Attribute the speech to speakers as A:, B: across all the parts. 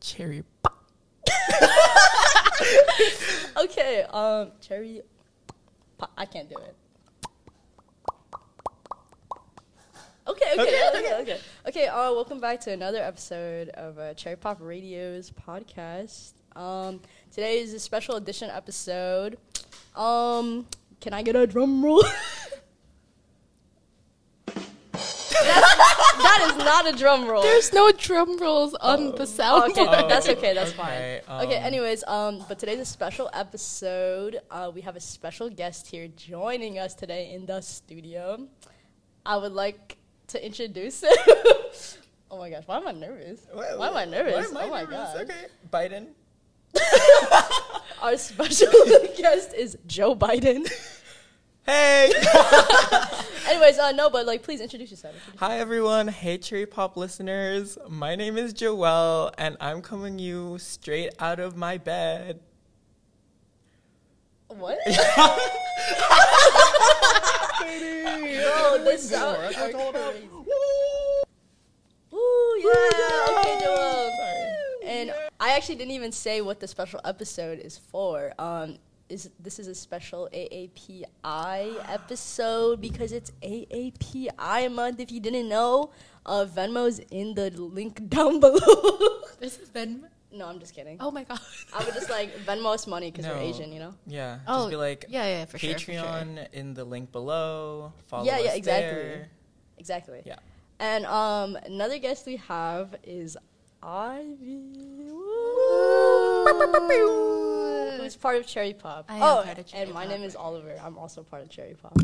A: cherry pop.
B: Okay, um, cherry. pop- I can't do it. Okay, okay, okay, okay, okay. uh, welcome back to another episode of uh, Cherry Pop Radio's podcast. Um, today is a special edition episode. Um, can I get a drum roll? That's- that is not a drum roll.
A: There's no drum rolls on
C: Oh,
A: the sound.
B: okay,
A: board.
B: that's okay. That's
C: Okay,
B: fine. okay.
C: um,
B: Anyways, um, but today's a special episode. Uh, we have a special guest here joining us today in the studio. I would like to introduce him. oh my gosh, why am I nervous?
C: Wha-
B: Why am I nervous?
C: Why am I
B: oh my
C: nervous?
B: gosh.
C: Okay. Biden.
B: Our special guest is Joe Biden.
C: Hey.
B: Anyways, uh, no, but like, please introduce yourself.
C: Hi everyone. Hey Cherry Pop listeners. My name is Joelle and I'm coming you straight out of my bed.
B: What?
C: Yo,
B: Oh, this sound- Ooh, yeah. Okay, Joel. And I actually didn't even say what the special episode is for. Um, is this is a special AAPI episode because it's AAPI month. If you didn't know, uh, Venmo's in the link down below.
A: This is Venmo.
B: no, I'm just kidding.
A: Oh my god.
B: I would just like Venmo us money because
C: No.
B: we're Asian, you know.
C: Yeah.
A: Oh,
C: just be like
A: yeah, yeah, for sure,
C: Patreon
A: for sure.
C: in the link below. Follow
B: Yeah, yeah,
C: us
B: exactly.
C: there.
B: Exactly.
C: Yeah.
B: And um, another guest we have is Ivy. Who's part of Cherry Pop?
A: I am
B: oh,
A: part of Cherry
B: and my
A: Pop.
B: name is Oliver. I'm also part of Cherry Pop.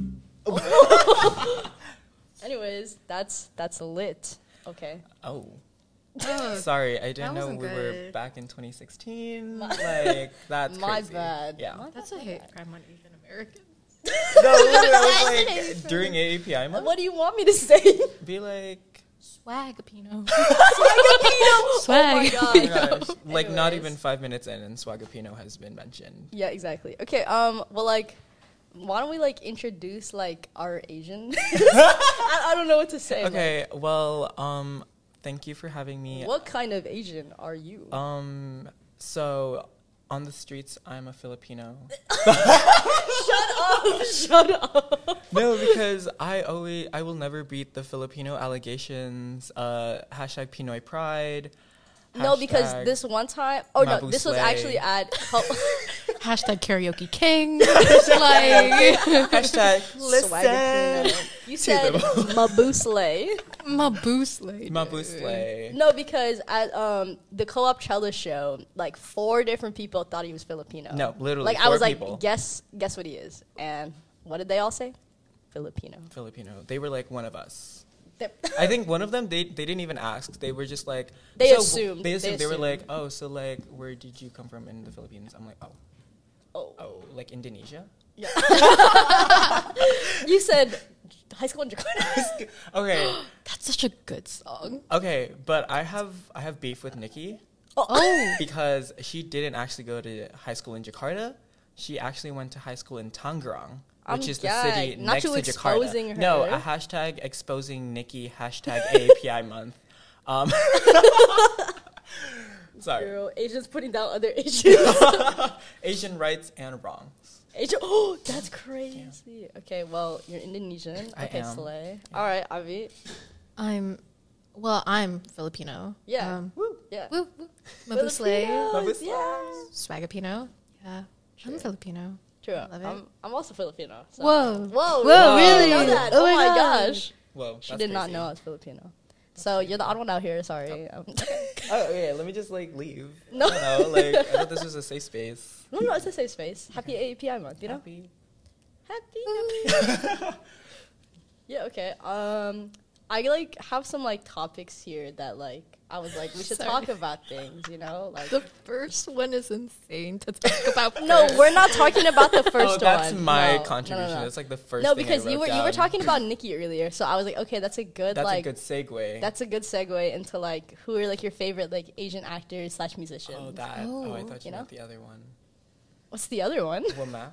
B: Anyways, that's that's lit. Okay.
C: Oh.
A: Oh,
C: Sorry, I didn't know
A: wasn't
C: we were
A: good.
C: back in 2016. like that's
B: My
C: crazy.
B: bad.
C: Yeah.
B: My
A: that's a hate crime on Asian Americans.
C: no, literally, I was like during AAPI month,
B: What do you want me to say?
C: be like,
A: Swag, Pino.
B: Swag.
A: Swag.
B: Oh
C: oh
B: my
C: my
B: gosh.
C: gosh, like not
B: Anyways.
C: even five minutes in, and Swagapino has been mentioned.
B: yeah, exactly. Okay. Um. Well, like, why don't we like introduce like our Asian? I, I don't know what to say. like,
C: Okay, well, um, thank you for having me.
B: what kind of Asian are you?
C: Um, so on the streets, I'm a Filipino.
B: Shut up.
C: no, because I always, I will never beat the Filipino allegations. Uh, hashtag Pinoy Pride.
B: No, because
C: hashtag-
B: this one time, oh no,
C: Mabu
B: this was
C: slay.
B: actually at. Co-
A: Hashtag karaoke king. like
C: hashtag
B: Swagger
C: listen.
B: Pino. You said Mabusle.
A: my boost lady.
C: Mabuslay.
B: No, because at um the co-op cello show, like four different people thought he was Filipino.
C: No, literally,
B: Like I
C: four
B: was like,
C: people.
B: guess guess what he is, and what did they all say? Filipino.
C: Filipino. They were like one of us.
B: They-
C: I think one of them they they didn't even ask. They were just like
B: They
C: w-
B: assumed.
C: They
B: They
C: assumed. They, were
B: assumed.
C: like, oh, so like, where did you come from in the Philippines? I'm like, oh,
B: oh,
C: oh, like Indonesia.
B: you said high school in Jakarta.
C: okay,
A: That's such a good song.
C: okay, but I have I have beef with Nikki
A: Oh,
C: because she didn't actually go to high school in Jakarta. She actually went to high school in Tangerang,
B: I'm
C: which is the city
B: gagged. Oh Not
C: next
B: you
C: to
B: exposing
C: Jakarta. No,
B: her.
C: a hashtag exposing Nikki hashtag API month. Um, sorry.
B: Girl, Asians putting down other Asians.
C: Asian rights and wrongs.
B: Asian. Oh, that's crazy. Okay, well, you're Indonesian.
C: I
B: okay,
C: am.
B: slay. All right, Avi.
A: I'm. Well, I'm Filipino.
B: Yeah.
A: Um,
C: Woo.
B: Yeah.
A: woo, woo. Mabusle.
B: Filipinos,
C: Mabusle.
B: Oh, Yeah.
A: Swagapino. Yeah. I'm Filipino.
B: True.
A: I love it.
B: I'm, I'm also Filipino. So.
A: Whoa.
B: Whoa.
A: Whoa,
B: you didn't
A: really?
B: know that. Oh,
A: Oh
B: my
A: my God.
B: gosh.
C: Whoa.
B: She did not know I was Filipino. So you're the odd one out here. Sorry. Um,
C: Oh yeah, let me just like leave.
B: No.
C: No, I don't know, like I thought this was a safe space.
B: no, no, it's a safe space. Happy AAPI month, you know?
C: Happy.
B: Happy. happy. yeah, okay. Um, I like have some like topics here that like I was like we should
A: Sorry.
B: talk about things, you know? Like
A: The first one is insane to talk about.
B: No,
A: first.
B: we're not talking about the first
C: oh, that's
B: one.
C: my
B: No,
C: contribution.
B: No, no, no.
C: That's like the first.
B: No,
C: thing I
B: because you
C: wrote
B: were you were
C: down.
B: talking about Nikki earlier, so I was like, okay, that's a good
C: That's
B: like
C: a good segue.
B: That's a good segue into like who are like your favorite like Asian actors slash musicians.
C: oh that. Oh, I
A: Oh.
C: thought you,
B: You know?
C: meant the other one.
B: What's the other one?
C: Womaf.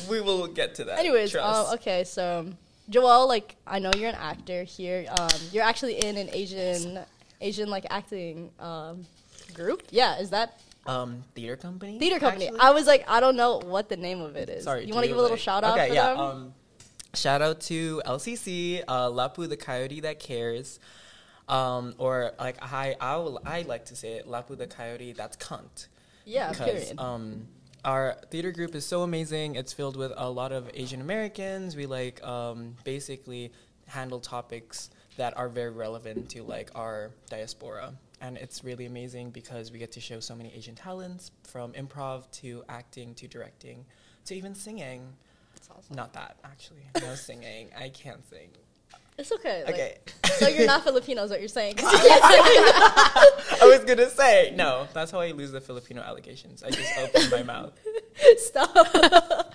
C: we will get to that.
B: Anyways,
C: Trust.
B: uh, um, okay, so Joel, like I know you're an actor here. Um, you're actually in an Asian, Asian like acting um, group. Yeah, is that
C: Um, theater company.
B: theater company?
C: actually?
B: I was like, I don't know what the name of it is.
C: Sorry.
B: you want to
C: do
B: give a little
C: like-
B: shout out
C: Okay,
B: for
C: yeah.
B: them?
C: Um, shout out to LCC, uh, Lapu the Coyote that cares, um, or like I I will, I like to say it, Lapu the Coyote that's cunt.
B: yeah,
C: because
B: period.
C: um, our theater group is so amazing. It's filled with a lot of Asian Americans. We like um, basically handle topics that are very relevant to like our diaspora, and it's really amazing because we get to show so many Asian talents from improv to acting to directing to even singing.
B: That's awesome.
C: Not that actually, no singing. I can't sing.
B: It's okay. like-
C: Okay,
B: so you're not Filipino, is what you're saying? 'Cause
C: I was gonna say no. That's how I lose the Filipino allegations. I just opened my mouth.
B: Stop.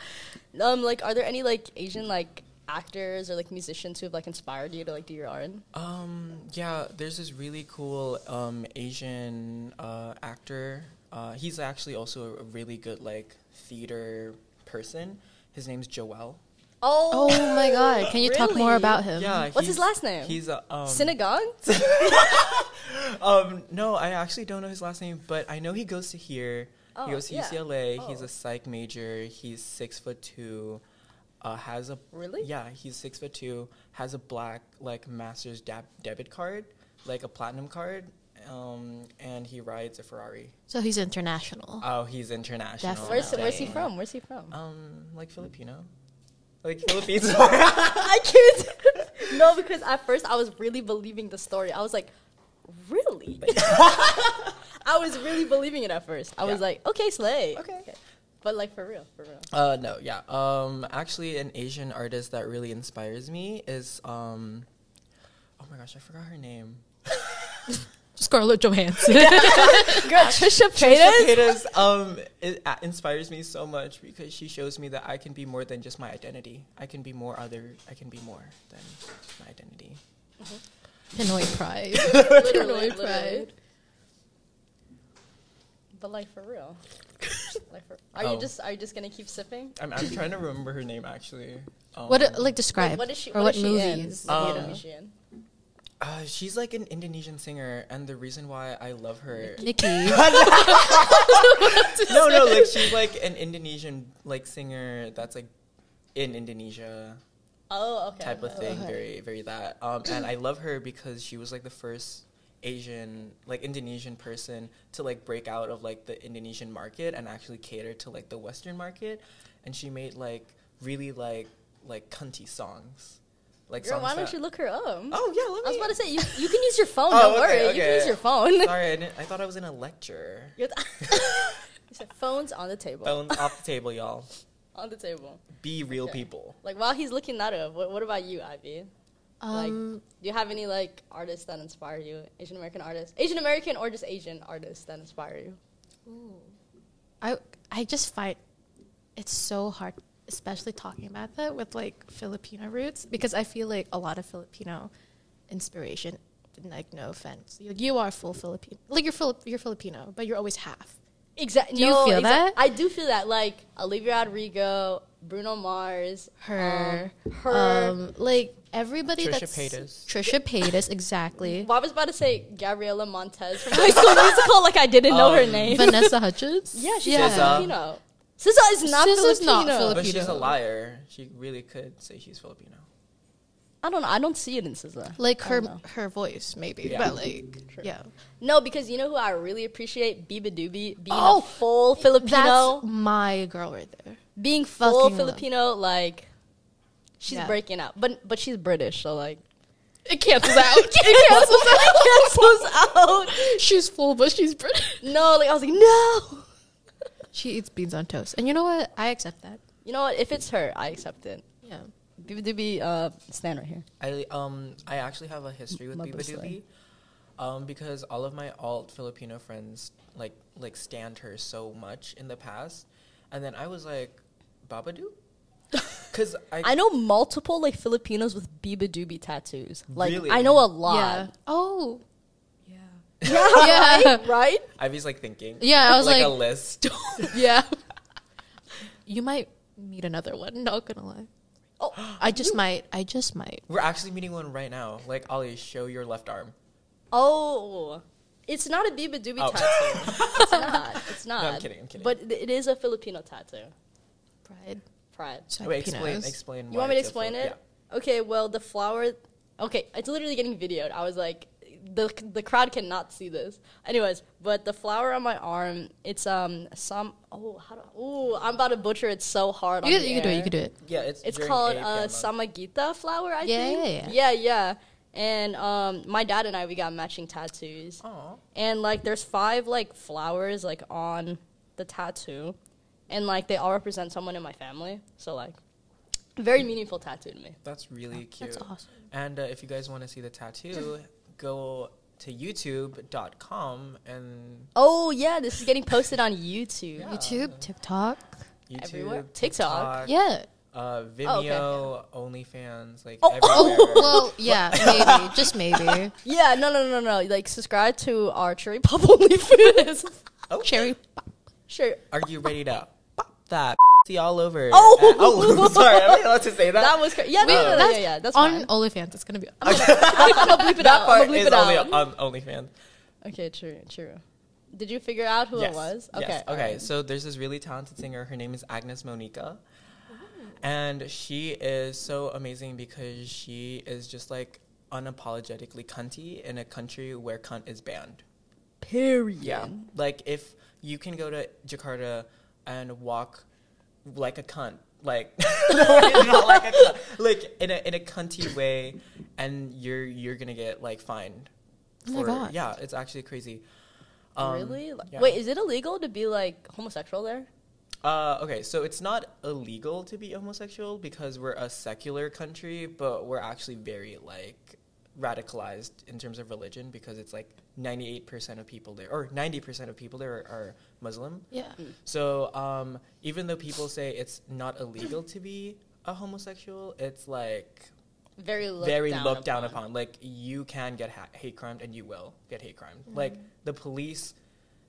B: um, like, are there any like Asian like actors or like musicians who have like inspired you to like do your art?
C: Um, yeah, there's this really cool um, Asian uh, actor. Uh, he's actually also a really good like theater person. His name's Joel.
A: Oh my god! Can you talk more
B: Really?
A: about him?
C: Yeah,
B: What's his
C: he's-
B: last name?
C: He's a um,
B: Synagogue?
C: um no, I actually don't know his last name, but I know he goes to here.
B: Oh,
C: he goes to
B: yeah.
C: UCLA. He's
B: Oh.
C: a psych major. He's six foot two. Uh, has a
B: Really?
C: yeah. He's six foot two. Has a black like master's dab- debit card, like a platinum card. Um, and he rides a Ferrari.
A: So he's international.
C: Oh, he's international.
A: Definitely.
B: Where's,
A: Where's-
B: where's he from? Where's he from?
C: Um, like Filipino, like Philippines.
B: I can't. no, because at first I was really believing the story. I was like, really? I was really believing it at first. I was
C: Yeah.
B: like, okay, slay.
C: Okay.
B: But like for real, for real.
C: Uh, no, yeah. Um, actually, an Asian artist that really inspires me is um, oh my gosh, I forgot her name.
A: Scarlett Johansson.
B: Girl,
C: Trisha
B: Trisha Paytas?
C: Paytas, um, it uh, inspires me so much because she shows me that I can be more than just my identity. I can be more other. I can be more than my identity.
A: Hanoi Pride.
B: literally,
A: Hanoi
B: literally.
A: Pride.
B: But like for real. like for, are
C: Oh.
B: you just are you just gonna keep sipping?
C: I'm, I'm trying to remember her name actually. Um,
A: What uh, like describe?
B: Like, what is she?
A: or
B: what
A: what
B: is
A: movies?
B: She in? What
C: Um,
B: movie is she in?
C: Uh, she's like an Indonesian singer, and the reason why I love her.
A: Nikki.
C: no, no, like she's like an Indonesian like singer that's like in Indonesia
B: Oh, okay.
C: type of
B: okay.
C: thing.
A: Okay.
C: Very, very that. Um, and I love her because she was like the first Asian, like Indonesian person to like break out of like the Indonesian market and actually cater to like the Western market. And she made like really like like cunty songs, like
B: Girl,
C: songs.
B: why don't
C: that-
B: you look her up?
C: Oh yeah, let me.
B: I was about to say you, you can use your phone.
C: Oh,
B: don't
C: okay,
B: worry, you
C: okay.
B: can use your phone.
C: Sorry, I, didn't, I thought I was in a lecture.
B: You're the- You said phones on the table.
C: Phones off the table, y'all.
B: On the table.
C: Be real
B: Okay.
C: people.
B: Like while he's looking that up, what, what about you, Ivy? Like,
A: Um,
B: do you have any like artists that inspire you? Asian American artists, Asian American or just Asian artists that inspire you?
A: I I just find it's so hard, especially talking about that with like Filipino roots, because I feel like a lot of Filipino inspiration. Like no offense, you, you are full Filipino. Like you're Filip, you're Filipino, but you're always half.
B: Exactly.
A: Do you feel that?
B: I do feel that. Like Olivia Rodrigo, Bruno Mars,
A: Her,
B: um, her.
A: um, like everybody.
C: Trisha
A: that's,
C: Paytas.
A: Trisha Paytas, exactly.
B: well, I was about to say Gabriella Montez from High School Musical. Like I didn't know her
C: Um,
B: name.
A: Vanessa Hutchins.
B: yeah, she's
C: Yeah.
B: not Filipino. SZA is not
A: SZA's
B: Filipino.
A: not Filip-
C: But she's a
A: Filipino.
C: liar. She really could say she's Filipino.
B: I don't know. I don't see it in SZA.
A: like
B: I
A: her
B: don't know.
A: her voice maybe,
C: Yeah.
A: but like
B: Sure.
A: yeah.
B: No, because you know who I really appreciate? Biba Doobie being
A: Oh,
B: a full Filipino.
A: That's my girl right there.
B: being
A: Fucking
B: full
A: love.
B: Filipino, like she's
A: Yeah.
B: breaking out, but but she's British, so like
A: It cancels out.
B: it cancels, out.
A: she's full, but she's British.
B: No, like I was like, no.
A: She eats beans on toast, and you know what? I accept that.
B: You know what? If it's her, I accept it.
A: Yeah.
B: Biba Doobie, uh, stand right here.
C: I um I actually have a history with Biba
B: Mabusay.
C: Doobie, um because all of my alt Filipino friends like like stand her so much in the past, and then I was like, Babadoo, because I,
B: I know multiple like Filipinos with Biba Doobie tattoos. Like
C: Really?
B: I know a
A: Yeah.
B: lot.
A: Oh.
B: Yeah,
A: Yeah.
B: right, right.
C: Ivy's like thinking.
A: Yeah, I was
C: like,
A: like,
C: a list.
A: yeah. you might meet another one. Not gonna lie.
B: Oh,
A: I just might. I just might.
C: We're actually meeting one right now. Like Ali, show your left arm.
B: oh, it's not a Biba Doobie
C: Oh.
B: tattoo. it's not. It's not.
C: kidding, I'm kidding.
B: But th- it is a Filipino tattoo.
A: Pride.
B: Pride.
A: Just like
C: Wait, explain,
A: Filipinos.
C: explain.
B: You
C: why
B: want me to
C: it's a fil-
B: explain it?
C: yeah.
B: Okay, well, the flower. Okay, it's literally getting videoed. I was like, the the crowd cannot see this. Anyways, but the flower on my arm, it's um some. Oh, how do? Oh, I'm about to butcher it so hard.
A: You,
B: on the
A: you can do it.
B: air.
A: You can do it.
C: Yeah, it's
B: It's
C: during
B: called
C: Ape
B: uh,
C: Gamma.
B: samagita flower, I
A: Yeah,
B: think. yeah,
A: yeah,
B: yeah. And um, my dad and I, we got matching tattoos.
C: Aw.
B: And like, there's five like flowers like on the tattoo, and like they all represent someone in my family. So like, very meaningful tattoo to me.
C: That's really cute.
A: That's awesome.
C: And uh, if you guys want to see the tattoo, go to youtube.com and
B: Oh yeah, this is getting posted on YouTube.
C: Yeah.
A: YouTube, TikTok.
C: YouTube,
B: Everywhere. TikTok.
A: Yeah.
C: uh,
B: Oh, okay.
C: Vimeo, OnlyFans, like
B: Oh,
C: everywhere.
A: Well, yeah, maybe, just
C: Oh,
A: maybe.
B: Yeah, no, no, no, no. Like subscribe to our Cherry Pop OnlyFans.
C: Oh.
A: Cherry.
B: sure.
C: Are you ready to pop that see all over?
B: Oh!
C: Uh, oh, sorry, am I allowed to say that?
B: That was cra- yeah, no, no, no,
A: that's
B: yeah, yeah. That's
A: on
B: fine.
A: OnlyFans. It's gonna be.
B: I'm gonna bleep it out. I'm
C: part
B: gonna bleep
C: is
B: it
C: only
B: out.
C: on OnlyFans.
B: Okay, true, true. Did you figure out who
C: Yes,
B: it was?
C: yes. Okay.
B: alright.
C: So there's this really talented singer. Her name is Agnes Monica. And she is so amazing because she is just like unapologetically cunty in a country where cunt is banned.
B: Period.
C: Yeah. Like if you can go to Jakarta and walk like a cunt, like not like a cunt, like in a in a cunty way, and you're you're gonna get like fined.
A: Oh my God.
C: Yeah, it's actually crazy.
B: really? Like-
C: Um, yeah.
B: Wait, is it illegal to be like homosexual there?
C: Uh, okay, so it's not illegal to be homosexual because we're a secular country, but we're actually very like radicalized in terms of religion because it's like 98% of people there or 90% of people there are, are Muslim.
A: Yeah.
C: So um, even though people say it's not illegal to be a homosexual, it's like
B: Very looked
C: very
B: down
C: looked down upon. Like you can get ha- hate crimed, and you will get hate crimed.
B: Mm-hmm.
C: Like the police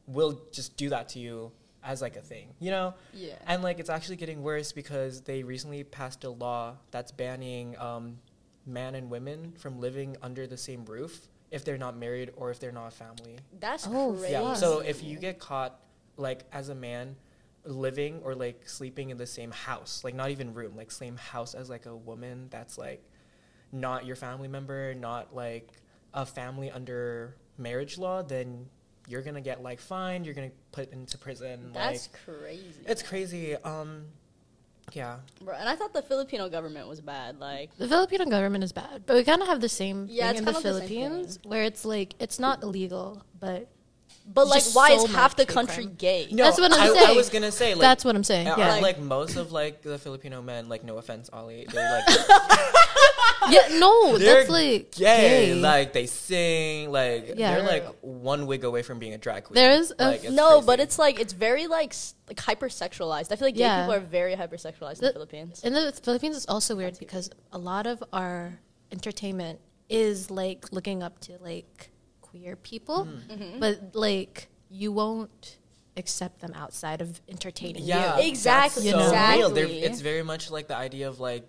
C: will just do that to you as like a thing, you know?
B: Yeah.
C: And like it's actually getting worse because they recently passed a law that's banning um, men and women from living under the same roof if they're not married or if they're not family.
B: That's
A: Oh,
B: crazy.
C: Yeah.
A: Yes.
C: So if you get caught, like as a man, living or like sleeping in the same house, like not even room, like same house as like a woman, that's like not your family member, not like a family under marriage law, then you're gonna get like fined. You're gonna put into prison.
B: that's
C: like
B: crazy.
C: it's crazy. Um, yeah.
B: Bro, and I thought the Filipino government was bad. Like,
A: The Filipino government is bad, but we kind of have the same
B: Yeah,
A: thing
B: it's
A: in the
B: kind of the same
A: Philippines, where it's like it's not illegal, but
B: but like,
A: Just
B: why
A: so
B: is half the
A: much hate
B: country
A: crime.
B: gay?
A: No, That's what I'm
C: I, I
A: saying.
C: was gonna say like
A: that's what I'm saying.
C: uh,
A: yeah,
C: like, most of like the Filipino men, like no offense, Ollie, they're like
A: yeah, no,
C: They're
A: that's
C: gay.
A: like gay.
C: Like they sing. Like
A: Yeah.
C: they're like one wig away from being a drag queen.
A: There is a-
C: like,
B: No, but
C: crazy.
B: it's like it's very like s- like hypersexualized. I feel like gay
A: Yeah.
B: people are very hypersexualized in the
A: The-
B: Philippines.
A: In the Philippines, it's also weird because a lot of our entertainment is like looking up to like queer people,
C: Mm.
B: Mm-hmm.
A: but like you won't accept them outside of entertaining. you.
C: yeah,
B: Exactly,
C: that's so
A: exactly.
C: real. They're- It's very much like the idea of like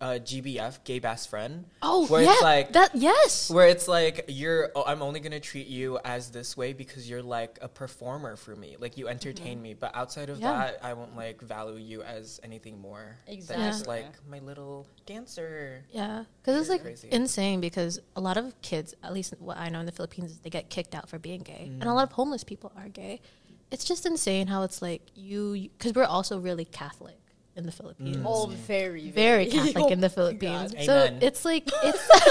C: uh, GBF, gay best friend.
A: Oh,
C: where
A: yeah.
C: it's like
A: that. Yes.
C: where it's like you're. Oh, I'm only gonna treat you as this way because you're like a performer for me. Like you entertain me, but outside of
A: Mm-hmm. Yeah.
C: that, I won't like value you as anything more than just
B: Exactly.
C: like my little dancer.
A: Yeah, because it's
C: You're
A: like
C: crazy.
A: insane. Because a lot of kids, at least what I know in the Philippines, is they get kicked out for being gay, and a lot of homeless people are gay. It's just insane how it's like you, because we're also really Catholic in the Philippines,
C: Mm-hmm.
B: All Oh, very,
A: very Catholic
B: Oh
A: in
B: my
A: the
B: God.
A: Philippines.
C: God.
A: So
C: Amen.
A: it's like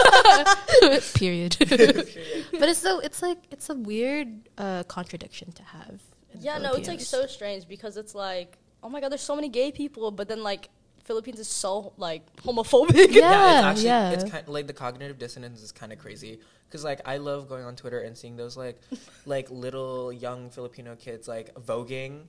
A: it's period. but it's so it's like it's a weird uh, contradiction to have. in the
B: Yeah, no, it's like
A: Philippines.
B: so strange because it's like, oh my god, there's so many gay people, but then like Philippines is so like homophobic.
A: Yeah.
C: it's actually
A: yeah.
C: it's kind like the cognitive dissonance is kind of crazy because like I love going on Twitter and seeing those like like little young Filipino kids like voguing.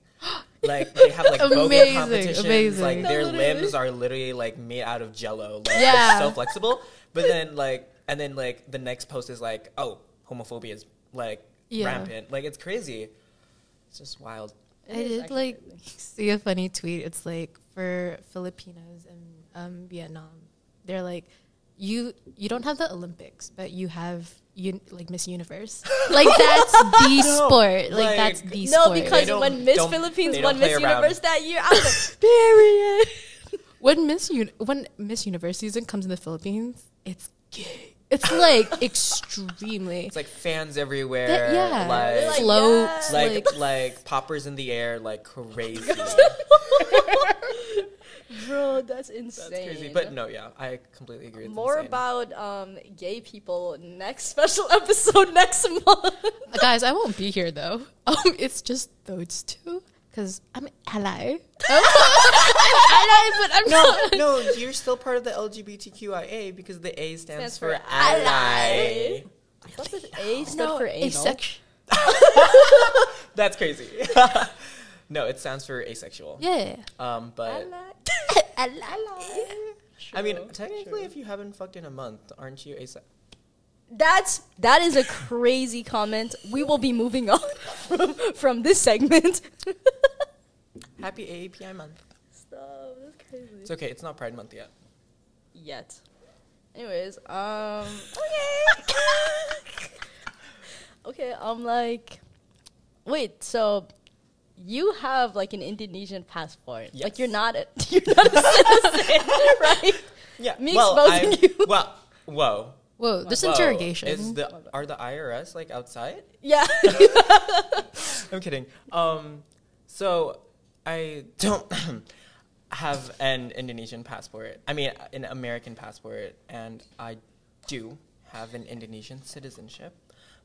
C: Like they have like voguing
A: Amazing,
C: competitions. Like
A: amazing.
C: their
B: Literally.
C: limbs are literally like made out of jello. Like
A: Yeah.
C: yeah. so flexible. But then like and then like the next post is like, oh, homophobia is like
A: Yeah.
C: rampant. Like it's crazy. It's just wild.
A: I did like see a funny tweet. It's like for Filipinos in um, Vietnam, they're like, you you don't have the Olympics, but you have un- like Miss Universe. like that's the
C: No,
A: sport. Like,
C: like-
A: that's the
B: no,
A: sport.
B: because
C: don't-
B: when Miss
C: don't-
B: Philippines
C: they
B: won
C: don't play
B: Miss
C: around.
B: Universe that year, I was like, period.
A: when Miss Un- when Miss Universe season comes in the Philippines, it's gay. It's like extremely
C: It's like fans everywhere.
A: That- yeah,
B: They're
C: Like,
B: like,
A: floats
B: yeah.
A: like,
C: like, like, poppers in the air, like crazy.
B: Bro, that's insane.
C: That's crazy. But no, yeah, I completely agree. It's
B: More
C: insane.
B: about um, gay people next special episode next month.
A: guys. I won't be here though. Um, it's just those two because I'm ally. i but I'm
C: No,
A: not.
C: no, you're still part of the LGBTQIA because the A stands,
B: Stands
C: for,
B: for
C: ally.
B: I thought this A stood
A: No,
B: for anal.
A: asex-
C: That's crazy. no, it stands for asexual.
A: Yeah.
C: Um, but
B: Ally.
C: I mean,
B: True,
C: technically,
B: true.
C: if you haven't fucked in a month, aren't you asexual?
B: That's that is a crazy comment. We will be moving on from, from this segment.
C: Happy AAPI month.
B: Stop, that's crazy.
C: It's okay. It's not Pride month yet.
B: Yet. Anyways, um Okay. okay, I'm like wait, so you have like an Indonesian passport.
C: Yes.
B: Like you're not a, you're not a citizen, right?
C: Yeah.
B: Me
C: well,
B: exposing
C: I'm-
B: you.
C: Well, whoa.
A: Whoa, this
C: whoa.
A: interrogation.
C: Is the are the IRS like outside?
B: Yeah.
C: I'm kidding. Um, so I don't have an Indonesian passport. I mean, an American passport, and I do have an Indonesian citizenship.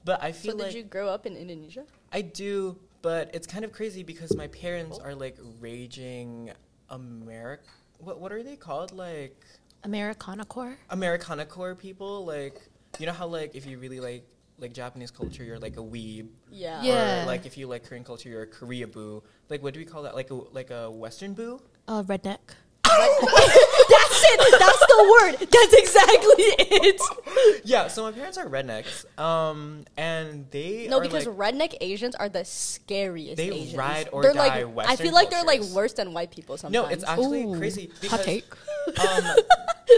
C: But I
B: so
C: feel
B: did
C: like
B: you grow up in Indonesia?
C: I do, but it's kind of crazy because my parents are like raging American. What what are they called? Like
A: Americana core.
C: Americana core people. Like you know how like if you really like like Japanese culture, you're like a weeb.
B: Yeah.
A: Yeah.
C: Or like if you like Korean culture, you're a Korea boo. Like what do we call that? Like a like a Western boo?
A: Uh, redneck.
B: That's it. That's the word. That's exactly it.
C: Yeah. So my parents are rednecks. Um, and they
B: No,
C: are,
B: because
C: like,
B: redneck Asians are the scariest.
C: They
B: Asians.
C: ride or
B: they're
C: die
B: like, I
C: Western
B: feel like they're like
C: cultures.
B: worse than white people
C: no,
B: sometimes.
C: it's actually
A: Ooh,
C: crazy.
A: Hot
C: Because,
A: take.
C: Um,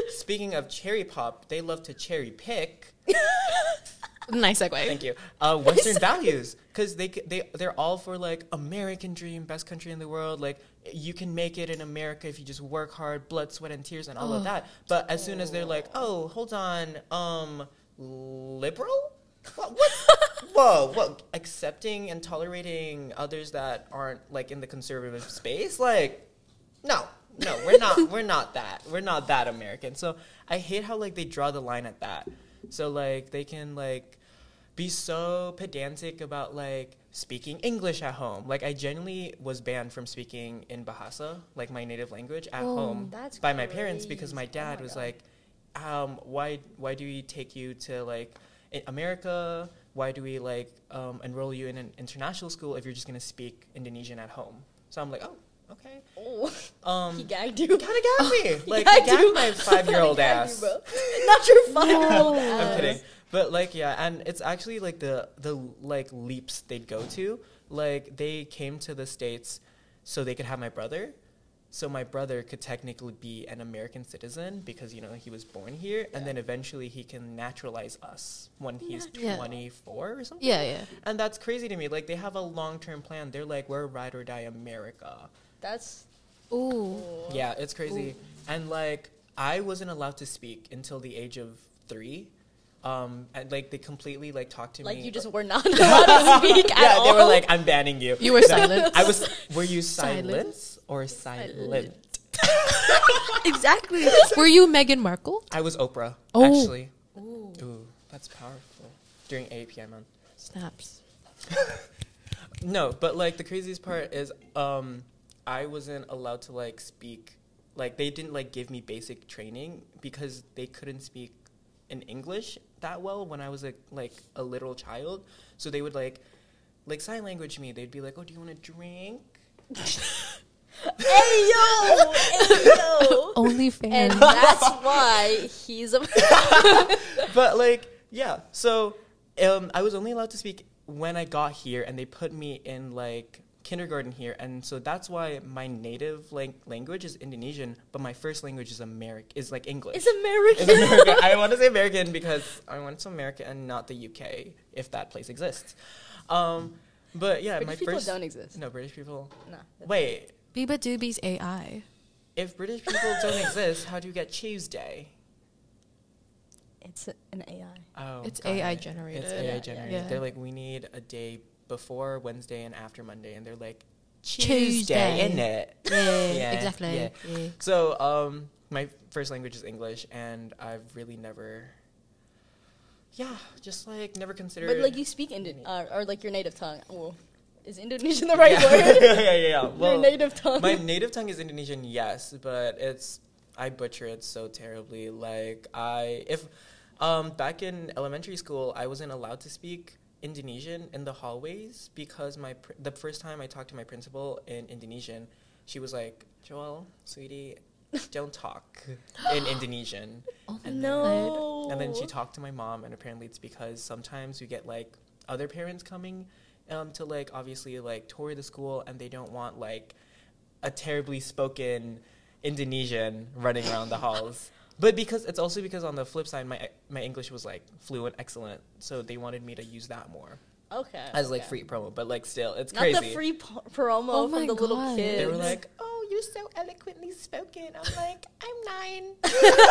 C: speaking of cherry pop, they love to cherry pick.
A: Nice segue.
C: Thank you. Uh, Western values, because they c- they they're all for like American dream, best country in the world. Like you can make it in America if you just work hard, blood, sweat, and tears, and all of that. But as soon as they're like, oh, hold on, um, liberal. What? what? Whoa! What? Accepting and tolerating others that aren't like in the conservative space, like no no we're not we're not that we're not that american so i hate how like they draw the line at that so like they can like be so pedantic about like speaking english at home like i genuinely was banned from speaking in bahasa like my native language at home
B: Oh, that's
C: by my parents because my
B: crazy. Oh
C: dad
B: my
C: was
B: God.
C: like um, why why do we take you to like i- america why do we like um, enroll you in an international school if you're just going to speak indonesian at home so i'm like oh okay
B: Oh,
C: um,
B: he gagged you.
C: kind of got me. Like,
B: Yeah,
C: he
B: I
C: got
B: do.
C: my five year old
B: He gagged
C: ass.
B: you, bro. Uh, Not your five year old ass.
C: I'm kidding. But like, yeah, and it's actually like the the like leaps they'd go to. Like, they came to the states so they could have my brother. So my brother could technically be an American citizen because you know he was born here, and then eventually he can naturalize us when he's
A: Yeah.
C: 24 or something.
A: Yeah, yeah.
C: And that's crazy to me. Like they have a long term plan. They're like, we're ride or die America.
B: That's
A: Ooh.
C: Yeah, it's crazy. And like, I wasn't allowed to speak until the age of three. Um, and like they completely like talked to
B: like
C: me.
B: you just were not allowed to speak
C: yeah,
B: at all.
C: they were like, "I'm banning you."
A: You were silent.
C: I was. Were you
A: Silent.
C: silence or silent?
B: exactly.
A: Were you Meghan Markle?
C: I was Oprah.
A: Oh.
C: Actually,
A: Ooh.
C: ooh, that's powerful. During API month.
A: Snaps.
C: No, but like the craziest part is um I wasn't allowed to like speak like they didn't like give me basic training because they couldn't speak in English that well when I was a, like a little child. So they would like like sign language me. They'd be like, "Oh, do you want a drink?"
B: Hey yo, hey yo.
A: Only
B: And
A: fan.
B: that's why he's a.
C: but like yeah so um, i was only allowed to speak when i got here and they put me in like kindergarten here, and so that's why my native lang- language is Indonesian, but my first language is American. Is like English.
B: It's American.
C: Is America. I want to say American because I went to America and not the UK, if that place exists. Um, but yeah,
B: British
C: my
B: people
C: 1st
B: don't exist.
C: no British people.
B: No.
C: Wait,
A: Biba Doobie's AI.
C: if British people don't exist, how do you get Tuesday?
B: It's a- an AI.
C: Oh,
A: It's
C: got
A: AI
C: it.
A: generated.
C: It's
B: Yeah,
C: AI
B: yeah.
C: generated.
A: Yeah.
C: They're like, we need a day before Wednesday and after Monday, and they're like,
A: Tuesday.
C: Tuesday, in it.
A: Yeah,
C: Yeah,
A: exactly.
C: yeah.
A: yeah.
C: So, um, my first language is English, and I've really never, yeah, just like never considered.
B: But like you speak Indonesian, uh, or like your native tongue. Well, is Indonesian the right
C: yeah.
B: word?
C: yeah, yeah, yeah, yeah. Well,
B: your native tongue.
C: my native tongue is Indonesian, yes, but it's I butcher it so terribly. Like I if um back in elementary school, I wasn't allowed to speak Indonesian in the hallways because my pr- the first time I talked to my principal in Indonesian, she was like, "Joel, sweetie, don't talk in Indonesian." And then-
B: Oh, no.
C: and then she talked to my mom, and apparently it's because sometimes you get like other parents coming um, to like obviously like tour the school, and they don't want like a terribly spoken Indonesian running around the halls. But because it's also because on the flip side, my my English was like fluent, excellent, so they wanted me to use that more
B: Okay.
C: as like
B: okay.
C: free promo. But like still, it's
B: Not
C: crazy.
B: the free po- promo
A: Oh
B: from
A: my
B: the little
A: God.
B: kid.
C: they were like, "Oh, you're so eloquently spoken." I'm like, "I'm nine.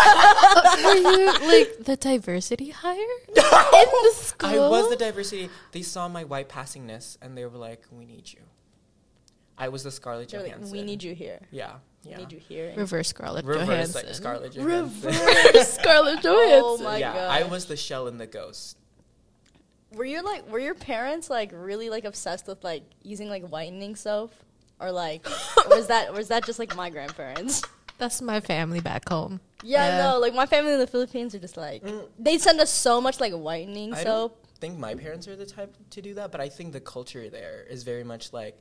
A: Were you like the diversity hire in the school?
C: I was the diversity. They saw my white passingness and they were like, "We need you." I was the Scarlett
B: They were like,
C: Johansson.
B: we need you here.
C: Yeah, yeah.
B: We need you here.
A: reverse Scarlett
C: Reverse
A: Johansson.
C: like Scarlett Johansson.
B: Reverse.
A: Scarlett
B: Oh
A: Johansson.
B: my
C: yeah,
B: god.
C: I was the shell and the ghost.
B: Were you like? Were your parents like really like obsessed with like using like whitening soap, or like, or was that was that just like my grandparents?
A: That's my family back home.
B: Yeah,
A: Yeah.
B: no. Like my family in the Philippines are just like they send us so much like whitening
C: Mm. I don't
B: soap.
C: think my parents are the type to do that, but I think the culture there is very much like,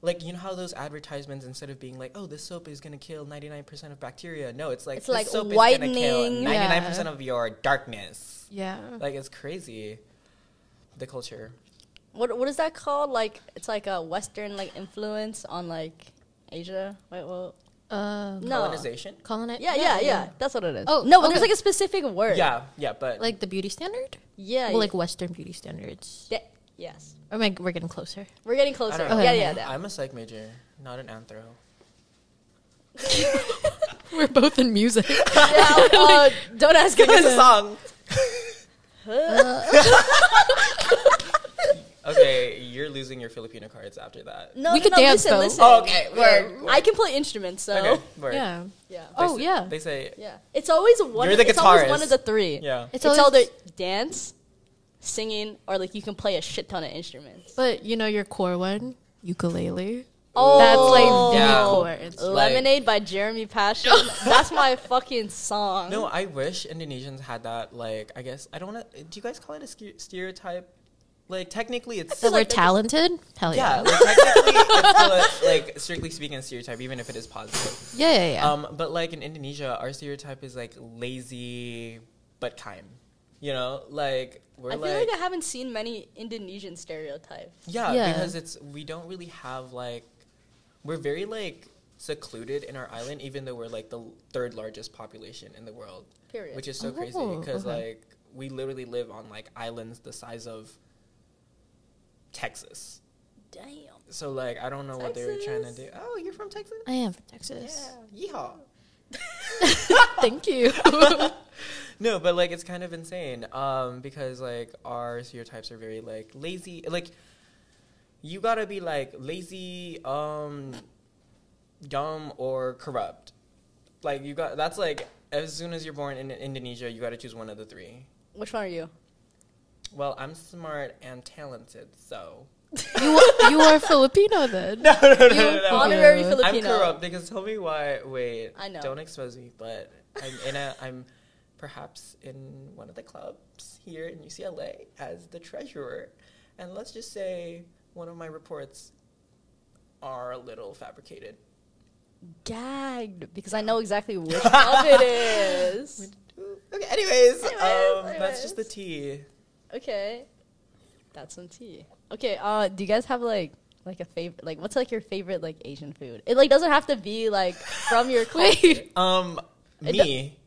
C: like you know how those advertisements instead of being like, "Oh, this soap is gonna kill ninety nine percent of bacteria," no, it's like
B: It's
C: this
B: like
C: soap is gonna kill
B: whitening.
C: ninety nine percent
A: Yeah.
C: of your darkness.
A: Yeah.
C: Like it's crazy, the culture.
B: What what is that called? Like it's like a Western like influence on like Asia. Wait, well,
A: Uh,
B: No.
C: Colonization.
A: calling it.
B: yeah, yeah, yeah. That's what it is.
A: Oh,
B: no, but there's
A: okay.
B: like a specific word.
C: Yeah, yeah, but
A: Like the beauty standard?
B: yeah,
A: Well, like Western beauty standards.
B: yeah. yes.
A: Oh my, we're getting closer.
B: We're getting
C: I
B: closer.
C: don't know.
B: Yeah,
A: Okay.
B: yeah, yeah.
C: I'm a psych major, not an anthro.
A: We're both in music.
B: Yeah, uh, don't ask
C: Sing us a
B: us.
C: song. okay, you're losing your Filipino cards after that.
B: No,
A: We
B: no,
A: could
B: no,
A: dance,
B: listen,
A: though.
B: listen.
C: Oh, Okay, word,
B: I can play instruments, so
C: Okay, word.
A: yeah.
B: yeah,
C: They
A: Oh,
C: say-
A: yeah.
C: They say
B: yeah. It's always one.
C: You're
B: of,
C: the
B: it's always
C: guitarist.
B: one of the three.
C: yeah.
B: It's,
A: It's
B: either
A: always-
B: dance, singing, or like you can play a shit ton of instruments.
A: But you know your core one? Ukulele.
B: Oh,
C: Yeah.
A: That's like the core.
C: Like-
B: Lemonade by Jeremy Passion. That's my fucking song.
C: No, I wish Indonesians had that. Like, I guess I don't want to. Do you guys call it a ske- stereotype? Like, technically, it's
A: So
B: feel
A: we're
B: like they just-
A: talented? Hell
C: yeah.
A: yeah.
C: Like, technically, it's still a, like strictly speaking, a stereotype, even if it is positive.
A: Yeah, yeah, yeah.
C: Um, but like in Indonesia, our stereotype is like lazy but kind. You know, like we're
B: I feel
C: like
B: like I haven't seen many Indonesian stereotypes.
C: Yeah,
A: Yeah.
C: because it's we don't really have like we're very like secluded in our island, even though we're like the third largest population in the world,
B: Period.
C: which is so
A: Oh,
C: crazy because
A: okay.
C: like we literally live on like islands the size of Texas.
B: damn.
C: So like I don't know what they were trying to do.
B: Texas.
C: Oh, you're from Texas?
A: I am from Texas.
C: Yeah, yeehaw.
A: Thank you.
C: No, but like it's kind of insane um, because like our stereotypes are very like lazy. Like you gotta be like lazy, um, dumb, or corrupt. Like you got that's like as soon as you're born in Indonesia, you gotta choose one of the three.
B: Which one are you?
C: Well, I'm smart and talented, so
A: you, are, you are Filipino then.
C: no, no, no,
A: You
C: no, no.
A: honor-
B: Honorary
A: I'm
C: I'm
B: Filipino.
C: corrupt because tell me why. Wait,
B: I know.
C: Don't expose me, but I'm in a. I'm perhaps in one of the clubs here in UCLA as the treasurer, and let's just say one of my reports are a little fabricated.
B: Gagged because I know exactly which club it is.
C: Okay. Anyways,
B: Anyways,
C: um, that's just the
B: anyways.
C: tea.
B: Okay, that's some tea. Okay, uh, do you guys have like like like a favorite? Like, what's like your favorite like Asian food? It like doesn't have to be like from your culture.
A: Wait.
C: Um,
B: It
C: me.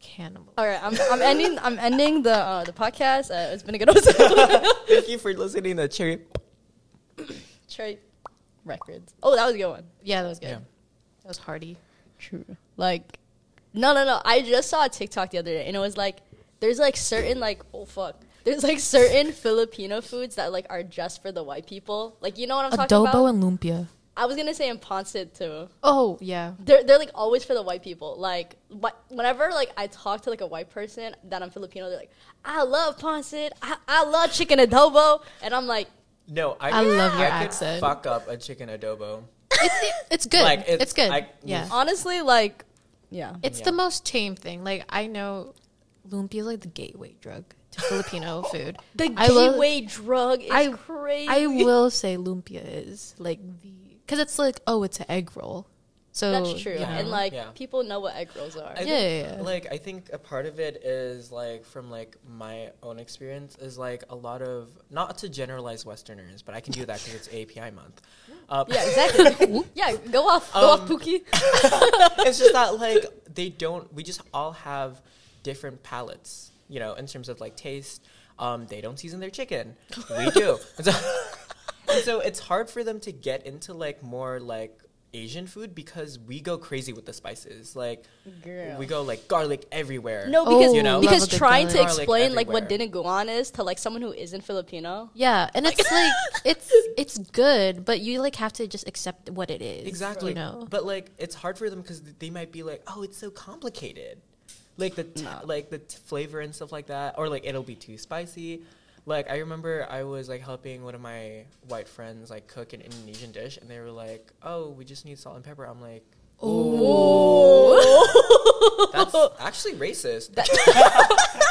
A: Cannibal.
B: All right, I'm, I'm ending I'm ending the uh, the podcast. Uh, it's been a good episode.
C: Thank you for listening to Cherry.
B: Cherry records. Oh, that was a good one.
A: Yeah, that was good.
C: Yeah.
A: That was hearty.
B: True. Like, no, no, no. I just saw a TikTok the other day, and it was like, there's like certain like, oh fuck, there's like certain Filipino foods that like are just for the white people. Like, you know what I'm talking about?
A: Adobo and lumpia.
B: I was gonna say in Ponset too.
A: Oh yeah.
B: They're they're like always for the white people. Like, wh- whenever like I talk to like a white person that I'm Filipino, they're like, I love Ponset. I, I love chicken adobo, and I'm like,
C: No, I,
A: I
C: could-
A: love your
C: I could
A: accent.
C: fuck up a chicken adobo.
A: it's, it's good.
C: Like, it's-
A: it's, good.
C: I-
A: yeah.
B: honestly, like, yeah.
A: It's
C: Yeah.
A: the most tame thing. Like I know, lumpia is like the gateway drug to Filipino food.
B: The
A: I will-
B: gateway drug is
A: I-
B: crazy.
A: I will say lumpia is like the because it's like oh it's an egg roll, so
B: That's true.
A: you know.
B: And like
C: Yeah.
B: people know what egg rolls are.
C: I
A: Yeah,
C: think,
A: yeah, yeah.
C: Like I think a part of it is like from like my own experience is like a lot of not to generalize Westerners, but I can do that because it's API month. Uh,
B: yeah, exactly. yeah, go off, go
C: Um,
B: off, Pookie.
C: it's just that like they don't. We just all have different palates, you know, in terms of like taste. Um, they don't season their chicken. We do. And so, and so it's hard for them to get into like more like Asian food because we go crazy with the spices. Like
B: Girl.
C: we go like garlic everywhere.
B: No,
A: Oh,
B: because
C: You know?
B: because
A: love a good
B: trying to
C: garlic.
B: explain like what
C: everywhere.
B: didn't go on is to like someone who isn't Filipino.
A: Yeah, and it's like it's it's good, but you like have to just accept what it is.
C: Exactly.
A: You know.
C: But like, it's hard for them because they might be like, "Oh, it's so complicated," like the t-
B: No.
C: like the t- flavor and stuff like that, or like it'll be too spicy. Like I remember I was like helping one of my white friends like cook an Indonesian dish, and they were like, "Oh, we just need salt and pepper." I'm like, "That's actually racist."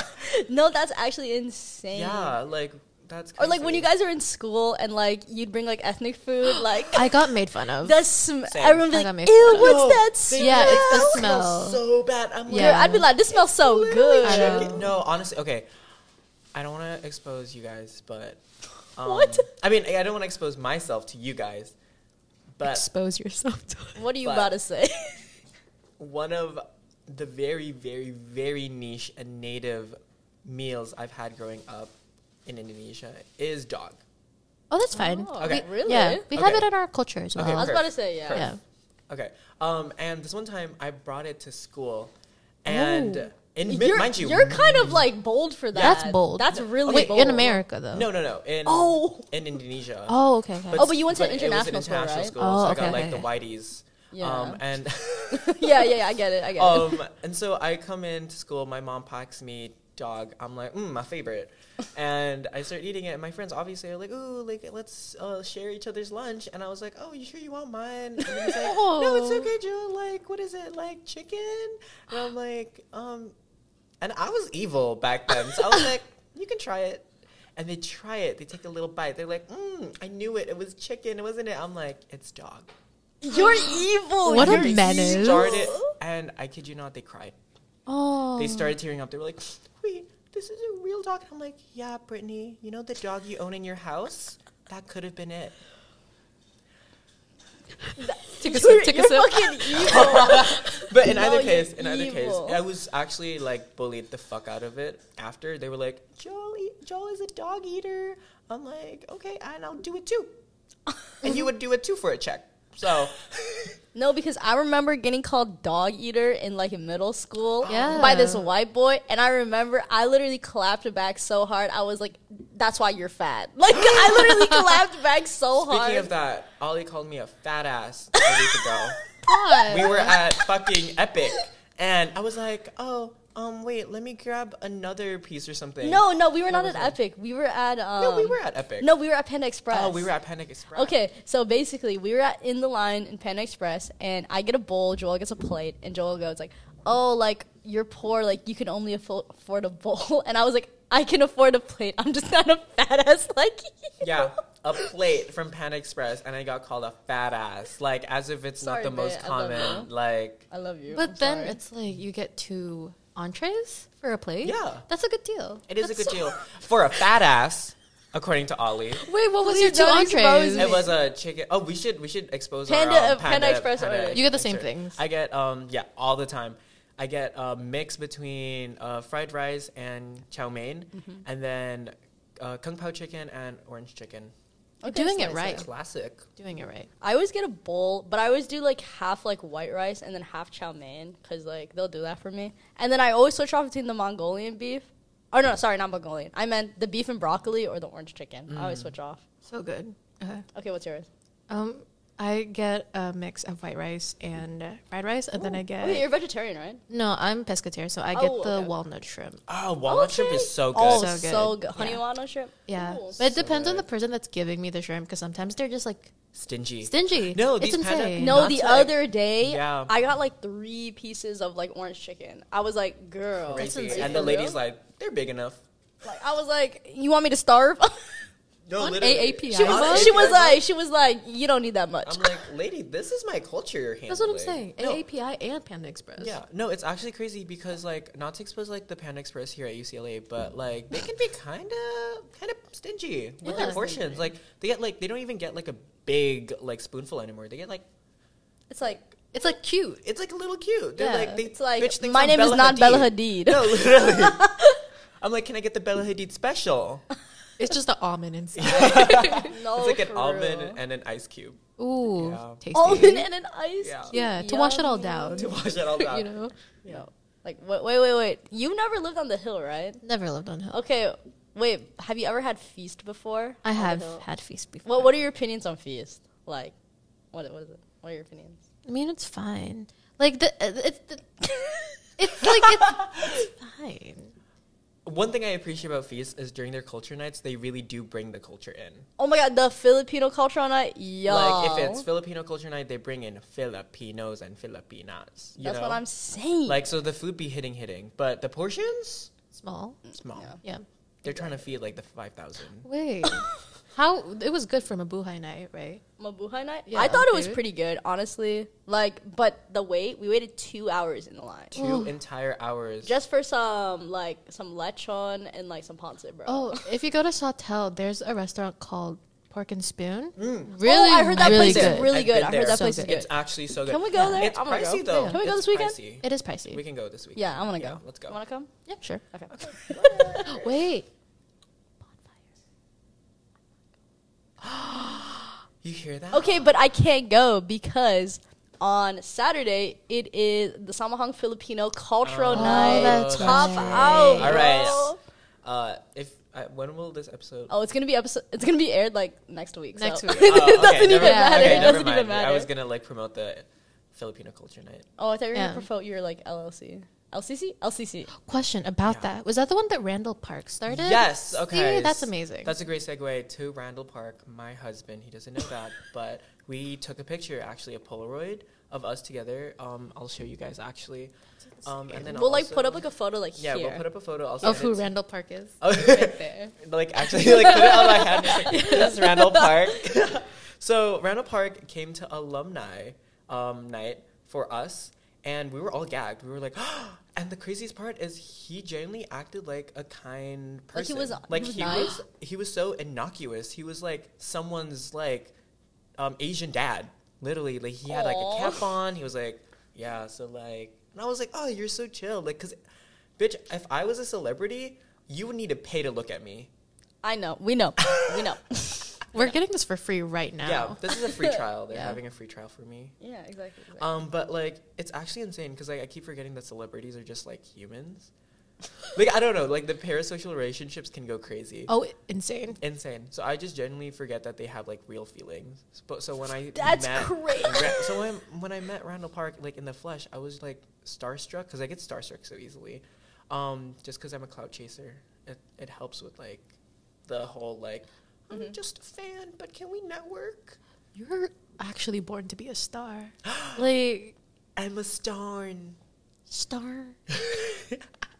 B: no, that's actually insane.
C: yeah, like that's
B: Or like when
C: crazy.
B: you guys are in school and like you'd bring like ethnic food, like
A: I got made fun of.
B: the sm-
C: Same.
B: everyone would
A: I got
B: be like,
A: made
B: ew,
A: fun of.
B: what's
C: No,
B: that
C: they-
B: smell?
A: yeah, it's
C: That
A: the
C: smells
A: smell.
C: so bad. I'm like,
A: Yeah.
B: I'd be like, this smells so good.
A: I know.
C: Chicken- No, honestly, okay. I don't want to expose you guys, but um,
B: What?
C: I mean, I don't want to expose myself to you guys, but
A: Expose yourself to it.
B: What are you
C: But-
B: about to say?
C: one of the very, very, very niche and native meals I've had growing up in Indonesia is dog.
A: Oh, that's fine.
B: Oh,
C: Okay.
B: really?
A: Yeah, we have
C: Okay.
A: it in our culture as well.
C: Okay,
B: I was
C: perf,
B: about to say, yeah.
C: perf.
A: Yeah.
C: Okay. Um, and this one time I brought it to school, and
A: Oh.
C: in mi-
B: You're,
C: mind you,
B: you're kind of like bold for that.
A: That's bold.
B: That's really
A: Wait,
B: bold.
A: in America though.
C: no, no, no, in
B: Oh.
C: in Indonesia.
A: Oh, okay. okay.
B: Oh, but you went to
C: it was an
B: international school, right?
A: Oh,
C: so I
A: okay,
C: got like
A: okay,
C: the whiteys.
B: Yeah.
C: Um, and
B: yeah, yeah, yeah, I get it. I get it.
C: um, and so I come into school. My mom packs me dog. I'm like, mm, my favorite. And I start eating it. And my friends obviously are like, ooh, like let's uh, share each other's lunch. And I was like, oh, you sure you want mine? And he's like, no, it's
A: Oh.
C: okay, Joe. Like, what is it? Like chicken? And I'm like, um, and I was evil back then. So I was like, you can try it. And they try it. They take a little bite. They're like, mm, I knew it. It was chicken, wasn't it? I'm like, it's dog.
B: You're evil.
A: What a
B: You're
A: menace.
C: Started, and I kid you not, they cried
A: oh.
C: they started tearing up. They were like, "Wait, this is a real dog." And I'm like, "Yeah, Brittany, you know the dog you own in your house? That could have been it."
A: Take a
B: You're,
A: sip. Take a
B: you're
A: sip.
B: fucking evil.
C: But in
B: No,
C: either
B: you're
C: case, in either case,
B: evil.
C: I was actually like bullied the fuck out of it. After they were like, "Joel, eat- Joel is a dog eater." I'm like, "Okay, and I'll do it too," and you would do it too for a check. So
B: no, because I remember getting called dog eater in like in middle school
A: Yeah.
B: by this white boy, and I remember I literally clapped back so hard. I was like, "That's why you're fat." Like I literally clapped back so hard.
C: speaking of that, Ollie called me a fat ass a week ago.
A: God.
C: we were at fucking Epic, and I was like, oh, um, wait, let me grab another piece or something.
B: no, no, we were not
C: was
B: at
C: it?
B: Epic. We were at um,
C: no, we were at Epic.
B: no, we were at Panda Express.
C: oh, we were at Panic Express.
B: Okay, so basically, we were at, in the line in Panda Express, and I get a bowl, Joel gets a plate, and Joel goes like, "Oh, like you're poor, like you can only affo- afford a bowl," and I was like, "I can afford a plate. I'm just not a fat ass like you."
C: Yeah, a plate from Panda Express, and I got called a fat ass, like as if it's
B: Sorry,
C: not the most
B: babe, I love
C: common. Like,
B: I love you.
A: But
B: I'm
A: then
B: sorry.
A: it's like you get two entrees for a plate.
C: Yeah.
A: that's a good deal.
C: it is a
A: That's
C: good
A: so-
C: deal for a fat ass. according to Ollie.
A: Wait, what was
B: Please
A: your two
B: don't expose
A: entrees?
B: me.
C: It was a chicken. Oh, we should we should expose
B: Panda-
C: our um,
B: uh, Panda Express order.
A: You get the same
C: Express.
A: things.
C: I get um yeah all the time. I get a mix between uh, fried rice and chow mein, and then uh, kung pao chicken and orange chicken.
A: You're
B: Okay,
A: doing
B: so
A: it
B: it's
A: right.
C: Classic.
A: Doing it right.
B: I always get a bowl, but I always do like half like white rice and then half chow mein because like they'll do that for me. And then I always switch off between the Mongolian beef. Oh no, sorry, not Mongolian. I meant the beef and broccoli or the orange chicken. I always switch off.
A: So good. Okay.
B: Okay, what's yours?
A: Um, I get a mix of white rice and uh, fried rice, and then I get
B: Wait, you're vegetarian, right?
A: no. I'm pescatarian, so I get
B: Oh,
A: the
B: okay.
A: walnut shrimp.
C: Oh, walnut shrimp
B: Okay.
C: is so good.
B: Oh,
A: So
B: so
A: good.
B: good. Honey
A: Yeah.
B: walnut shrimp.
A: Yeah,
B: Ooh.
A: but it depends on
C: good.
A: the person that's giving me the shrimp because sometimes they're just like
C: Stingy.
A: stingy.
C: No,
A: it's
C: these panda-
A: insane.
B: No,
C: Not
B: the
C: to, like-
B: other day,
C: Yeah.
B: I got like three pieces of like orange chicken. I was like, girl,
C: Crazy.
A: insane.
C: And the
B: For
C: lady's
B: real?
C: like, they're big enough.
B: like, I was like, you want me to starve?
C: No,
A: On
C: literally.
A: AAPI.
B: she
A: Yeah,
B: was, she was like, she was like, you don't need that much.
C: I'm like, lady, this is my culture you're handling.
A: That's what I'm saying.
C: No,
A: AAPI and Panda Express.
C: Yeah, no, it's actually crazy because like not to expose like the Panda Express here at UCLA, but like they can be kind of kind of stingy with
A: Yeah.
C: their portions. Like they get like they don't even get like a big like spoonful anymore. They get like
B: It's like
A: it's like cute.
C: it's like a little cute. They're
A: Yeah,
C: like they
B: it's like
C: bitch things
B: my
C: on
B: name
C: Bella
B: is not
C: Hadid.
B: Bella Hadid.
C: No, literally. I'm like, can I get the Bella Hadid special?
A: It's just an almond inside.
B: no,
C: it's like an
B: for
C: almond
B: real.
C: and an ice cube
A: Ooh,
C: Yeah.
A: tasty.
B: almond and an ice.
C: Yeah.
B: cube.
A: Yeah, to wash it all
B: Yum.
A: down.
C: to wash it all down.
A: you know,
B: Yo, like wait, wait, wait, wait. You never lived on the hill, right?
A: never lived on hill.
B: Okay, wait. Have you ever had feast before?
A: I
B: on the
A: have
B: hill?
A: had feast before.
B: What What are your opinions on feast? Like, what What is it? What are your opinions?
A: I mean, it's fine. Like the uh, it's the, it's like it's, it's fine.
C: One thing I appreciate about feasts is during their culture nights, they really do bring the culture in.
B: Oh my god, the Filipino culture on it, yo.
C: Like if it's Filipino culture night, they bring in Filipinos and Filipinas. You
B: that's
C: know?
B: what I'm saying.
C: Like so, the food be hitting, hitting, but the portions
A: Small.
C: small.
B: Yeah.
A: Yeah.
C: They're trying to feed like the five thousand.
A: Wait. How it was good for Mabuhay night, right?
B: Mabuhay night.
A: Yeah,
B: I thought it was
A: dude.
B: pretty good, honestly. Like, but the wait, we waited two hours in the line
C: Two entire hours.
B: just for some like some lechon and like some ponce, bro.
A: Oh, if you go to Sawtell, there's a restaurant called Pork and Spoon.
C: Mm.
A: Really,
B: Oh, I heard that
A: really
B: place is
A: good.
B: really
C: I've
B: good.
C: been
B: I heard
C: there.
B: that
A: So
B: place is
A: good.
B: good.
C: It's actually so good.
B: Can we go there?
C: It's
B: I wanna
C: pricey
B: go.
C: though.
A: Yeah.
B: Can we go
C: It's
B: this weekend?
C: pricey.
A: It is pricey.
C: We can go this weekend.
B: Yeah, I want to
C: Yeah,
B: go.
C: let's go.
B: You want to come?
A: yeah, sure.
B: Okay.
A: Wait.
C: You hear that?
B: okay, but I can't go because on Saturday it is the Samahang Filipino Cultural
C: Oh,
B: Night.
A: that's
B: Top
A: right.
B: out.
C: All right.
B: bro.
C: Uh, if uh, when will this episode?
B: Oh, it's gonna be episode. It's gonna be aired like next week. so-
A: Next week.
B: it
C: Oh, okay,
B: doesn't even
C: never-
B: matter.
C: okay,
B: it
C: never
B: doesn't even
C: mind.
B: matter.
C: I was gonna like promote the Filipino culture night.
B: Oh, I thought you were
A: Yeah.
B: gonna promote your like LLC, LCC, LCC.
A: Question about
C: Yeah.
A: that. Was that the one that Randall Park started?
C: Yes. Okay.
A: See, that's amazing.
C: That's a great segue to Randall Park, my husband. He doesn't know that, but we took a picture, actually a Polaroid of us together. Um, I'll show you guys actually. Um, and then
B: We'll like
C: also-
B: put up like a photo like
C: yeah,
B: here.
C: we'll put up a photo. I'll send
A: of who
C: it
A: Randall Park is.
C: to-
A: Right there.
C: like actually like put it on my hand. It's like, This is Randall Park. so Randall Park came to alumni um, night for us, and we were all gagged. We were like. And the craziest part is he genuinely acted like a kind
B: Like he
C: person.
B: was-
C: like
B: he was
C: he
B: nice?
C: was, he was so innocuous. He was like someone's like um, Asian dad, literally. Like he had like a
B: Aw.
C: cap on. He was like, yeah. So like, and I was like, oh, you're so chill. Like, cause, bitch, if I was a celebrity, you would need to pay to look at me.
B: I know. We know. we know.
A: We're getting this for free right now.
C: Yeah, this is a free trial. They're
A: Yeah.
C: having a free trial for me.
B: Yeah, exactly. exactly.
C: Um, but like, it's actually insane because like I keep forgetting that celebrities are just like humans. like I don't know, like the parasocial relationships can go crazy.
A: Oh, insane.
C: Insane. So I just genuinely forget that they have like real feelings. But so when I
B: That's
C: met
B: crazy.
C: Ra- so when when I met Randall Park like in the flesh, I was like starstruck because I get starstruck so easily, um, just because I'm a cloud chaser. It it helps with like the whole like I'm
A: Mm-hmm.
C: just a fan, but can we network?
A: You're actually born to be a star. like
C: I'm a starn.
A: star.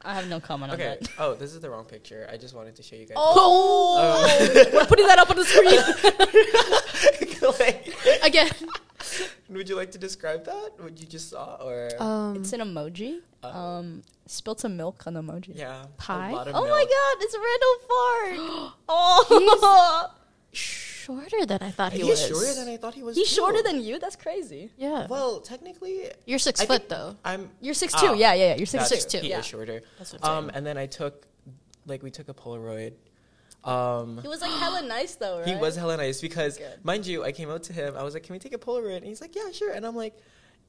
B: I have no comment on
C: Okay.
B: that.
C: Oh, this is the wrong picture. I just wanted to show you guys.
B: Oh, we're putting that up on the screen
C: Like,
A: Again.
C: Would you like to describe that? What you just saw, or
A: Um,
B: It's an emoji.
C: Oh.
B: Um, spilled some milk on emoji.
C: yeah,
A: pie?
C: A lot of
B: Oh my
C: milk.
B: god, it's a random fart! oh,
A: shorter than I thought he
C: He's
A: was.
C: shorter than I thought he was.
B: he's
C: too.
B: shorter than you. That's crazy.
A: yeah.
C: Well, technically,
A: You're six
C: I
A: foot
C: think
A: though.
C: I'm.
B: You're six
C: Ah.
B: two. Yeah, yeah, yeah. You're six
C: that's-
B: two.
A: six two.
C: He
B: Yeah.
C: is shorter.
A: That's what I'm
C: Um, and then I took, like, we took a Polaroid. Um,
B: He was like hella nice though, right?
C: He was hella nice because,
B: Good.
C: mind you, I came out to him. I was like, "Can we take a Polaroid?" And he's like, "Yeah, sure." And I'm like,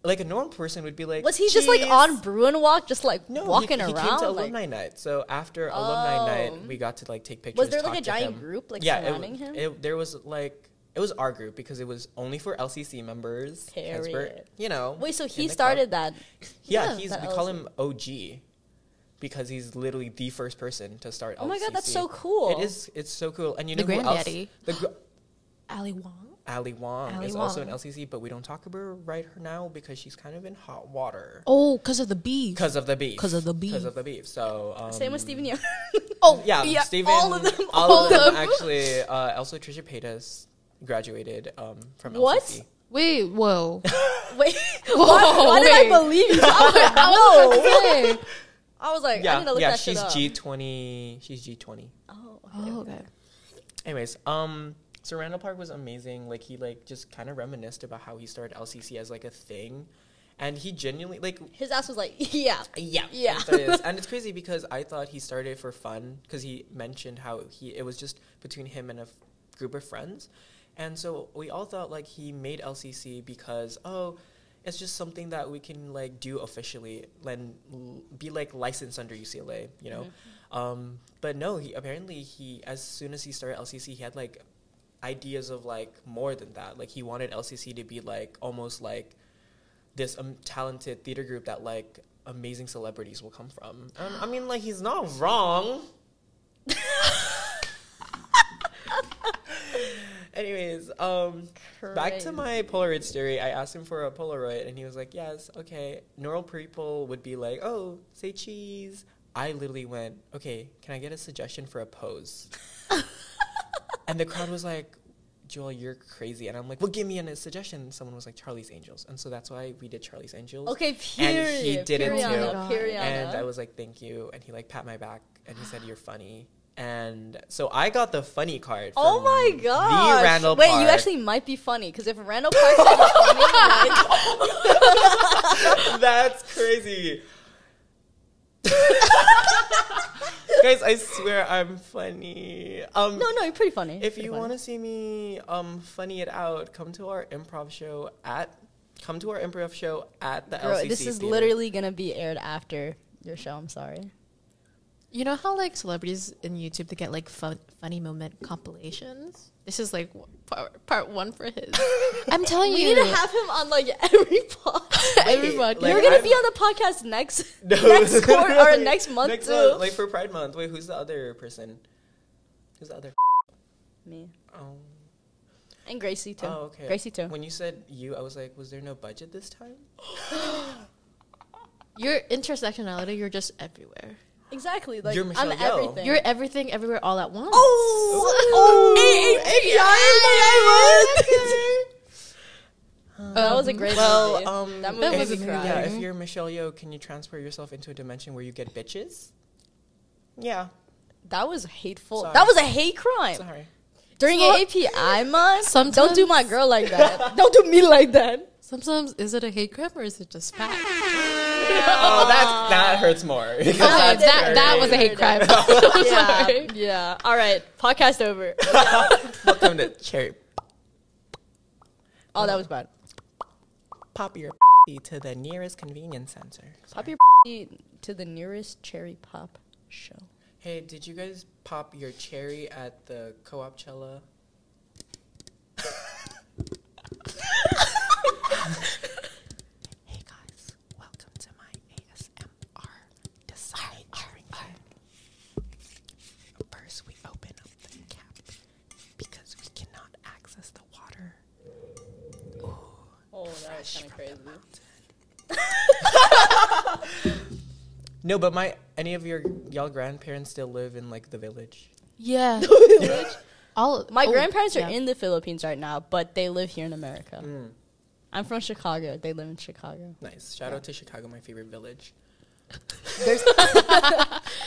C: like a normal person would be like,
B: Was he just like
C: "Jeez."
B: on Bruin Walk, just like
C: No, he-
B: walking
C: he,
B: around?
C: came to
B: like,
C: alumni night. So after alumni
B: Oh.
C: night, we got to like take pictures.
B: was there like
C: talk
B: a
C: to
B: giant
C: him.
B: group like
C: yeah, it-
B: surrounding him?
C: It, there was like it was our group because it was only for LCC members. 'cause we're,
B: Period.
C: You know.
B: Wait, so
C: in
B: he
C: the club.
B: started that?
C: Yeah,
A: Yeah,
C: he's
B: that
C: we call him OG because he's literally the first person to start.
B: Oh my God, that's
C: LCC.
B: so cool.
C: It is. It's so cool. And you
A: The
C: know who else?
A: granddaddy.
C: The gr-
A: Ali Wong.
C: Ali Wong
A: Ali
C: is also an
A: Wong.
C: LCC, but we don't talk about her right now because she's kind of in hot water
A: Oh, because of the beef.
C: because of the beef.
A: 'Cause of the
C: Because
A: beef.
C: of the beef. So um,
B: Same with Steven Young.
A: Oh
C: Yeah, Steven.
B: all of them,
C: all
B: all
C: of them,
B: of them.
C: actually. Uh, also, Trisha Paytas graduated um, from
B: What?
C: LCC.
A: Wait, whoa.
B: wait, why, why did
A: wait.
B: I believe you? I was like,
A: I
C: Oh.
A: was
B: no.
A: about to say.
B: I was like, I need
C: Yeah,
B: to look
C: yeah.
B: that shit
C: She's
B: up.
C: G twenty. She's G twenty.
B: oh, okay.
A: Oh, okay.
C: Anyways, um, so Randall Park was amazing. Like he like just kind of reminisced about how he started LCC as like a thing, and he genuinely like
B: His ass was like, yeah.
C: Yeah,
B: Yeah.
C: that's what it is. and it's crazy because I thought he started it for fun because he mentioned how he it was just between him and a f- group of friends, and so we all thought like he made LCC because oh, it's just something that we can like do officially and l- be like licensed under UCLA, you know. Um, but no, he apparently he as soon as he started LCC, he had like ideas of like more than that. Like he wanted LCC to be like almost like this um, talented theater group that like amazing celebrities will come from. And, I mean, like he's not wrong. Anyways, um, back
B: Crazy.
C: to my Polaroid theory. I asked him for a Polaroid, and he was like, "Yes, okay." Normal people would be like, "Oh, say cheese." I literally went, "Okay, can I get a suggestion for a pose?" and the crowd was like, "Joel, you're crazy," and I'm like, "Well, give me a suggestion." Someone was like, "Charlie's Angels," and so that's why we did Charlie's Angels.
B: Okay,
C: And
B: period.
C: he did it
B: period, Oh
C: too.
A: God.
B: Period.
C: And I was like, thank you. And he like pat my back and he said, you're funny. And so I got the funny card.
B: Oh
C: from
B: my god!
C: The Randall
B: Wait, you
C: Park.
B: actually might be funny because if Randall Park said you're funny, like,
C: That's crazy. Guys, I swear I'm funny. Um,
B: no, no, you're pretty funny.
C: if you want to see me um, funny it out, come to our improv show at. Come to our improv show at the
B: Bro,
C: LCC.
B: this is
C: Theater.
B: literally gonna be aired after your show. I'm sorry.
A: You know how like celebrities in YouTube they get like fun, funny moment compilations. This is like w- part part one for his. I'm telling
B: We
A: you,
B: need to have him on like every podcast.
A: everybody.
C: like-
B: You're gonna
C: I'm-
B: be on the podcast next
C: No.
B: next quarter or next month too.
C: like for Pride Month. Wait, who's the other person? Who's the other?
B: Me
C: Oh.
B: and Gracie too.
C: Oh, okay.
B: Gracie too.
C: When you said you, I was like, was there no budget this time?
A: your intersectionality, you're just everywhere.
B: Exactly. Like
C: You're
B: I'm
C: Michelle Yeoh.
B: everything.
A: You're everything, everywhere, all at once.
B: oh,
C: Ooh.
B: oh, AAPI. That was a great movie.
C: Well, um,
B: that
A: that
B: movie made
A: was
B: me
A: a-
B: cry.
C: yeah,
A: cry.
C: if you're Michelle Yeoh, can you transfer yourself into a dimension where you get bitches? Yeah,
B: That was hateful.
C: Sorry.
B: That was a hate crime.
C: sorry.
B: During
A: So-
B: AAPI month,
A: Sometimes-
B: don't do my girl like that. don't do me like that.
A: Sometimes is it a hate crime or is it just fact?
C: Oh, that's, that hurts more. because
A: Okay,
C: that's
A: that, that
C: very-
A: was a hate crime.
B: Dirty.
A: I'm
B: yeah.
A: sorry.
B: Yeah. All right. Podcast over.
C: Welcome to cherry
B: Oh, that was bad.
C: pop your to the nearest convenience center.
B: Pop your to the nearest cherry pop show.
C: Hey, did you guys pop your cherry at the co-op cella? hey guys, welcome to my ASMR design training. First, we open up the cap because we cannot access the water.
B: Oh, that was kind of crazy.
C: No, but my any of your y'all grandparents still live in like the village.
A: Yeah. oh, all
B: Oh, Mm. My grandparents are in the Philippines right now, but they live here in America. I'm from Chicago. They live in Chicago.
C: Nice. Shout out to Chicago, my favorite village.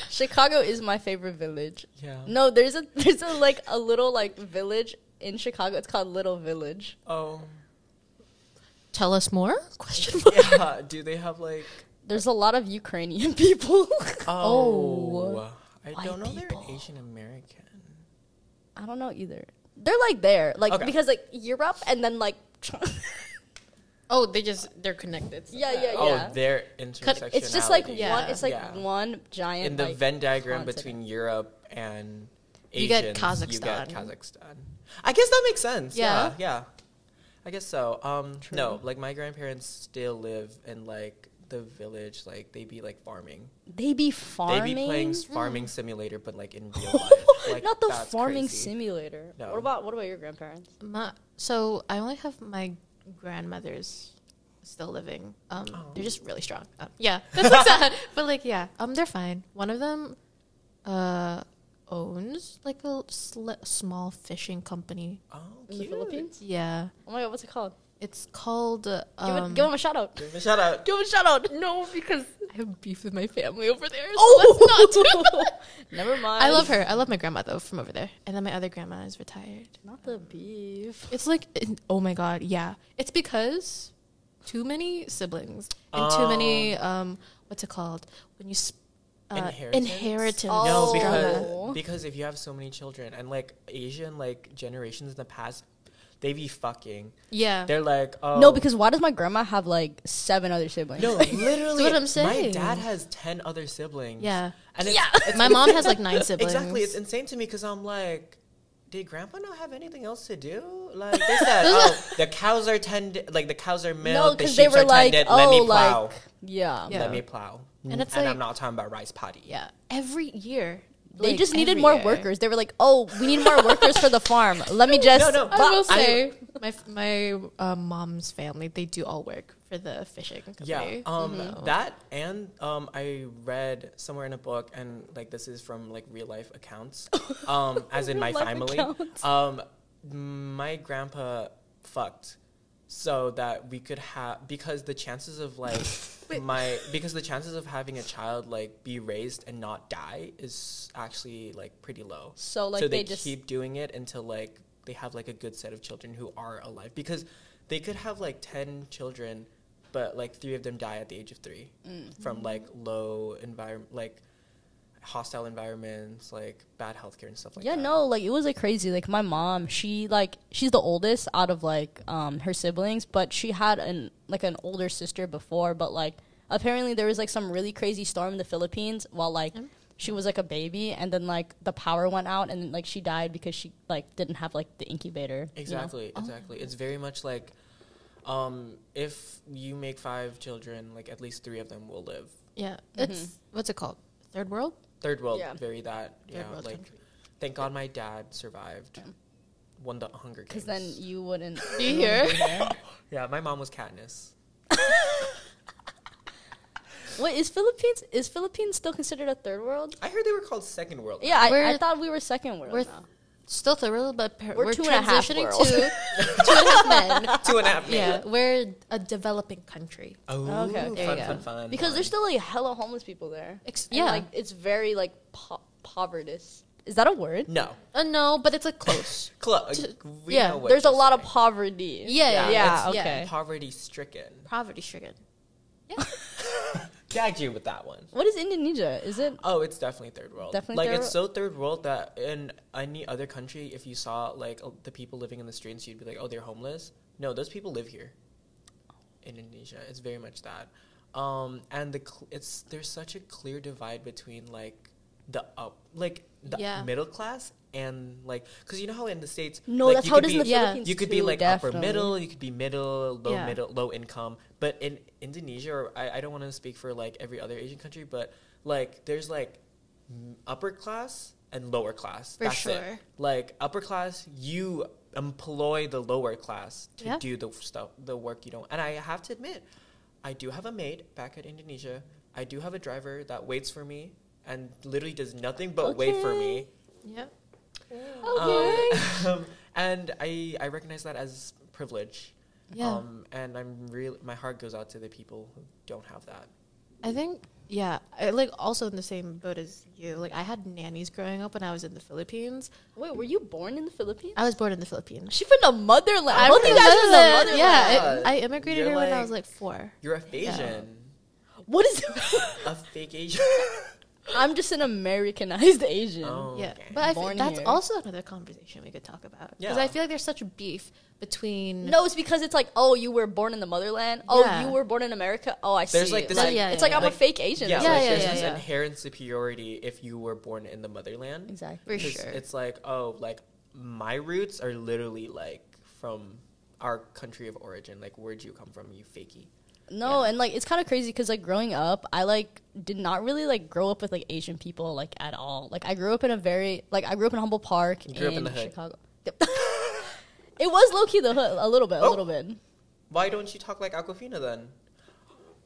B: Chicago is my favorite village.
C: Yeah.
B: No, there's a there's a like a little like village in Chicago. It's called Little Village.
C: Oh.
A: Tell us more? Question mark.
C: Yeah. Do they have like?
B: There's a lot of Ukrainian people.
C: Oh. I
B: white
C: don't know. They're
B: people.
C: Asian American.
B: I don't know either. They're like there, like
C: Okay.
B: because like Europe and then like China.
A: Oh, they just they're connected.
B: yeah, yeah, yeah.
C: Oh, they're intersectional.
B: it's just like
A: Yeah.
B: one. It's like
C: Yeah.
B: one giant.
C: in the
B: like,
C: Venn diagram
B: continent.
C: between Europe and Asians,
A: You get
C: You get
A: Kazakhstan.
C: Kazakhstan. I guess that makes sense. Yeah,
A: Yeah.
C: yeah. I guess so. Um, no, like my grandparents still live in like the village. Like they be like farming.
B: They be farming.
C: They be playing s- farming simulator, but like in real life. Like,
B: Not the
C: that's
B: farming
C: crazy.
B: simulator.
C: No.
B: What about what about your grandparents?
A: My, so I only have my grandmother's still living. Um,
B: Oh.
A: They're just really strong. Um, yeah, that's like sad. But like, yeah, um, they're fine. One of them uh, owns like a sl- small fishing company.
C: Oh,
B: In the
C: cute.
B: Philippines?
A: Yeah,
B: Oh my god, what's it called?
A: it's called. uh,
B: Give,
A: Um,
B: it, give him a shout out.
C: Give 'em a shout out.
B: Give him a shout out. No, because
A: I have beef with my family over there. so
B: oh, never mind.
A: I love her. I love my grandma though from over there. And then my other grandma is retired.
B: Not the beef.
A: It's like, it- oh my god, yeah. It's because too many siblings and too many um, what's it called when you sp- uh,
C: Inheritance?
A: inheritance.
B: Oh.
C: No,
B: Oh.
C: because because if you have so many children and like Asian like generations in the past, they be fucking.
A: yeah,
C: They're like oh,
B: No, because why does my grandma have like seven other siblings?
C: No, literally.
A: what I'm
C: My
A: saying.
C: dad has 10 other siblings.
A: yeah.
C: And it's, it's-
A: My mom has like nine siblings.
C: exactly. It's insane to me because I'm like, did grandpa not have anything else to do? Like, they said,
A: Those
C: oh, the cows are tended, like, the cows are
B: no,
C: milked, the
B: because
C: sheep
B: they
C: are
B: were like,
C: tended,
B: oh,
C: let me
B: like,
C: plow.
B: yeah.
A: Yeah.
C: Let me plow.
A: And it's
C: I'm
A: like-
C: not talking about rice potty.
A: yeah. Every year,
B: They
A: like,
B: just needed
A: every
B: more
A: year.
B: workers. They were like, oh, we need more workers for the farm. Let me just.
C: No, no,
A: I
C: But
A: will
C: I-
A: say, my f- my uh, mom's family they do all work for the fishing
C: Yeah,
A: company. Mm-hmm.
C: um,
B: Mm-hmm.
C: that and um, I read somewhere in a book, and like this is from like real life accounts, um, as in my
B: Real life
C: family.
B: accounts.
C: Um, my grandpa fucked so that we could have because the chances of like my because the chances of having a child like be raised and not die is actually like pretty low.
B: So, like,
C: so they,
B: they just-
C: keep doing it until like they have like a good set of children who are alive because they could have like 10 children but like three of them die at the age of three
B: Mm.
C: from like low environment like hostile environments like bad healthcare and stuff like
B: yeah,
C: that
B: no, like it was like crazy. Like my mom, she like she's the oldest out of like um her siblings, but she had an like an older sister before, but like apparently there was like some really crazy storm in the Philippines while like
A: Mm-hmm.
B: she was like a baby and then like the power went out and like she died because she like didn't have like the incubator. you know?
C: exactly
B: Oh.
C: exactly it's very much like um if you make five children like at least three of them will live
A: yeah.
C: Mm-hmm.
A: It's what's it called? Third world.
C: third world
B: Yeah.
C: very that
A: Third
C: yeah
A: world
C: like
A: country.
C: thank god my dad survived won the hunger games
B: Because then you wouldn't.
A: Do you hear?
C: yeah my mom was Katniss
B: Wait, is Philippines is Philippines still considered a third world?
C: I heard they were called second world
B: Yeah, I, I
A: We're-
B: thought we were second world
A: we're
B: now.
A: Still third world, but par-
B: We're
A: we're,
B: two and a half
A: transitioning
B: world.
A: to two and a half men.
C: two and a half
A: Yeah, we're a developing country.
C: Oh,
B: Okay, okay.
A: There
C: fun,
A: you
C: fun,
A: go.
C: fun.
B: Because
C: fun.
B: there's still like hella homeless people there.
A: Ex-
B: And,
A: yeah.
B: like it's very like po- povertous. Is that a word?
C: no
A: Uh, no, but it's like close.
C: club. We
A: yeah,
C: know what
B: There's a
C: you're
B: lot of
C: saying.
B: poverty.
A: Yeah,
B: yeah,
A: yeah, yeah.
B: okay.
C: poverty stricken.
A: Poverty stricken.
C: Gagged you with that one.
B: What is Indonesia? Is it?
C: Oh, it's definitely third world.
B: Definitely
C: like
B: third
C: it's so third world that in any other country, if you saw like uh, the people living in the streets, you'd be like, oh, they're homeless. No, those people live here. In Indonesia, it's very much that. Um, and the cl- it's there's such a clear divide between like the up like the
A: Yeah.
C: middle class and like because you know how in the states
B: No,
C: like,
B: that's
C: you
B: how it
C: could
B: is in
C: be-
B: the
A: yeah.
B: Philippines.
C: you could be
B: too,
C: like upper
B: definitely.
C: middle you could be middle low
A: Yeah.
C: middle low income but in indonesia or i, I don't want to speak for like every other asian country but like there's like m- upper class and lower class
A: For
C: that's it
A: sure.
C: like upper class you employ the lower class to
A: Yeah.
C: do the stuff the work you don't and i have to admit i do have a maid back at indonesia i do have a driver that waits for me and literally does nothing but wait for
B: Okay.
C: me
A: Yeah.
B: Okay.
C: um, and I, I recognize that as privilege.
A: Yeah.
C: Um, and I'm really my heart goes out to the people who don't have that.
A: I think yeah, I, like also in the same boat as you. Like I had nannies growing up when I was in the Philippines.
B: Wait, were you born in the Philippines?
A: I was born in the Philippines.
B: She from the motherland.
A: I'm
B: Both
A: from
B: you guys from the
A: Netherlands.
B: motherland.
A: Yeah, I, I
C: You're
A: immigrated here when I was
C: like-
A: like four.
C: You're a fake
A: Yeah.
C: Asian.
B: What is?
C: A fake Asian.
B: I'm just an Americanized Asian.
C: Oh,
A: Yeah,
C: okay.
A: but I
B: Born
A: think that's
B: here.
A: also another conversation we could talk about because
C: Yeah.
A: I feel like there's such beef between
B: No, it's because it's like, oh, you were born in the motherland. Oh,
A: Yeah.
B: you were born in America. Oh, I see.
C: There's, like, this,
A: like- Yeah,
B: it's
A: yeah,
B: like I'm
C: like-
B: a fake Asian.
C: yeah,
B: or
A: Yeah,
C: like
A: yeah,
C: there's
A: yeah,
C: this
A: yeah.
C: inherent superiority if you were born in the motherland.
B: Exactly.
A: for
C: 'Cause
A: sure.
C: It's like, oh, like my roots are literally like from our country of origin. Like, where'd you come from, you fakey?
B: No,
C: Yeah.
B: and like it's kind of crazy because like growing up, I like did not really like grow up with like Asian people like at all. Like I grew up in a very like I grew up in Humble Park
C: You grew up
B: in,
C: in the hood.
B: Chicago. it was low key the hood a little bit, a
C: Oh.
B: little bit.
C: Why don't you talk like Aquafina then?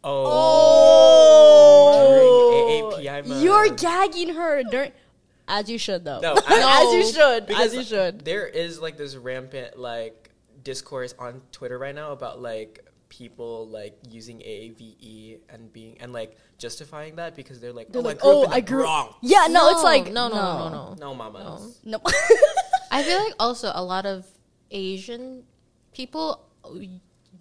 C: Oh.
B: Oh,
C: During AAPI month.
B: you're gagging her during, as you should though.
C: No,
B: as you should,
C: Because
B: as you should.
C: There is like this rampant like discourse on Twitter right now about like people like using AAVE and being and like justifying that because they're like,
B: They're
C: oh, I grew up in
B: like, oh, I
C: the
B: grew. Oh,
C: Bronx."
B: Yeah, no, it's like
A: no, no, no, no, no.
C: No, mamas.
B: no.
A: I feel like also a lot of Asian people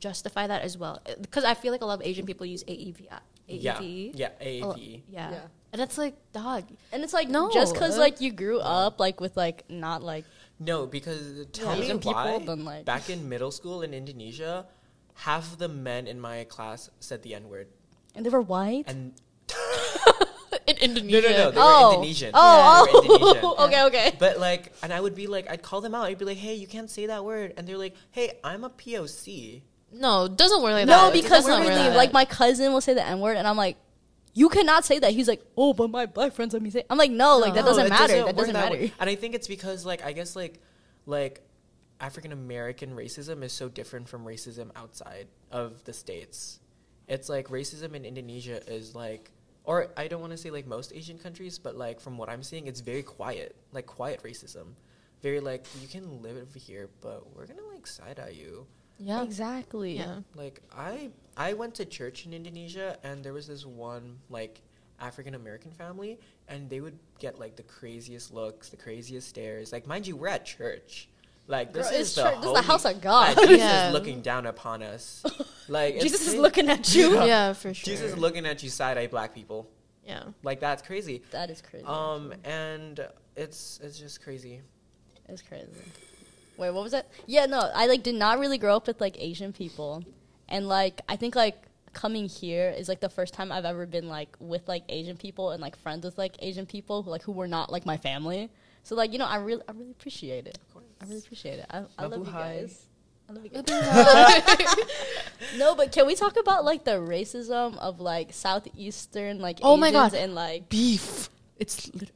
A: justify that as well because I feel like a E uh, lot of Asian people use AEV.
C: Yeah,
B: E?
A: AEV.
C: yeah, E
A: A lo-
C: AAVE.
A: yeah.
B: Yeah.
A: And it's like, dog.
B: and it's like
A: No.
B: just because like you grew up like with like not like
C: No, because tell
B: Asian
C: me
B: people
C: why.
B: don't like-
C: Back in middle school in Indonesia, half the men in my class said the N word,
B: and they were white.
C: and
A: In
C: no,
A: Indonesia.
C: no, no, they were
B: Oh.
C: Indonesian.
B: Oh,
C: They were Indonesian.
B: oh, okay, okay.
C: But like, and I would be like, I'd call them out. I'd be like, hey, you can't say that word. And they're like, hey, I'm a POC.
A: No, it doesn't work like that.
B: No,
A: It
B: because
A: doesn't work
B: literally,
A: that.
B: like my cousin will say the N word, and I'm like, you cannot say that. He's like, oh, but my black friends let me say. I'm like, no, like that
A: No,
B: doesn't
C: Oh, it
B: matter.
C: work
B: that doesn't
C: that
B: matter.
C: way. And I think it's because like, I guess like, like African American racism is so different from racism outside of the states. It's like racism in Indonesia is like, or I don't want to say like most Asian countries, but like from what I'm seeing, it's very quiet, like quiet racism. Very like you can live over here, but we're gonna like side eye you.
A: yeah.
B: Exactly.
A: Yeah.
C: like i i went to church in indonesia and there was this one like african american family and they would get like the craziest looks the craziest stares like mind you we're at church like this
B: Girl,
C: is
B: it's
C: the
B: church- this is the
C: holy-
B: house of God.
C: like, jesus
A: Yeah.
C: is looking down upon us like it's
B: Jesus is
C: crazy.
B: looking at you.
A: Yeah, for sure.
C: jesus is looking at you side-eye black people
A: yeah.
C: like that's crazy
B: That is crazy.
C: um and it's it's just crazy
B: It's crazy. Wait, what was that? Yeah, no, I like did not really grow up with like Asian people, and like I think like coming here is like the first time I've ever been like with like Asian people and like friends with like Asian people who like who were not like my family. So like you know, I really I really appreciate it. I really appreciate it. I, I love you
C: Mabuhay.
B: guys. I love you guys. no, but can we talk about like the racism of like southeastern like
A: Oh my
B: Asians
A: God.
B: and like
A: Beef. It's lit-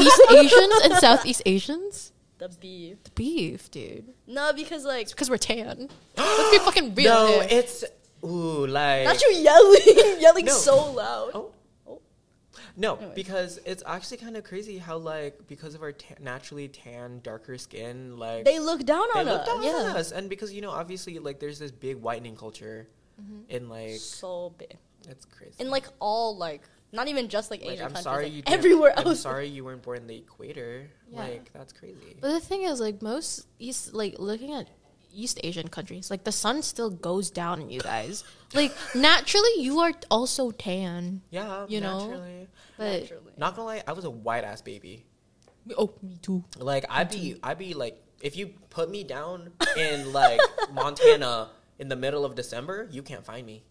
A: East Asians and Southeast Asians.
B: the beef?
A: Beef, dude.
B: No, because like
A: It's because we're tan. Let's be fucking real.
C: no
A: here.
C: it's ooh like
B: not you yelling yelling
C: No.
B: so loud.
C: Oh. No,
B: Anyways.
C: because it's actually kind of crazy how like because of our ta- naturally tan, darker skin, like
B: They look down
C: they
B: on
C: look
B: us.
C: down
A: yeah.
C: on us, and because you know obviously like there's this big whitening culture, in like
B: So big.
C: it's crazy.
B: And Mm-hmm. like all like not even just like,
C: Like,
B: Asian
C: I'm
B: countries.
C: sorry
B: like,
C: you didn't-
B: everywhere
C: I'm
B: else.
C: sorry you weren't born in the equator.
A: Yeah.
C: Like that's crazy.
A: But the thing is, like most East, like looking at East Asian countries, like the sun still goes down on you guys. Like naturally, you are also tan.
C: Yeah,
A: You know?
C: naturally.
A: But
B: Naturally.
C: Not gonna lie, I was a white ass baby.
A: oh, me too.
C: Like I'd be,
B: Mm-hmm.
C: I'd be like, if you put me down in like Montana in the middle of December, you can't find me.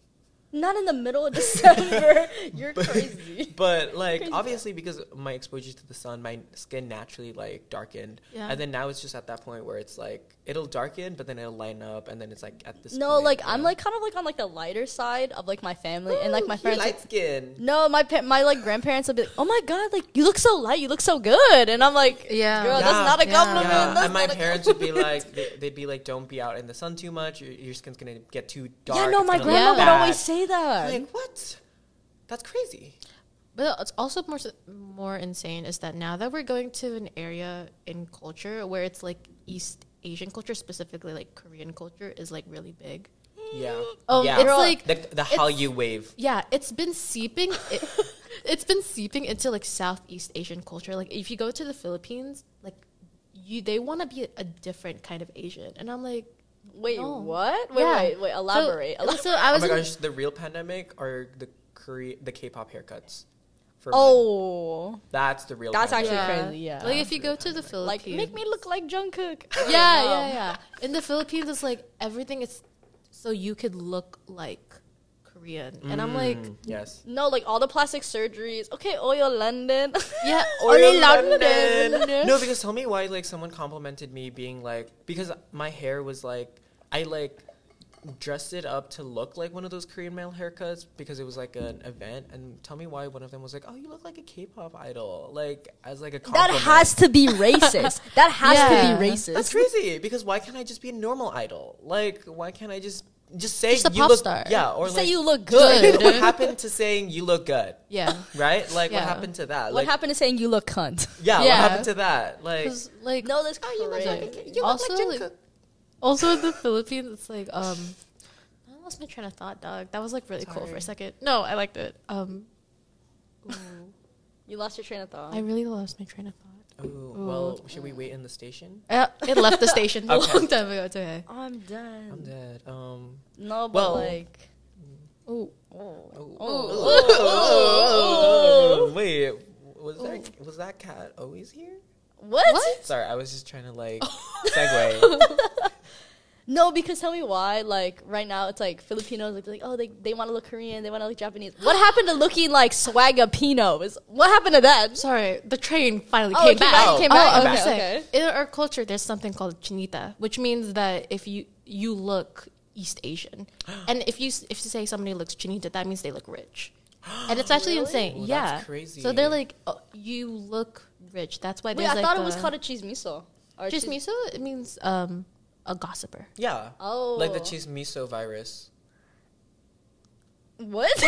B: Not in the middle of December. You're crazy.
C: But like
B: Crazy.
C: obviously because my exposure to the sun, my skin naturally like darkened.
A: Yeah.
C: And then now it's just at that point where it's like it'll darken, but then it'll lighten up, and then it's like at this.
B: No,
C: point,
B: like
C: you
B: I'm
C: know,
B: like kind of like on like the lighter side of like my family and like
C: "Ooh,
B: my
C: you
B: friends. like-
C: light skin.
B: no, my pa- my like grandparents will be like, "Oh my god, like you look so light, you look so good," and I'm like,
A: Yeah.
B: girl,
C: Yeah.
B: that's not a
A: Yeah.
B: compliment."
C: Yeah,
B: That's
C: and my
B: not a
C: parents would be like, they- they'd be like, "Don't be out in the sun too much. Your, your skin's gonna get too dark."
B: compliment." yeah, no,
C: it's
B: my
C: gonna look
B: grandma would
C: bad."
B: always say that.
C: Like what? That's crazy.
A: But it's also more s- more insane is that now that we're going to an area in culture where it's like East Asian culture, specifically like Korean culture, is like really big.
C: Yeah.
A: Oh,
C: yeah.
A: it's like
C: the, the Hallyu wave.
A: yeah, it's been seeping. It, it's been seeping into like Southeast Asian culture. Like if you go to the Philippines, like you they want to be a, a different kind of Asian, and I'm like,
B: Wait,
A: No.
B: what? Wait,
A: yeah.
B: wait, wait.
A: So- uh,
B: Elaborate.
A: So,
B: Elab-
A: I
C: Oh
A: was.
C: my
A: in-
C: gosh, the real pandemic are the Korea, the K-pop haircuts. For men.
B: oh,
C: that's the real.
B: That's
C: pandemic.
B: actually crazy, yeah.
A: Like if you go to the
B: like
A: Philippines,
B: make me look like Jungkook. Wow.
A: yeah, yeah, yeah. In the Philippines, it's like everything is so you could look like Korean, and I'm like,
C: Mm, yes.
B: No, like all the plastic surgeries. Okay, Oyo London.
A: yeah,
C: Oreo
A: Oreo
C: London.
A: London.
C: No, because tell me why like someone complimented me being like because my hair was like I like dressed it up to look like one of those Korean male haircuts because it was like an event and tell me why one of them was like, Oh, you look like a K pop idol like as like a
B: that
C: compliment.
B: has to be racist. That has
A: Yeah.
B: to be racist.
C: That's crazy because why can't I just be a normal idol? Like why can't I just just say
A: Just a
C: you
A: pop
C: look
A: star.
C: yeah or
B: You
C: like
B: say you look
A: Good.
B: good.
C: what happened to saying you look good?
A: yeah,
C: Right? Like what
A: Yeah.
C: happened to that?
B: what
C: like
B: happened to saying you look cunt?
C: yeah,
A: Yeah.
C: what happened to that? Like
A: because like
B: No, that's
C: you look like
B: correct.
C: a- you look
A: also
C: like Jungkook.
A: like, also in the Philippines, it's like um, I lost my train of thought, dog. That was like really cool for
B: Sorry.
A: a second. No, I liked it. Um,
B: You lost your train of thought.
A: I really lost my train of thought.
C: Ooh, well, should we wait in the station?
A: Uh, it left the station a
C: Okay.
A: long time ago. It's okay.
B: I'm done.
C: I'm dead. Um.
B: No, but
C: Well-
B: like.
A: Oh,
C: Oh.
B: Oh.
C: Wait. Was that was that cat always here?
B: What?
C: Sorry, I was just trying to like segue.
B: No, because tell me why. Like right now, it's like Filipinos like, like oh they, they want to look Korean, they want to look Japanese. What happened to looking like swagapino? Is what happened to that?
A: sorry. The train finally
B: Oh,
A: came,
B: it came
A: back.
B: back, it came back,
A: I
B: came
A: was
B: back.
A: saying,
B: Okay.
A: In our culture, there's something called chinita, which means that if you you look East Asian, and if you s- if you say somebody looks chinita, that means they look rich, and it's actually
B: Really?
A: insane.
C: Well,
A: yeah,
C: that's crazy.
A: So they're like, oh, you look rich. That's why.
B: Wait,
A: there's
B: I
A: like
B: thought it was
A: the-
B: called a chismiso. Or
A: Just
B: chis-
A: miso, it means um, a gossiper.
C: yeah.
B: Oh.
C: Like the cheese miso virus.
B: What?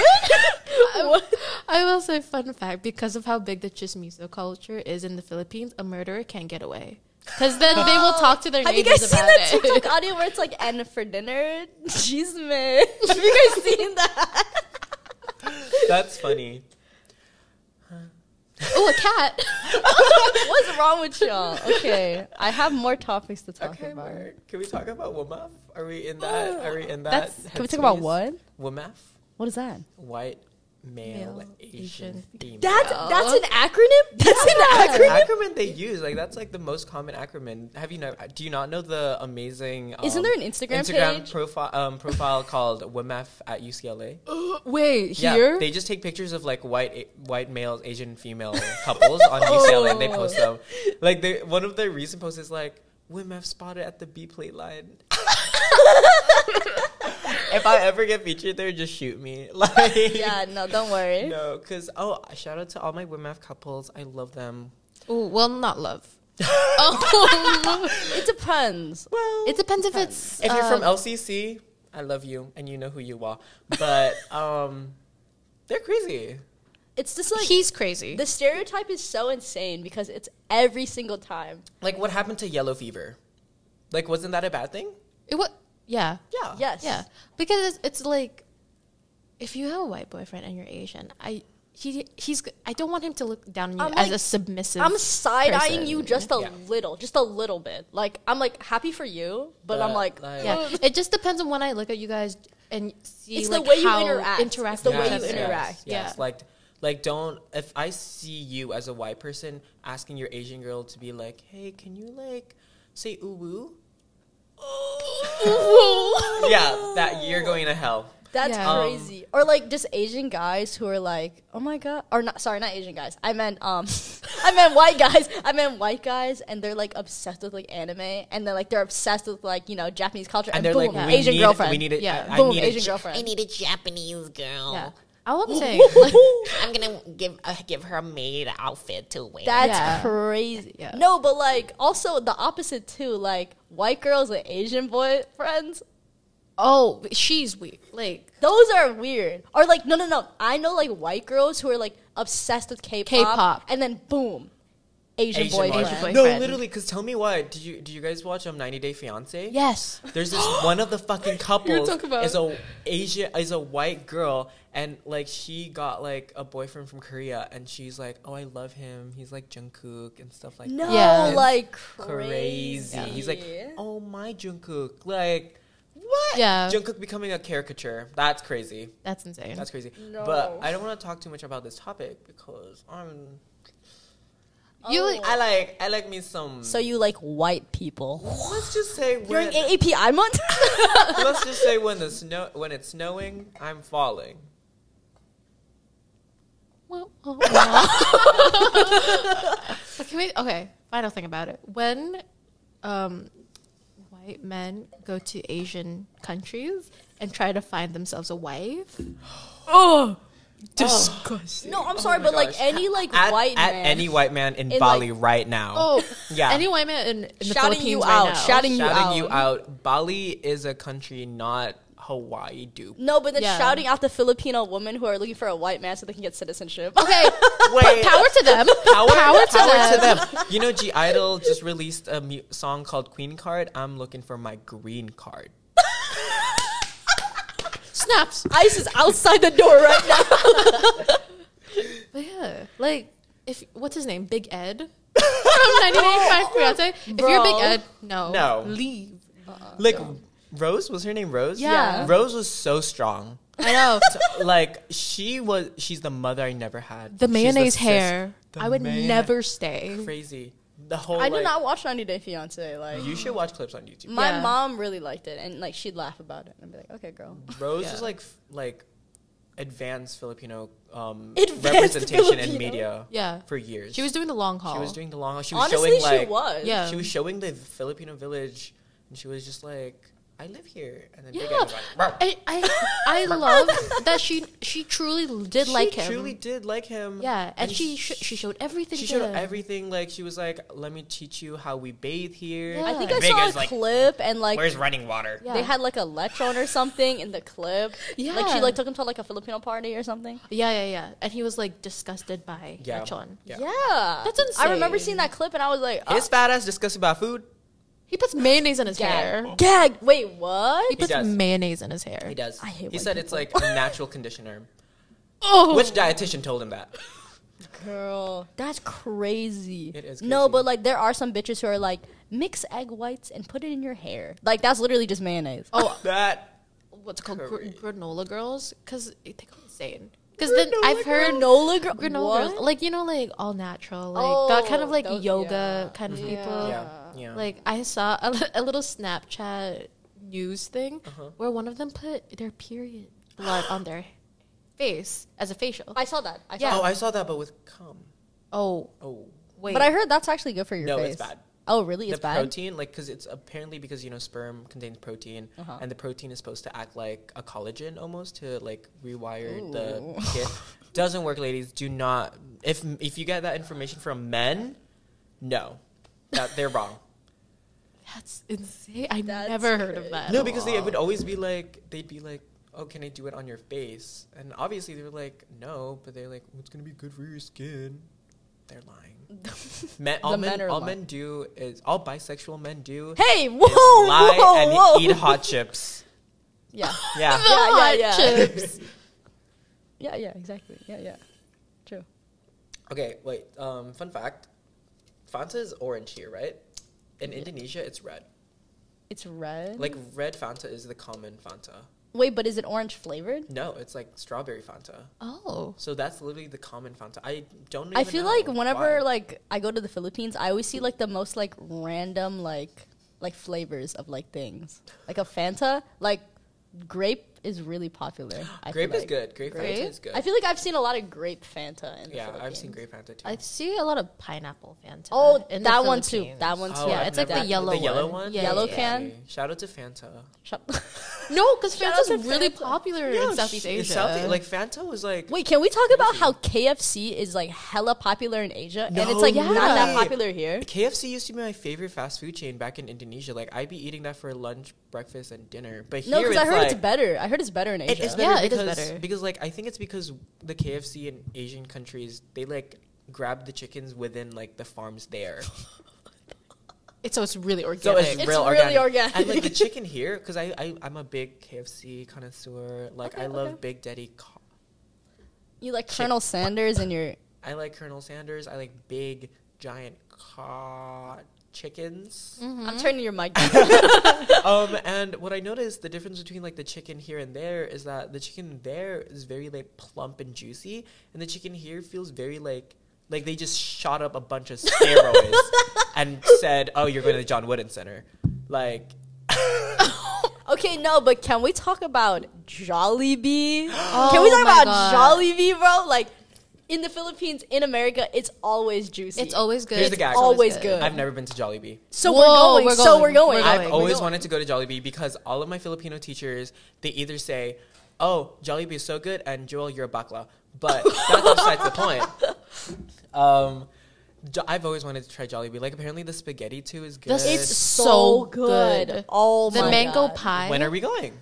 A: I-
B: What?
A: I will say, fun fact: because of how big the chismiso culture is in the Philippines, a murderer can't get away because then they will talk to their
B: Have you
A: neighbors
B: guys seen
A: about
B: that
A: it.
B: TikTok audio where it's like and for dinner, chisme? Have you guys seen that?
C: That's funny.
A: oh, a cat!
B: What's wrong with y'all? Okay, I have more topics to talk
C: Okay,
B: about. Oh,
C: Mark, can we talk about WMAF? Are we in that? Are we in that?
B: That's- can we talk about
C: headspace?
B: what?
C: WMAF,
B: What is that?
C: white male,
A: Male,
C: Asian,
A: Asian.
C: female.
B: That's
A: No.
B: that's an acronym. That's an
C: That's an
B: acronym.
C: acronym they use. Like that's like the most common acronym. Have you know? Do you not know the amazing? Um,
B: Isn't there an Instagram page?
C: profile um, profile called WMF at UCLA?
A: Wait,
C: Yeah, they just take pictures of like white a- white males, Asian female couples on UCLA, and they post them. Like they, one of their recent posts is like WMF spotted at the B plate line. if I ever get featured there, just shoot me. Like
B: Yeah, no, don't worry.
C: No, because oh, shout out to all my WMF couples. I love them.
A: Ooh, well, not love. oh,
B: It depends.
C: Well,
A: it depends if it's
C: if you're
A: uh,
C: from LCC, I love you and you know who you are. But um, they're crazy.
B: It's just like
A: he's crazy.
B: the stereotype is so insane because it's every single time.
C: Like what happened to yellow fever? Like wasn't that a bad thing?
A: It what? Yeah,
C: Yeah.
B: Yes.
A: yeah. Because it's, it's like if you have a white boyfriend and you're Asian, I. He, he's. g- I don't want him to look down on you
B: I'm
A: as
B: like-
A: a submissive.
B: I'm side eyeing
A: person.
B: you just a
C: Yeah.
B: little, just a little bit. Like I'm like happy for you, but, I'm
C: But,
B: like,
C: like-
A: Yeah,
B: "Ugh."
A: it just depends on when I look at you guys and see
B: It's the
A: like
B: way you
A: how
B: interact.
A: interact
B: It's the
A: with
B: way
A: each
B: you
A: other.
B: interact.
A: Yeah.
C: Yes. Like like don't if I see you as a white person asking your Asian girl to be like, "Hey, can you like say ooh woo?" yeah, that you're going to hell.
B: that's
A: Yeah. Um,
B: crazy. Or like just Asian guys who are like, oh my god, or not. Sorry, not Asian guys. I meant um, I meant white guys. I meant white guys, and they're like obsessed with like anime, and they're like they're obsessed with like you know Japanese culture,
C: And they're like,
B: boom,
C: we
B: Asian
C: need,
B: girlfriend.
C: We need it.
A: Yeah.
C: I, I
B: boom,
C: need
B: Asian
C: it.
B: girlfriend.
D: I need a Japanese girl.
A: Yeah. All I'm saying, like,
D: I'm gonna give uh, give her a maid outfit to wear.
B: That's
A: Yeah.
B: crazy.
A: Yeah.
B: No, but like also the opposite too. Like white girls with Asian boy friends,
A: oh, she's weak. Like,
B: those are weird. Or like no, no, no. I know like white girls who are like obsessed with K-pop,
A: K-pop.
B: and then boom, Asian,
C: Asian
B: boyfriend.
C: boyfriend.
A: boyfriend.
C: No, literally, because tell me why. Did you do you guys watch um 90 Day Fiance?
A: Yes.
C: There's this one of the fucking couples
A: talking about-
C: is a Asia is a white girl and like she got like a boyfriend from Korea and she's like, Oh I love him. He's like Jungkook and stuff like
B: No,
C: that.
A: Yeah.
B: like
C: Crazy.
B: crazy.
C: He's like, Oh my Jungkook. Like what?
B: Uh.
A: Yeah.
C: Jungkook becoming a caricature. That's crazy.
A: That's insane.
C: That's crazy.
B: No.
C: But I don't want to talk too much about this topic because I'm
A: You like-
B: Oh.
C: I like I like me some
B: so you like white people
C: let's just say
B: during
C: when
B: AAPI month?
C: let's just say when the snow when it's snowing, I'm falling.
A: Wah, wah, wah. oh, But can we- okay, final thing about it. When um, white men go to Asian countries and try to find themselves a wife, oh, disgusting.
B: no, I'm sorry,
C: Oh my
B: but
C: gosh.
B: like any like
C: at,
B: white
C: at
B: man
C: any white man in,
B: In,
C: Bali
B: like-
C: right now.
A: Oh,
C: Yeah.
A: Any white man in, in the
B: Shouting
A: Philippines
B: you
A: right
B: out,
A: now.
B: shouting you
C: shouting you
B: out.
C: out. Bali is a country, not Hawaii. Dupe.
B: No, but then
A: Yeah.
B: shouting out the Filipino women who are looking for a white man so they can get citizenship.
A: Okay,
C: Wait.
A: power to them.
C: Power,
A: power to
C: power
A: them.
C: You know, G Idol just released a mu- song called Queen Card. I'm looking for my green card.
A: Snaps.
B: ICE is outside the door right now.
A: But yeah, like if what's his name, Big Ed from 1985 Fiance. If you're
B: Bro.
A: Big Ed, no,
B: Oh,
C: No.
A: leave.
C: Like, Rose was her name. Rose.
A: Yeah.
C: Rose was so strong.
A: I know
C: like she was. She's the mother I never had.
A: the
C: She's
A: mayonnaise
C: sis-
A: hair.
C: the
A: I would
C: mayonnaise-
A: never stay.
C: Crazy. The whole.
B: I did
C: like-
B: not watch 90 Day Fiance. Like
C: You should watch clips on YouTube.
B: my
A: Yeah.
B: mom really liked it, and like she'd laugh about it, and I'd be like, "Okay, girl."
C: Rose
A: Yeah.
C: is like f- like advanced Filipino um,
B: Advanced
C: representation
B: Filipino?
C: in media
A: Yeah,
C: for years.
A: she was doing the long haul.
C: she was doing the long. She was
B: Honestly,
C: showing like
B: she was.
A: Yeah.
C: she was showing the Filipino village, and she was just like, "I live here," and then
A: Yeah,
C: Big Ed was like, "Wow."
A: I I, I love that she she truly did
C: she
A: like him.
C: truly did like him.
A: yeah, and, she
C: sh-
A: sh- she showed everything.
C: she
A: to
C: showed
A: him.
C: everything. Like she was like, "Let me teach you how we bathe here."
A: Yeah.
B: I think
A: And
B: I
C: Big
B: saw a
C: Ed's like,
B: clip, and like
C: Where's running water?
A: Yeah.
B: they had like a lechon or something in the clip.
A: Yeah.
B: like she like took him to like a Filipino party or something.
A: Yeah, yeah, yeah. And he was like disgusted by
C: Yeah.
A: Lechon.
C: Yeah.
A: That's
B: I remember
A: insane.
B: seeing that clip, and I was like,
C: His fat ass discussing about food.
A: He puts mayonnaise in his hair.
B: "Gag, "Oh, gag." Wait, what?
A: He puts
C: Oh. does.
A: mayonnaise in his hair.
C: He does.
B: I hate
C: he
B: white
C: said it's like a natural conditioner.
A: Oh,
C: Which dietitian told him that?
B: Girl, that's crazy.
C: It is
B: No,
C: crazy.
B: but like there are some bitches who are like mix egg whites and put it in your hair. Like that's literally just mayonnaise.
A: oh,
C: That
A: what's it called gr-
C: Curry.
A: granola girls? Because they go insane. Because then I've heard
B: granola girl.
A: granola
B: What?
A: girls, like you know, like all natural, like that kind of
B: Oh,
A: like
B: those-
A: yoga kind of
B: Yeah.
A: people.
C: Yeah. Yeah.
A: Uh, Like I saw a, li- a little Snapchat news thing
C: Uh-huh.
A: where one of them put their period blood on their face as a facial.
B: I saw that. I saw
A: Yeah.
B: that.
C: Oh, I saw that, but with cum.
A: oh
C: Oh,
A: wait,
B: But I heard that's actually good for your
C: No,
B: face.
C: it's bad.
B: Oh, really?
C: the
B: It's bad.
C: protein, like, because it's apparently because you know sperm contains protein,
B: Uh-huh.
C: and the protein is supposed to act like a collagen almost to like rewire the skin. Doesn't work, ladies. Do not. If if you get that information from men, no, that they're wrong.
A: that's insane. I
B: That's
A: never heard
B: crazy.
A: of that.
C: no, because they would always be like, they'd be like, "Oh, can I do it on your face?" And obviously they were like, "No," but they're like, well, "It's gonna be good for your skin." They're lying. men, all
B: The
C: men,
B: men are
C: all
B: lying.
C: men do is all bisexual men do
B: Hey, whoa,
C: is lie
B: whoa,
C: and
B: whoa.
C: eat hot chips.
B: Yeah,
C: Yeah.
A: The
B: Yeah, yeah,
A: hot
B: yeah.
A: chips.
B: yeah, yeah, exactly. Yeah, yeah. True.
C: Okay, wait. Um, fun fact: Fanta is orange here, right? In Indonesia, it's red.
B: It's red.
C: Like red Fanta is the common Fanta.
B: wait, but is it orange flavored?
C: No, it's like strawberry Fanta.
A: Oh,
C: So that's literally the common Fanta. I don't. Even
B: I feel
C: know
B: like whenever
C: why.
B: like I go to the Philippines, I always see like the most like random like like flavors of like things. Like a Fanta, like grape is really popular. I feel
C: grape is
B: like.
C: good. Grape,
A: Grape?
C: Fanta is good.
B: I feel like I've seen a lot of grape Fanta in the
C: yeah, I've
B: Philippines.
C: seen grape Fanta too.
A: I see a lot of pineapple Fanta.
B: Oh,
A: in the
B: that one too.
A: Philippines.
B: That one too.
C: Oh,
A: yeah,
C: I've
A: it's like the
C: never-
A: yellow
C: the yellow
A: one.
C: one.
A: Yeah,
B: Yellow
A: yeah,
B: can?
C: Okay. Shout out to Fanta.
B: Shut-
A: No, because
B: Shout out
A: Fanta's
B: to
A: really
B: Fanta.
A: popular in Southeast
C: sh-
A: Asia.
C: South- like Fanta was like
B: Wait, can we talk about how KFC is like hella popular in Asia and
C: No
B: it's like not that
C: way.
B: popular here?
C: KFC used to be my favorite fast food chain back in Indonesia. Like I'd be eating that for lunch, breakfast, and dinner. But
B: No,
C: here it's
B: because I heard
C: like,
B: it's better. I heard it's better in Asia.
C: It is
A: Yeah,
C: better
A: it is
C: because
A: better.
C: because like I think it's because the KFC in Asian countries they like grab the chickens within like the farms there.
A: It's so it's really
C: So
A: organic.
C: it's,
B: It's
C: real
B: really
C: organic.
B: organic.
C: And like the chicken here, because I, I I'm a big KFC connoisseur. Like
B: Okay,
C: I love
B: okay.
C: Big Daddy. Co-
B: You like Colonel Sanders and your
C: I like Colonel Sanders. I like big giant ca chickens.
A: Mm-hmm.
B: I'm turning your mic down.
C: um, and what I noticed the difference between like the chicken here and there is that the chicken there is very like plump and juicy, and the chicken here feels very like like they just shot up a bunch of steroids and said, "Oh, you're going to the John Wooden Center." Like,
B: okay, no, but can we talk about Jollibee? can we talk
A: Oh my
B: about
A: God.
B: Jollibee, bro? Like in the Philippines, in America, it's always juicy.
A: it's always good.
C: Here's the gag.
A: It's
B: Always good.
C: I've never been to Jollibee.
B: so
A: Whoa,
B: we're going,
A: we're
B: So
A: going,
B: we're going.
A: we're
C: I've
A: going.
C: always
B: We're
C: wanted to go to Jollibee because all of my Filipino teachers they either say, "Oh, Jollibee is so good," and Joel, you're a bakla. But that's besides the point. Um, Jo- I've always wanted to try Jollibee. Like apparently the spaghetti too is good.
A: This-
B: It's
A: It's
B: so
A: so
B: good.
A: good.
B: Oh
A: The
B: my
A: mango
B: God.
A: pie.
C: when are we going?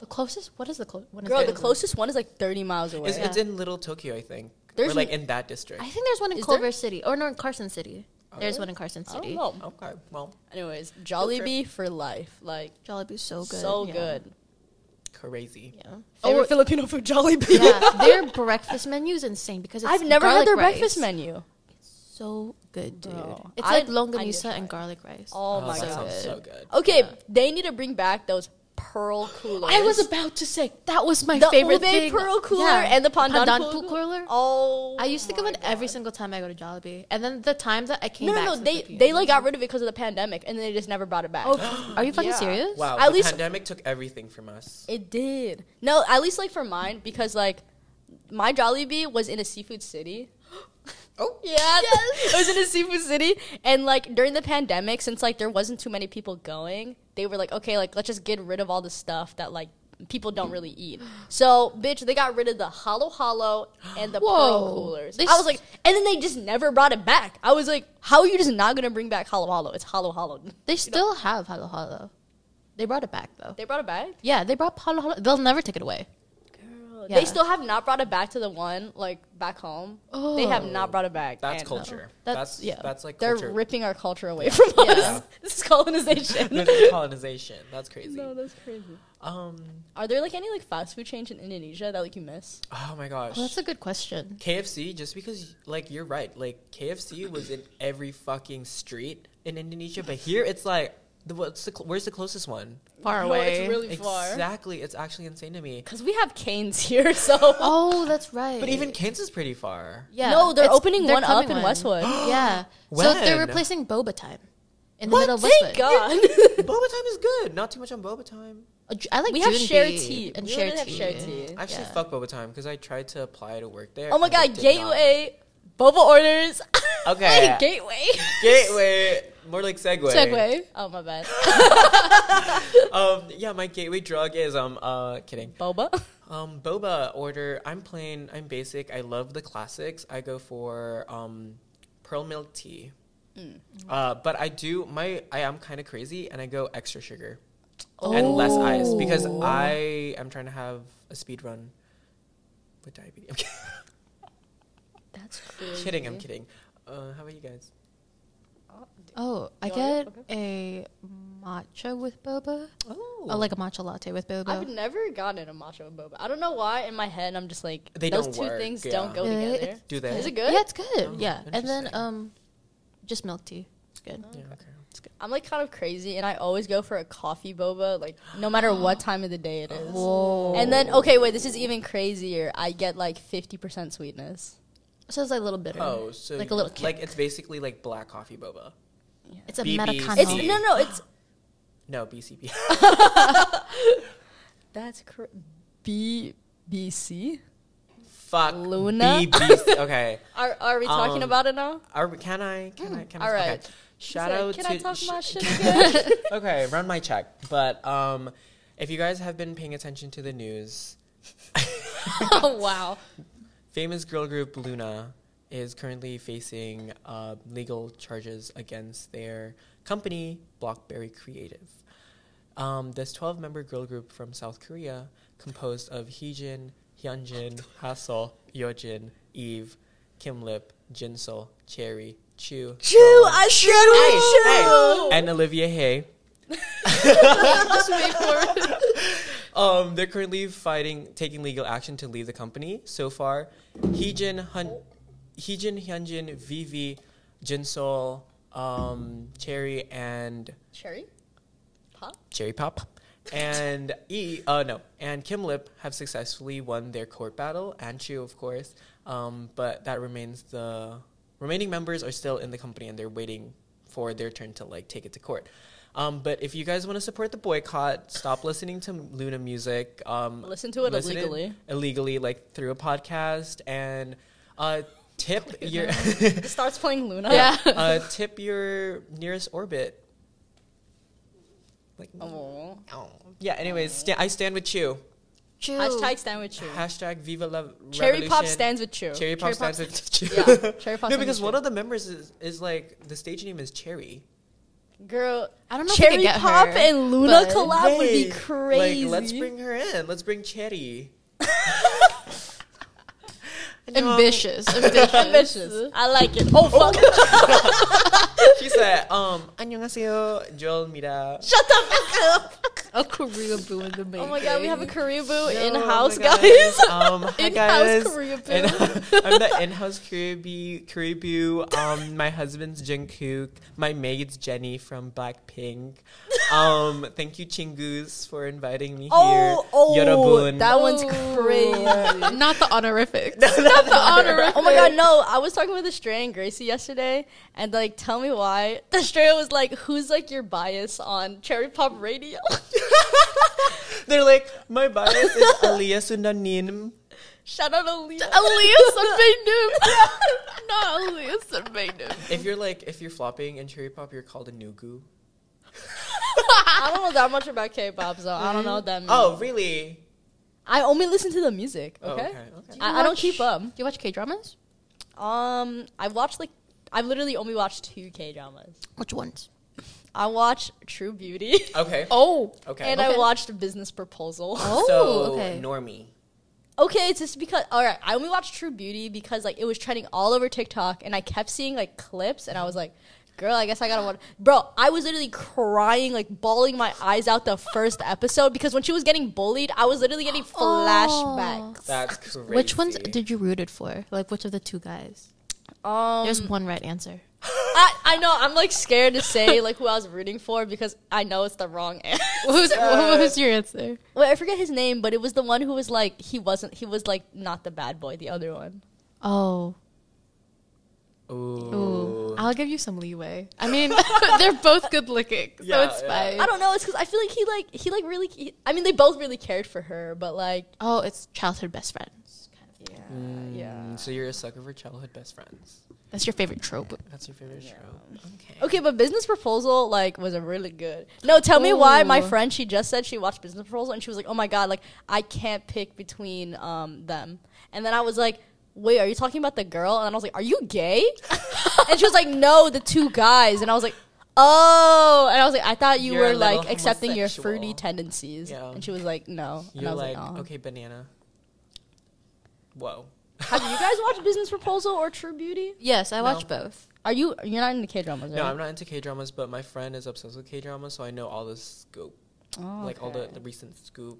A: the closest? What is the closest?
B: Girl, the closest one is like 30 miles away.
C: It's, it's in Little Tokyo, I think.
B: There's
C: or like
B: n-
C: in that district.
A: I think there's one in
B: Is there? Oh,
A: Culver City or no, in Carson City. There's one in Carson
B: I don't
A: City.
B: know.
C: Oh, okay, well,
B: Anyways, Jollibee for life. Like,
A: Jollibee's so good.
B: so
A: yeah.
B: good. Oh,
C: crazy.
A: Yeah.
B: Favorite Filipino food, Jollibee.
A: yeah, their breakfast menu is insane because it's
B: I've never had
A: garlic
B: their
A: rice.
B: breakfast menu.
A: So good, dude.
B: Bro,
A: It's
B: I-
A: like
B: I need to
A: longanisa
B: try
A: and
B: it.
A: garlic rice.
B: Oh, my
C: that
B: god.
C: sounds so good.
B: Okay, they need to bring back those pearl coolers.
A: I was about to say that was my
B: The
A: favorite
B: ube
A: thing.
B: pearl cooler and the pandan,
A: pool
B: pool
A: cooler.
B: Oh,
A: I used to give
B: my
A: it every single time I go to Jollibee, and then the time that I came
B: No, no,
A: back.
B: no.
A: to
B: They
A: Filipino-
B: they like got rid of it because of the pandemic, and then they just never brought it back.
A: Oh, are you fucking
B: Yeah.
A: serious?
C: Wow,
B: At
C: the
B: least-
C: pandemic took everything from us.
B: It did. No, at least like for mine because like my Jollibee was in a seafood city.
C: Oh.
B: yeah, it was in a seafood city, and like during the pandemic, since like there wasn't too many people going, they were like, okay, like let's just get rid of all the stuff that like people don't really eat. So, bitch, they got rid of the hollow hollow and the pearl
A: Whoa.
B: coolers.
A: They
B: I was
A: s-
B: like, and then they just never brought it back. I was like, how are you just not gonna bring back hollow hollow? It's hollow hollow.
A: They still have halo halo. They brought it back though.
B: They brought it back.
A: yeah, they brought halo halo. They'll never take it away.
B: They
A: Yeah.
B: still have not brought it back to the one like back home. They have
A: Oh.
B: not brought it back.
C: That's
B: and
C: culture.
A: That's-
C: That's
A: yeah.
C: That's like
B: They're
C: culture.
B: ripping our culture away from us.
C: Yeah.
B: This is colonization.
C: That's colonization. That's crazy.
B: that's crazy.
C: Um.
B: Are there like any like fast food chains in Indonesia that like you miss?
C: Oh my gosh.
A: Well, that's a good question.
C: KFC, just because, like, you're right. Like, KFC was in every fucking street in Indonesia, but here it's like, the, what's the, cl- where's the closest one?
A: Far
B: No,
A: away.
B: it's really far.
C: Exactly. It's actually insane to me.
B: Because we have canes here, so
A: oh, that's right.
C: But even Kansas is pretty far.
A: yeah,
B: no, they're
A: it's-
B: opening
A: they're
B: one up
A: coming
B: in Westwood.
A: yeah. So
C: When?
A: they're replacing boba time in the
B: What?
A: middle of
B: Thank God.
A: Westwood.
C: boba time is good. Not too much on boba time.
A: Uh, Ju- I like
B: we have
A: June
B: share
A: Bee
B: tea.
A: and
B: we
A: share
B: literally
A: tea.
B: have share tea.
C: I Actually,
A: Yeah.
C: fuck boba time because I tried to apply to work there.
B: Oh my
C: and they
B: God,
C: did not.
B: Gateway, Boba orders.
C: Okay.
B: Gateway.
C: Gateway. More like Segway.
A: Segway.
B: Oh my bad.
C: Um, yeah, my gateway drug is um uh kidding.
B: Boba.
C: Um, boba order. I'm plain. I'm basic. I love the classics. I go for um, pearl milk tea.
A: Mm.
C: Uh, but I do my I am kind of crazy, and I go extra sugar and less ice because
A: Oh.
C: I am trying to have a speed run with diabetes. I'm
B: That's crazy.
C: kidding.
A: Mm-hmm.
C: I'm kidding. Uh, how about you guys?
A: Oh, I
B: You want
A: get
B: it?
A: a matcha with boba.
C: Oh,
A: I like a matcha latte with boba.
B: I've never gotten a matcha with boba. I don't know why. In my head, I'm just like
C: They
B: those
C: don't
B: two
C: work,
B: things
C: yeah.
B: don't go
A: Yeah,
B: together.
A: it's-
C: do they?
B: Is it good?
A: Yeah, it's good.
C: Oh,
A: yeah, and then
C: interesting. Oh.
A: um, just milk tea. It's good.
C: Yeah, okay.
B: I'm like kind of crazy, and I always go for a coffee boba, like no matter what time of the day it is.
A: Whoa.
B: And then okay, wait, this is even crazier. I get like 50% sweetness.
A: So it's like a little bitter.
C: Oh, so
A: like a little kick.
C: like it's basically like black coffee boba.
A: it's a
C: BBs.
A: Americano.
B: It's
C: Oh.
B: no, no, it's
C: No BCB.
B: that's cr- BBC.
C: Fuck
B: Luna?
C: BBC. Okay.
B: Are are we talking
C: Um,
B: about it now?
C: Are we, can I? Can I? Can I?
B: Hmm, All right.
C: Okay. Shout
B: He's
C: out
B: like, Can I
C: to
B: talk
C: sh-
B: my shit again?
C: okay, run my check. But um, if you guys have been paying attention to the news,
B: oh, wow.
C: famous girl group Luna is currently facing uh, legal charges against their company, Blockberry Creative. Um, this 12 member girl group from South Korea, composed of Heejin, Hyunjin, Hassel, Yeojin, Eve, Kimlip, Jinso, Cherry, Chu,
B: Chew, I should
C: Hey,
B: chew.
C: and Olivia Hay.
A: Just wait for it.
C: Um, they're currently fighting, taking legal action to leave the company. So far, Heejin, Hun, Heejin, Hyunjin, Vivi, Jinsol, um, Cherry, and
B: Cherry, pop.
C: Cherry Pop, and E, uh, no, and Kim Lip have successfully won their court battle, and Chu, of course. Um, but that remains the remaining members are still in the company, and they're waiting for their turn to like take it to court. Um, but if you guys want to support the boycott, stop listening to Luna music. Um,
B: Listen to it illegally.
C: illegally, like through a podcast, and uh, tip your
B: It starts playing Luna.
C: uh, tip your nearest orbit.
B: Oh
C: Like
B: Aw.
D: Oh.
C: yeah, anyways, sta- I stand with you.
B: Hashtag stand with Chew.
C: Hashtag Viva La
B: Cherry Pop
C: Revolution.
B: stands with Chew.
C: Cherry Pop stands with you.
B: Yeah, Cherry Pop
C: no,
B: stands
C: because
B: with
C: one
B: you.
C: of the members is, is like the stage name is Cherry.
B: Girl,
A: I don't know if we
B: Cherry
A: can get
B: Pop
A: her,
B: and Luna
A: but-
B: collab would
C: Hey,
B: be crazy.
C: Like, let's bring her in. Let's bring Cherry. No,
A: Ambitious. Ambitious.
B: ambitious. I like it. Oh fuck!
C: She said, um, 안녕하세요, Joel Mira.
A: A Korea boo in the making.
B: oh my god, we have a Korea boo
C: Yo,
B: in house,
C: oh my
B: guys.
C: Um, hi
B: In-house
C: guys.
B: Karibu.
C: In- I'm the in-house Karibu. Karibu. Um, my husband's Jungkook. My maid's Jenny from Blackpink. Um, thank you, Chingus, for inviting me
B: Oh,
C: here.
B: oh,
C: Yorobun.
B: that one's
A: Ooh.
B: crazy.
A: Not the honorific. Not the honorific.
B: Oh my god, no! I was talking with Estrella and Gracie yesterday, and like, tell me why Estrella was like, "Who's like your bias on Cherry Pop Radio?"
C: They're like, my bias is Aliyah Sundanim.
B: Shout out Aaliyah.
A: Elias Unbainum. Not Elias Unbainum.
C: If you're like, if you're flopping in cherry pop, you're called a nugu.
B: I don't know that much about K-pop, so I don't know what that means.
C: Oh, really?
B: I only listen to the music.
C: Oh,
B: Okay,
C: okay.
B: I, I don't keep up.
A: Do you watch K dramas?
B: Um, I've watched like I've literally only watched two K dramas.
A: Which ones?
B: I watched True Beauty,
C: Okay.
A: Oh.
C: Okay.
B: and
A: Okay.
B: I watched Business Proposal.
A: Oh,
C: so
A: okay.
C: normie.
B: Okay, it's just because all right, I only watched True Beauty because like it was trending all over TikTok, and I kept seeing like clips, and I was like. Girl, I guess I gotta watch. Bro, I was literally crying, like bawling my eyes out the first episode because when she was getting bullied, I was literally getting flashbacks.
C: That's crazy.
A: Which ones did you root it for? Like, which of the two guys?
B: Um,
A: There's one right answer.
B: I, I know I'm like scared to say like who I was rooting for because I know it's the wrong answer.
A: Who's, what was your answer?
B: Wait, I forget his name, but it was the one who was like he wasn't he was like not the bad boy, the other one.
A: Oh.
C: Ooh.
A: Ooh. I'll give you some leeway. I mean, they're both good looking, so
C: Yeah,
A: it's
C: yeah.
A: fine.
B: I don't know, it's cuz I feel like he like he like really he- I mean they both really cared for her, but like uh,
A: Oh, it's childhood best friends. Kind of.
B: yeah,
C: Mm, So you're a sucker for childhood best friends.
A: That's your favorite trope.
C: That's your favorite show. Okay.
B: Okay, but business proposal like was a really good. No, tell me why my
A: Ooh.
B: friend she just said she watched business proposal and she was like, "Oh my god, like I can't pick between um them." And then I was like, "Wait, are you talking about the girl?" And I was like, "Are you gay?" and she was like, "No, the two guys." And I was like, "Oh." And I was like, "I thought you
C: You're a
B: were like
C: little
B: accepting your
C: homosexual.
B: fruity tendencies."
C: Yeah.
B: And she was like, "No." And
C: You're
B: I was
C: like,
B: like, "Oh."
C: okay, banana. Whoa.
B: Have you guys watched Business Proposal or True Beauty?
A: Yes, I
C: No.
A: watch both.
B: Are you you're not into K dramas, right?
C: No, I'm not into K dramas, but my friend is obsessed with K dramas, so I know all the scoop,
B: Oh,
C: like all the,
B: okay.
C: the recent scoop.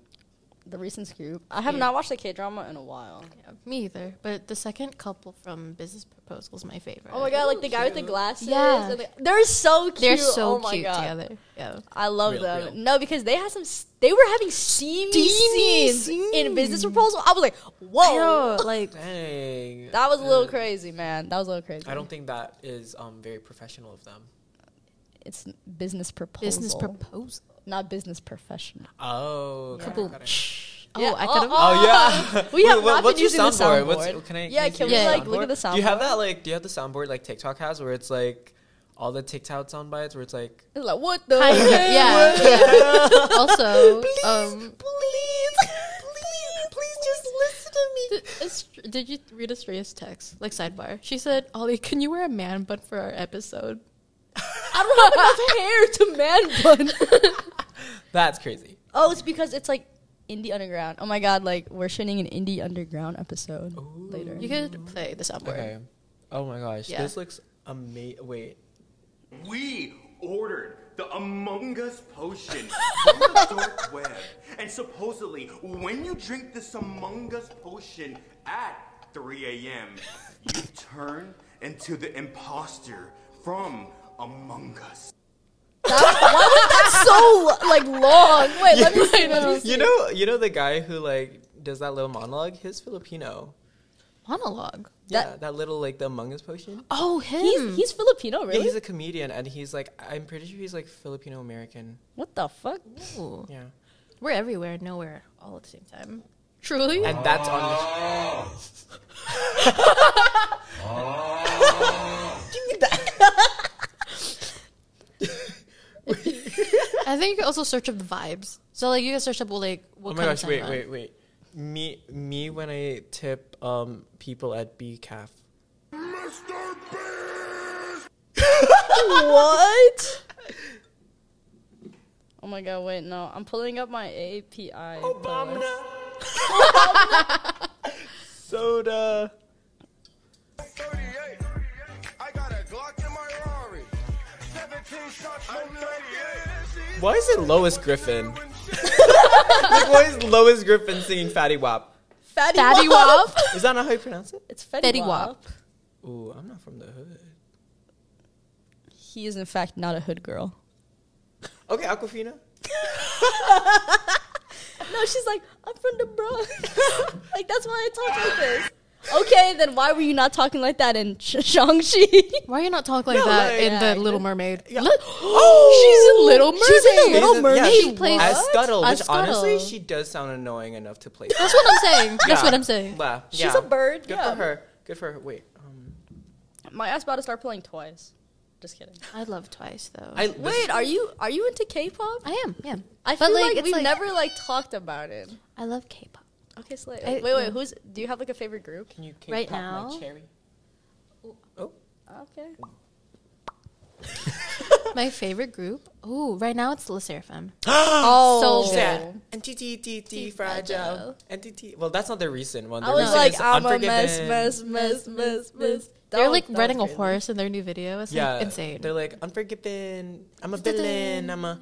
B: the recent scoop. I have not watched a K drama in a while.
A: Yeah, me either. But the second couple from Business Proposal is my favorite.
B: Oh my god, like the guy with the
C: Cute.
B: glasses.
A: Yeah.
B: and the- they're so cute.
A: They're so
B: oh my
A: cute
B: god.
A: together. Yeah.
B: I love
C: Real,
B: them.
C: real.
B: No, because they had some. s- They were having steamy,
A: Steamy
B: scenes, in business proposal. I was like, whoa,
A: like
C: Dang.
B: that was a little
C: Uh,
B: crazy, man. That was a little crazy.
C: I don't think that is um very professional of them.
B: It's business proposal,
A: business proposal.
B: not business professional.
C: Oh. got it,
A: Kaboom.
C: got it.
A: Oh,
B: Yeah,
A: I
B: oh,
A: could have.
C: Oh yeah.
B: We have not
C: what's
B: been
C: your
B: using the
C: soundboard?
B: soundboard.
C: What's, can I?
B: Yeah,
C: use
B: can
A: we,
C: your
A: like,
B: look at the
C: Do you have
B: soundboard?
C: that like? Do you have the soundboard like TikTok has, where it's like all the TikTok soundbites, where it's like,
B: It's like what the
A: Kind of, yeah. also, um,
B: please, please, please just listen to me.
A: did, Est- did you read Estrella's text? Like sidebar, she said, "Ollie, can you wear a man bun for our episode?"
B: I don't have enough hair to man bun.
C: that's crazy.
B: Oh, it's because it's like indie underground. Oh my god, like we're shooting an indie underground episode later.
A: You could play the soundboard.
C: Okay. Oh my gosh,
A: Yeah.
C: this looks amazing. Wait,
E: We ordered the Among Us potion from the dark web. And supposedly, when you drink this Among Us potion at 3 a.m., you turn into the imposter from Among Us.
B: so like long. Wait, let me see. Let me see.
C: you know, you know the guy who like does that little monologue. He's Filipino.
A: Monologue.
C: yeah,
B: That-
C: that little like the Among Us potion.
A: Oh, him.
B: He's he's Filipino,
C: Yeah,
B: really?
C: he's a comedian, and he's like, I'm pretty sure he's like Filipino American.
B: what the fuck?
A: Ooh.
C: Yeah,
A: We're everywhere, and nowhere, all at the same time. Truly.
C: and that's on. The
A: I think you can also search up vibes. So like you can search up like what
C: oh my
A: kind
C: gosh!
A: of
C: Wait,
A: sangha.
C: wait, wait. Me, me when I tip um people at BCAF.
E: Mr. Beast!
B: what? Oh my god, wait, no. I'm pulling up my API. playlist.
C: Soda.
F: 38. I got a Glock in my Rari. 17 shots from 38.
C: Why is it Lois Griffin? like, why is Lois Griffin singing Fatty Wap?
B: Fatty,
A: Fatty
B: Wap.
A: Wap.
C: Is that not how you pronounce it?
B: It's Fatty,
A: Fatty
B: Wap.
A: Wap.
C: Ooh, I'm not from the hood.
B: He is in fact not a hood girl.
C: Okay, Aquafina.
B: No, she's like, I'm from the Bronx. like that's why I talk like this. Okay, then why were you not talking like that in Sh- Shang-Chi?
A: Why are you not talking like
C: No,
A: that
C: like-
A: in
B: Yeah,
A: the
B: I-
A: Little Mermaid?
C: Yeah.
A: Look- she's in Little Mermaid.
B: She's in The Little
C: She's a-
B: Mermaid.
C: Yeah, she
A: plays-
C: as
A: What?
C: Scuttle,
A: As
C: which honestly,
A: Scuttle.
C: she does sound annoying enough to play.
A: That's what I'm saying. That's what I'm saying.
C: Yeah,
B: She's
C: yeah.
B: a bird,
C: Good
B: yeah.
C: for her. Good for her. Wait. Um,
B: My ass about to start playing twice. Just kidding.
A: I love Twice though.
C: I, this-
B: Wait, are you are you into K-pop?
A: I am. Yeah.
B: I feel like, we've never like talked about it.
A: I love K-pop.
B: Okay, Slay.
A: I-
B: wait, wait.
A: yeah.
B: Who's? Do you have like a favorite group?
C: Can you
A: Right
C: right now?
A: now?
C: my cherry? Oh,
B: Okay.
A: My favorite group. Ooh, right now it's La Seraphim.
B: Oh,
A: so
C: yeah. NTTTT fragile. NTT. Well, that's not the recent one. The
B: I was
C: recent
B: like,
C: is
B: I'm a
C: Unforgiven.
B: mess, mess, mess, mess, mess.
A: They're like riding a horse in their new video. It's
C: Yeah,
A: like insane.
C: They're like Unforgiven. I'm a villain. I'm a.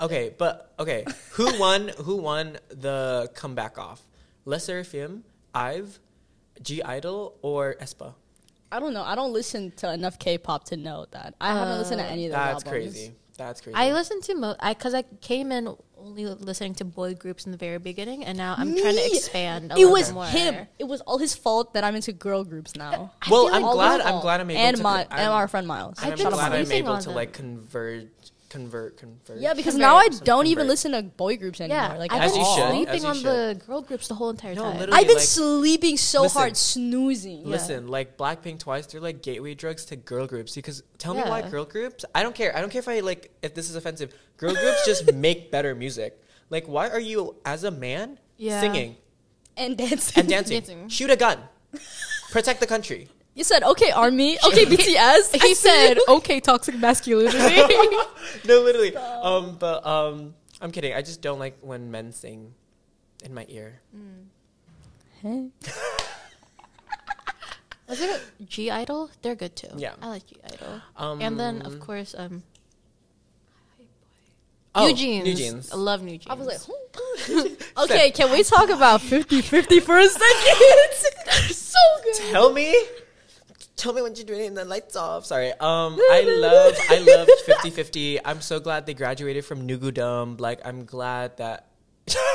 C: Okay, but okay. Who won? Who won the comeback off? Les Seraphim, Ive, G Idol, or Espa?
B: I don't know. I don't listen to enough K-pop to know that. I haven't listened to any of their
C: Uh, That's
B: albums.
C: crazy. That's crazy.
A: I listen to mo I because I came in only listening to boy groups in the very beginning, and now I'm trying to
B: Me?
A: expand. A
B: It
A: little
B: was
A: more.
B: him. It was all his fault that I'm into girl groups now.
C: well,
A: feel
C: I'm
A: like
C: glad.
B: All
C: I'm
B: of
C: glad
B: them.
C: I'm able
B: and
C: to.
B: my,
C: I'm,
B: and our friend Miles.
C: and
A: I've
C: I'm
A: been
C: glad I'm
A: sleeping
C: able
A: on
C: to
A: them.
C: like converge, convert, convert.
B: Yeah, because
A: Convert.
B: now I
C: Some
B: don't even
C: convert.
B: listen to boy groups anymore.
A: Yeah,
B: like
A: I've
C: As
B: at
A: been
C: you should,
B: all.
A: sleeping
C: as you
A: on the girl groups the whole entire
C: No,
A: time.
C: literally.
B: I've been
C: like-
B: sleeping so
C: Listen.
B: hard, snoozing.
C: Listen, like Blackpink twice, they're like gateway drugs to girl groups. Because tell me why
A: Yeah.
C: girl groups? I don't care. I don't care if I like if this is offensive. Girl groups just make better music. Like, why are you as a man
A: Yeah.
C: singing
B: and dancing.
C: and dancing?
A: Dancing.
C: Shoot a gun. Protect the country.
B: You said okay, army. Okay, BTS.
A: he said, "Okay, toxic masculinity."
C: No, literally. Um, but um, I'm kidding. I just don't like when men sing in my ear.
A: Was it G Idol? They're good too.
C: Yeah.
A: I like G Idol.
C: Um,
A: and then of course, um,
C: Oh,
A: New Jeans.
C: New jeans.
A: I love New Jeans.
B: I was like, "Hmm." okay, can we talk about 50-50 for a second? so good.
C: Tell me. Tell me when you're doing it and the lights off. Sorry. Um, I love, I love 50 50. I'm so glad they graduated from Nugudum. Like, I'm glad that.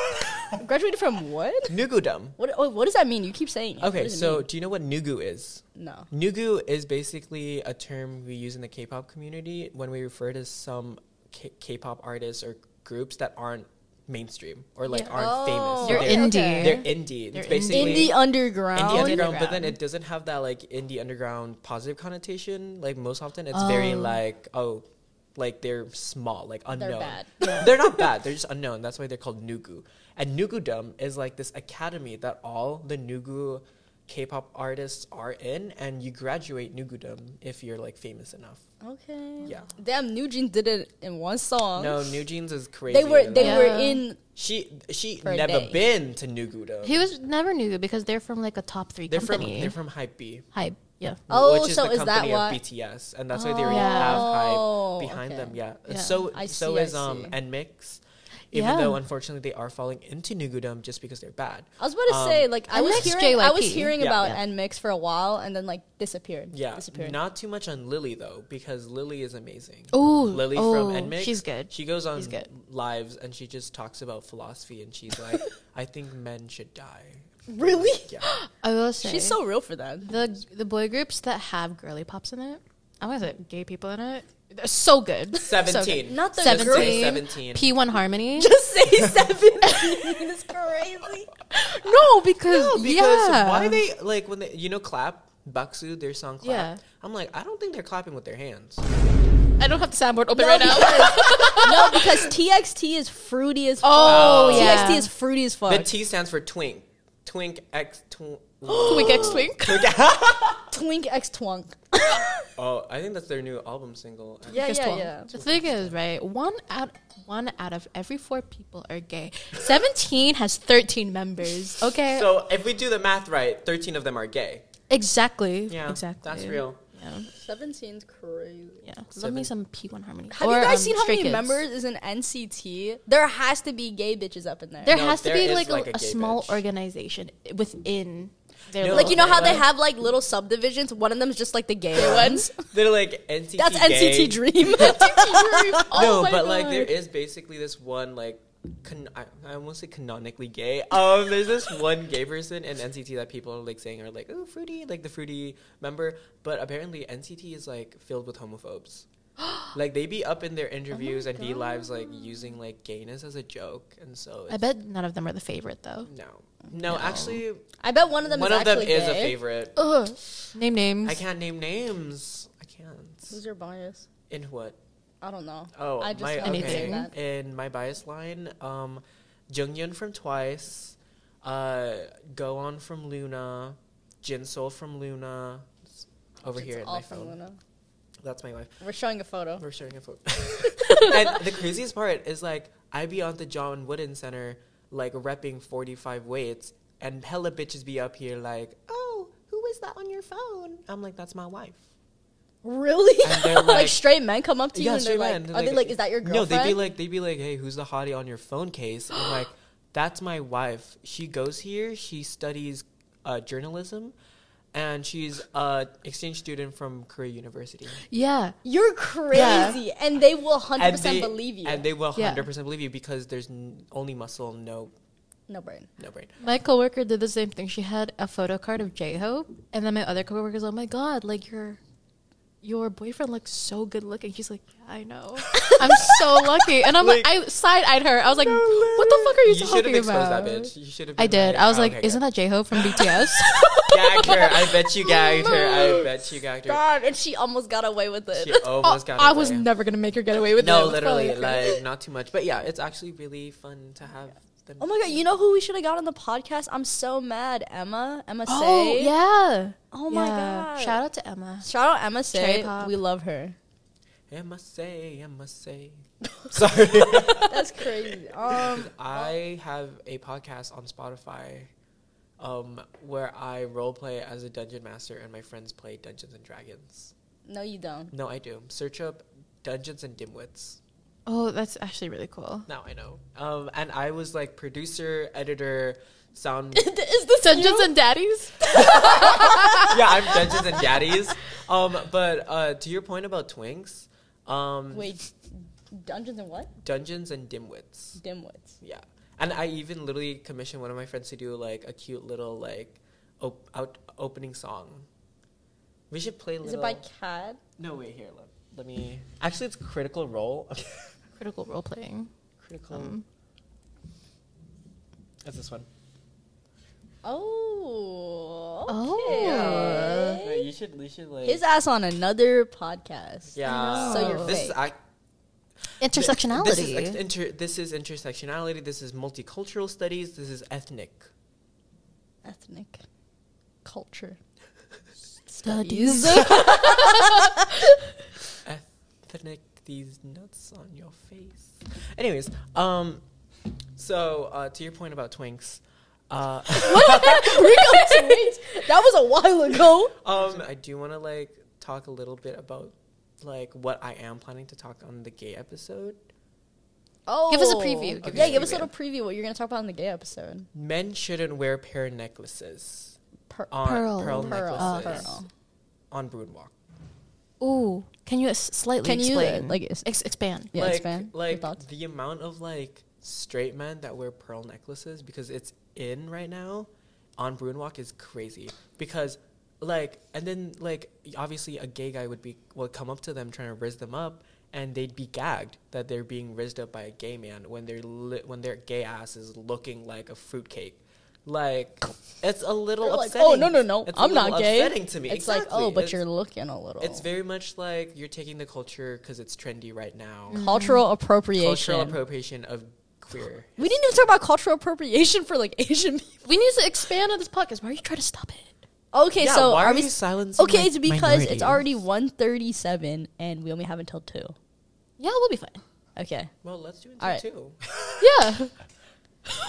B: Graduated from what?
C: Nugudum.
B: What? oh, What does that mean? You keep saying. It. What
C: Okay,
B: does it
C: so
B: mean?
C: do you know what Nugu is?
B: no.
C: Nugu is basically a term we use in the K pop community when we refer to some K- K-pop artists or groups that aren't mainstream or like
A: Yeah.
C: aren't famous. So
A: They're
B: Okay,
A: indie.
B: okay.
C: They're indie.
A: They're
C: it's basically
B: Oh, indie underground.
C: indie underground, but then it doesn't have that like indie underground positive connotation. Like most often, it's very like oh, like they're small, like unknown.
B: bad.
C: they're not bad. They're just unknown. That's why they're called Nugu. And Nugudum is like this academy that all the Nugu K-pop artists are in, and you graduate Nugudum if you're like famous ugh
B: Okay.
C: Yeah.
B: Damn, Nugent did it in one song.
C: No, New Jeans is crazy.
B: Oh, They were they
C: Like,
B: were
A: Yeah.
B: in
C: she she
B: a
C: never
B: day.
C: been to Nugudum.
A: he was never New because they're from like a top 3
C: They're from
A: company.
C: they're from Hype B.
A: Hype. Yeah.
B: Oh,
C: which is
B: so
C: the
B: is that
C: company
B: why-
C: of BTS, and that's why they already
B: Oh,
C: have hype behind
B: okay.
C: them. Yeah.
A: Yeah.
C: So
B: I
C: so
B: see, I
C: is um
B: see.
C: NMIX, even
A: Yeah.
C: though unfortunately they are falling into Nugudum just because they're bad.
B: I was about to say,
C: Um,
B: like, I was
A: NMIX
B: hearing, I was
A: JYP.
B: hearing
C: Yeah.
B: about
A: Yeah.
B: NMIX for a while, and then like disappeared.
C: Yeah,
B: disappeared.
C: not too much on Lily though, because Lily is amazing.
A: Ooh,
C: Lily
A: oh,
C: from NMIX.
A: she's good.
C: She goes on
A: She's good.
C: lives and she just talks about philosophy, and she's like, "I think men should die."
B: really,
C: Yeah,
A: Oh, I will say
B: she's so real for that.
A: the the boy groups that have girly pops in it. I want to say gay people in it. They're so good. So good.
C: seventeen.
B: Not the
C: Just say
B: girly-
C: Seventeen.
A: P1 Harmony.
B: Just say seventeen is crazy.
A: no, because,
C: No, because
A: yeah.
C: why they like when they you know clap Baksu their song clap.
A: Yeah.
C: I'm like I don't think they're clapping with their hands.
A: I don't have the soundboard open
B: No,
A: right
B: because, no,
A: now.
B: because TXT is fruity as fuck.
A: Oh, yeah.
B: TXT is fruity as fuck.
C: The T stands for twink, twink x twink.
A: Twink X Twink.
B: Twink X Twunk.
C: Oh, I think that's their new album single.
B: Yeah,
A: Guess
B: yeah,
A: what?
B: yeah.
A: The thing is, right? One out one out of every four people are gay. Seventeen has thirteen members. Okay,
C: So if we do the math right, thirteen of them are gay.
A: exactly.
C: Yeah,
A: exactly.
C: That's real.
A: Yeah,
B: Seventeen's crazy.
A: yeah. Love me some P One Harmony.
B: Have
A: Or,
B: you guys
A: um,
B: seen how
A: Stray
B: many
A: Kids.
B: members is in NCT? There has to be gay bitches up in there.
A: There
C: No,
A: has to
C: there
A: be
C: is,
A: like,
C: like, a
A: a, a
C: gay
A: small
C: bitch.
A: organization within. Their
C: No,
A: little
B: like you know
C: Okay,
B: how they
C: like-
B: have like little subdivisions. One of them is just like the gay ones.
C: They're like NCT.
B: That's
C: gay.
B: NCT Dream.
A: group.
C: No,
A: Oh my
C: but like there
A: God.
C: is basically this one like. Con- I, I almost say canonically gay. Um, there's this one gay person in NCT that people are like saying are like, oh, fruity, like the fruity member. But apparently NCT is like filled with homophobes. like they be up in their interviews
B: Oh
C: and be lives like using like gayness as a joke, and so
A: I
C: it's,
A: bet none of them are the favorite though.
C: no, no, actually
B: I bet one of them
C: one
B: is
C: of them
B: actually
C: is a
B: gay.
C: favorite.
A: Ugh. Name names.
C: I can't name names. I can't.
B: Who's your bias?
C: In what?
B: I don't know.
C: Oh,
B: I just
C: my,
B: wanted to say
A: Anything.
B: that.
C: In my bias line, um, Jungyeon from Twice, uh, Go On from Luna, Jinsoul from Luna. It's over here
B: It's
C: in
B: all
C: my
B: from
C: phone.
B: Luna.
C: That's my wife.
B: We're showing a photo.
C: We're sharing a photo. and the craziest part is like I be on the John Wooden Center like repping 45 weights, and hella bitches be up here like, oh, who is that on your phone? I'm like, that's my wife.
B: Really?
C: And they're
B: like,
C: like-
B: straight men come up to you and they're
C: straight
B: like,
C: men.
B: are they like, is that your girlfriend?
C: No, they'd be like, they'd be like, hey, who's the hottie on your phone case? I'm like, that's my wife. She goes here. She studies uh, journalism, and she's a exchange student from Korea University.
A: yeah.
B: you're crazy, and they will hundred
C: And
B: percent believe you.
C: And they will
A: Yeah.
C: hundred percent believe you because there's n- only muscle, no,
B: no brain.
C: no brain.
A: My coworker did the same thing. She had a photo card of J Hope, and then my other coworker's, "Oh my god, like your your boyfriend looks so good looking." She's like, "Yeah, I know. I'm so lucky." And I'm like, I side eyed her. I was like, "What the fuck are you,
C: You should have
A: talking
C: exposed
A: about?"
C: that bitch. You should have.
A: I
C: been
A: did. I was
C: "Oh,
A: like,
C: okay,
A: "Isn't
C: good."
A: that J Hope from BTS?"
C: gagged her? I bet you gagged her. I bet you gagged her.
B: God, and she almost got away with it.
C: She almost got.
A: Oh, I was
C: away.
A: never gonna make her get away with it.
C: No,
A: It was probably
C: literally,
A: crazy.
C: like not too much. But yeah, it's actually really fun to have them.
B: Oh my god, you know who we should have got on the podcast? I'm so mad, Emma. Emma
A: Oh
B: Say.
A: yeah.
B: Oh my
A: Yeah.
B: god.
A: Shout out to Emma.
B: Shout out Emma Say.
A: Pop.
B: We love her.
C: I must say, I must say. Sorry,
B: That's crazy. Um,
C: I have a podcast on Spotify, um, where I role play as a dungeon master and my friends play Dungeons and Dragons.
B: no, you don't.
C: No, I do. Search up Dungeons and Dimwits.
A: Oh, that's actually really cool.
C: Now I know. Um, and I was like producer, editor, sound.
B: Is this
A: Dungeons and Daddies.
C: yeah, I'm Dungeons and Daddies. Um, but uh, to your point about twinks, um,
B: Wait, Dungeons and what?
C: Dungeons and Dimwits.
B: Dimwits.
C: Yeah, and I even literally commissioned one of my friends to do like a cute little like op- out opening song. We should play.
B: Is
C: Little...
B: it by Cad?
C: No, wait here. Let, let me. Actually, it's Critical Role.
A: Critical role playing.
C: critical.
A: Um.
C: That's this one.
B: Oh.
A: Oh.
B: Okay.
C: Wait, you should. You should like.
B: His ass on another podcast.
C: yeah.
B: So you're
C: This is
B: fake.
C: ac-
A: Intersectionality.
C: This is, ex- inter- this is intersectionality. This is multicultural studies. This is ethnic.
B: Ethnic culture.
A: Studies.
C: ethnic these nuts on your face. Anyways, um, so uh, to your point about twinks,
B: That was a while ago.
C: Um, I do want to like talk a little bit about like what I am planning to talk on the gay episode.
B: Oh,
A: Give us a preview. Give
B: yeah,
A: us a
B: give us a
C: preview.
B: little preview what you're gonna talk about in the gay episode.
C: Men shouldn't wear pear necklaces
B: Per-
C: on pearl,
A: Pearl.
B: Oh,
C: necklaces
B: pearl.
C: on Broodwalk.
A: Ooh, can you s- slightly
B: Can you, uh,
A: explain?
B: like, s-
A: Ex- expand?
B: Yeah,
C: like,
B: expand. Your
C: Like
B: thoughts?
C: the amount of like straight men that wear pearl necklaces because it's in right now on Bruinwalk is crazy because like and then like obviously a gay guy would be would come up to them trying to riz them up and they'd be gagged that they're being rizzed up by a gay man when they're li- when their gay ass is looking like a fruitcake. Like it's a little
B: You're like,
C: upsetting.
B: oh no no no,
C: It's a
B: I'm
C: little
B: not gay.
C: Upsetting to me.
B: It's like
C: Exactly.
B: oh, but
C: It's-
B: you're looking a little.
C: It's very much like you're taking the culture because it's trendy right now
B: cultural appropriation.
C: cultural appropriation of queer.
B: we didn't even talk about cultural appropriation for like Asian people.
A: We need to expand on this podcast. Why are you trying to stop it?
B: Okay,
C: Yeah,
B: so
C: why
B: are
C: are
B: we
C: you
B: s-
C: silencing,
B: Okay,
C: like,
B: it's because it's
C: minorities?
B: already 1:37 and we only have until two.
A: Yeah, we'll be fine.
B: Okay.
C: Well, let's do it
B: All right.
C: too.
A: Yeah.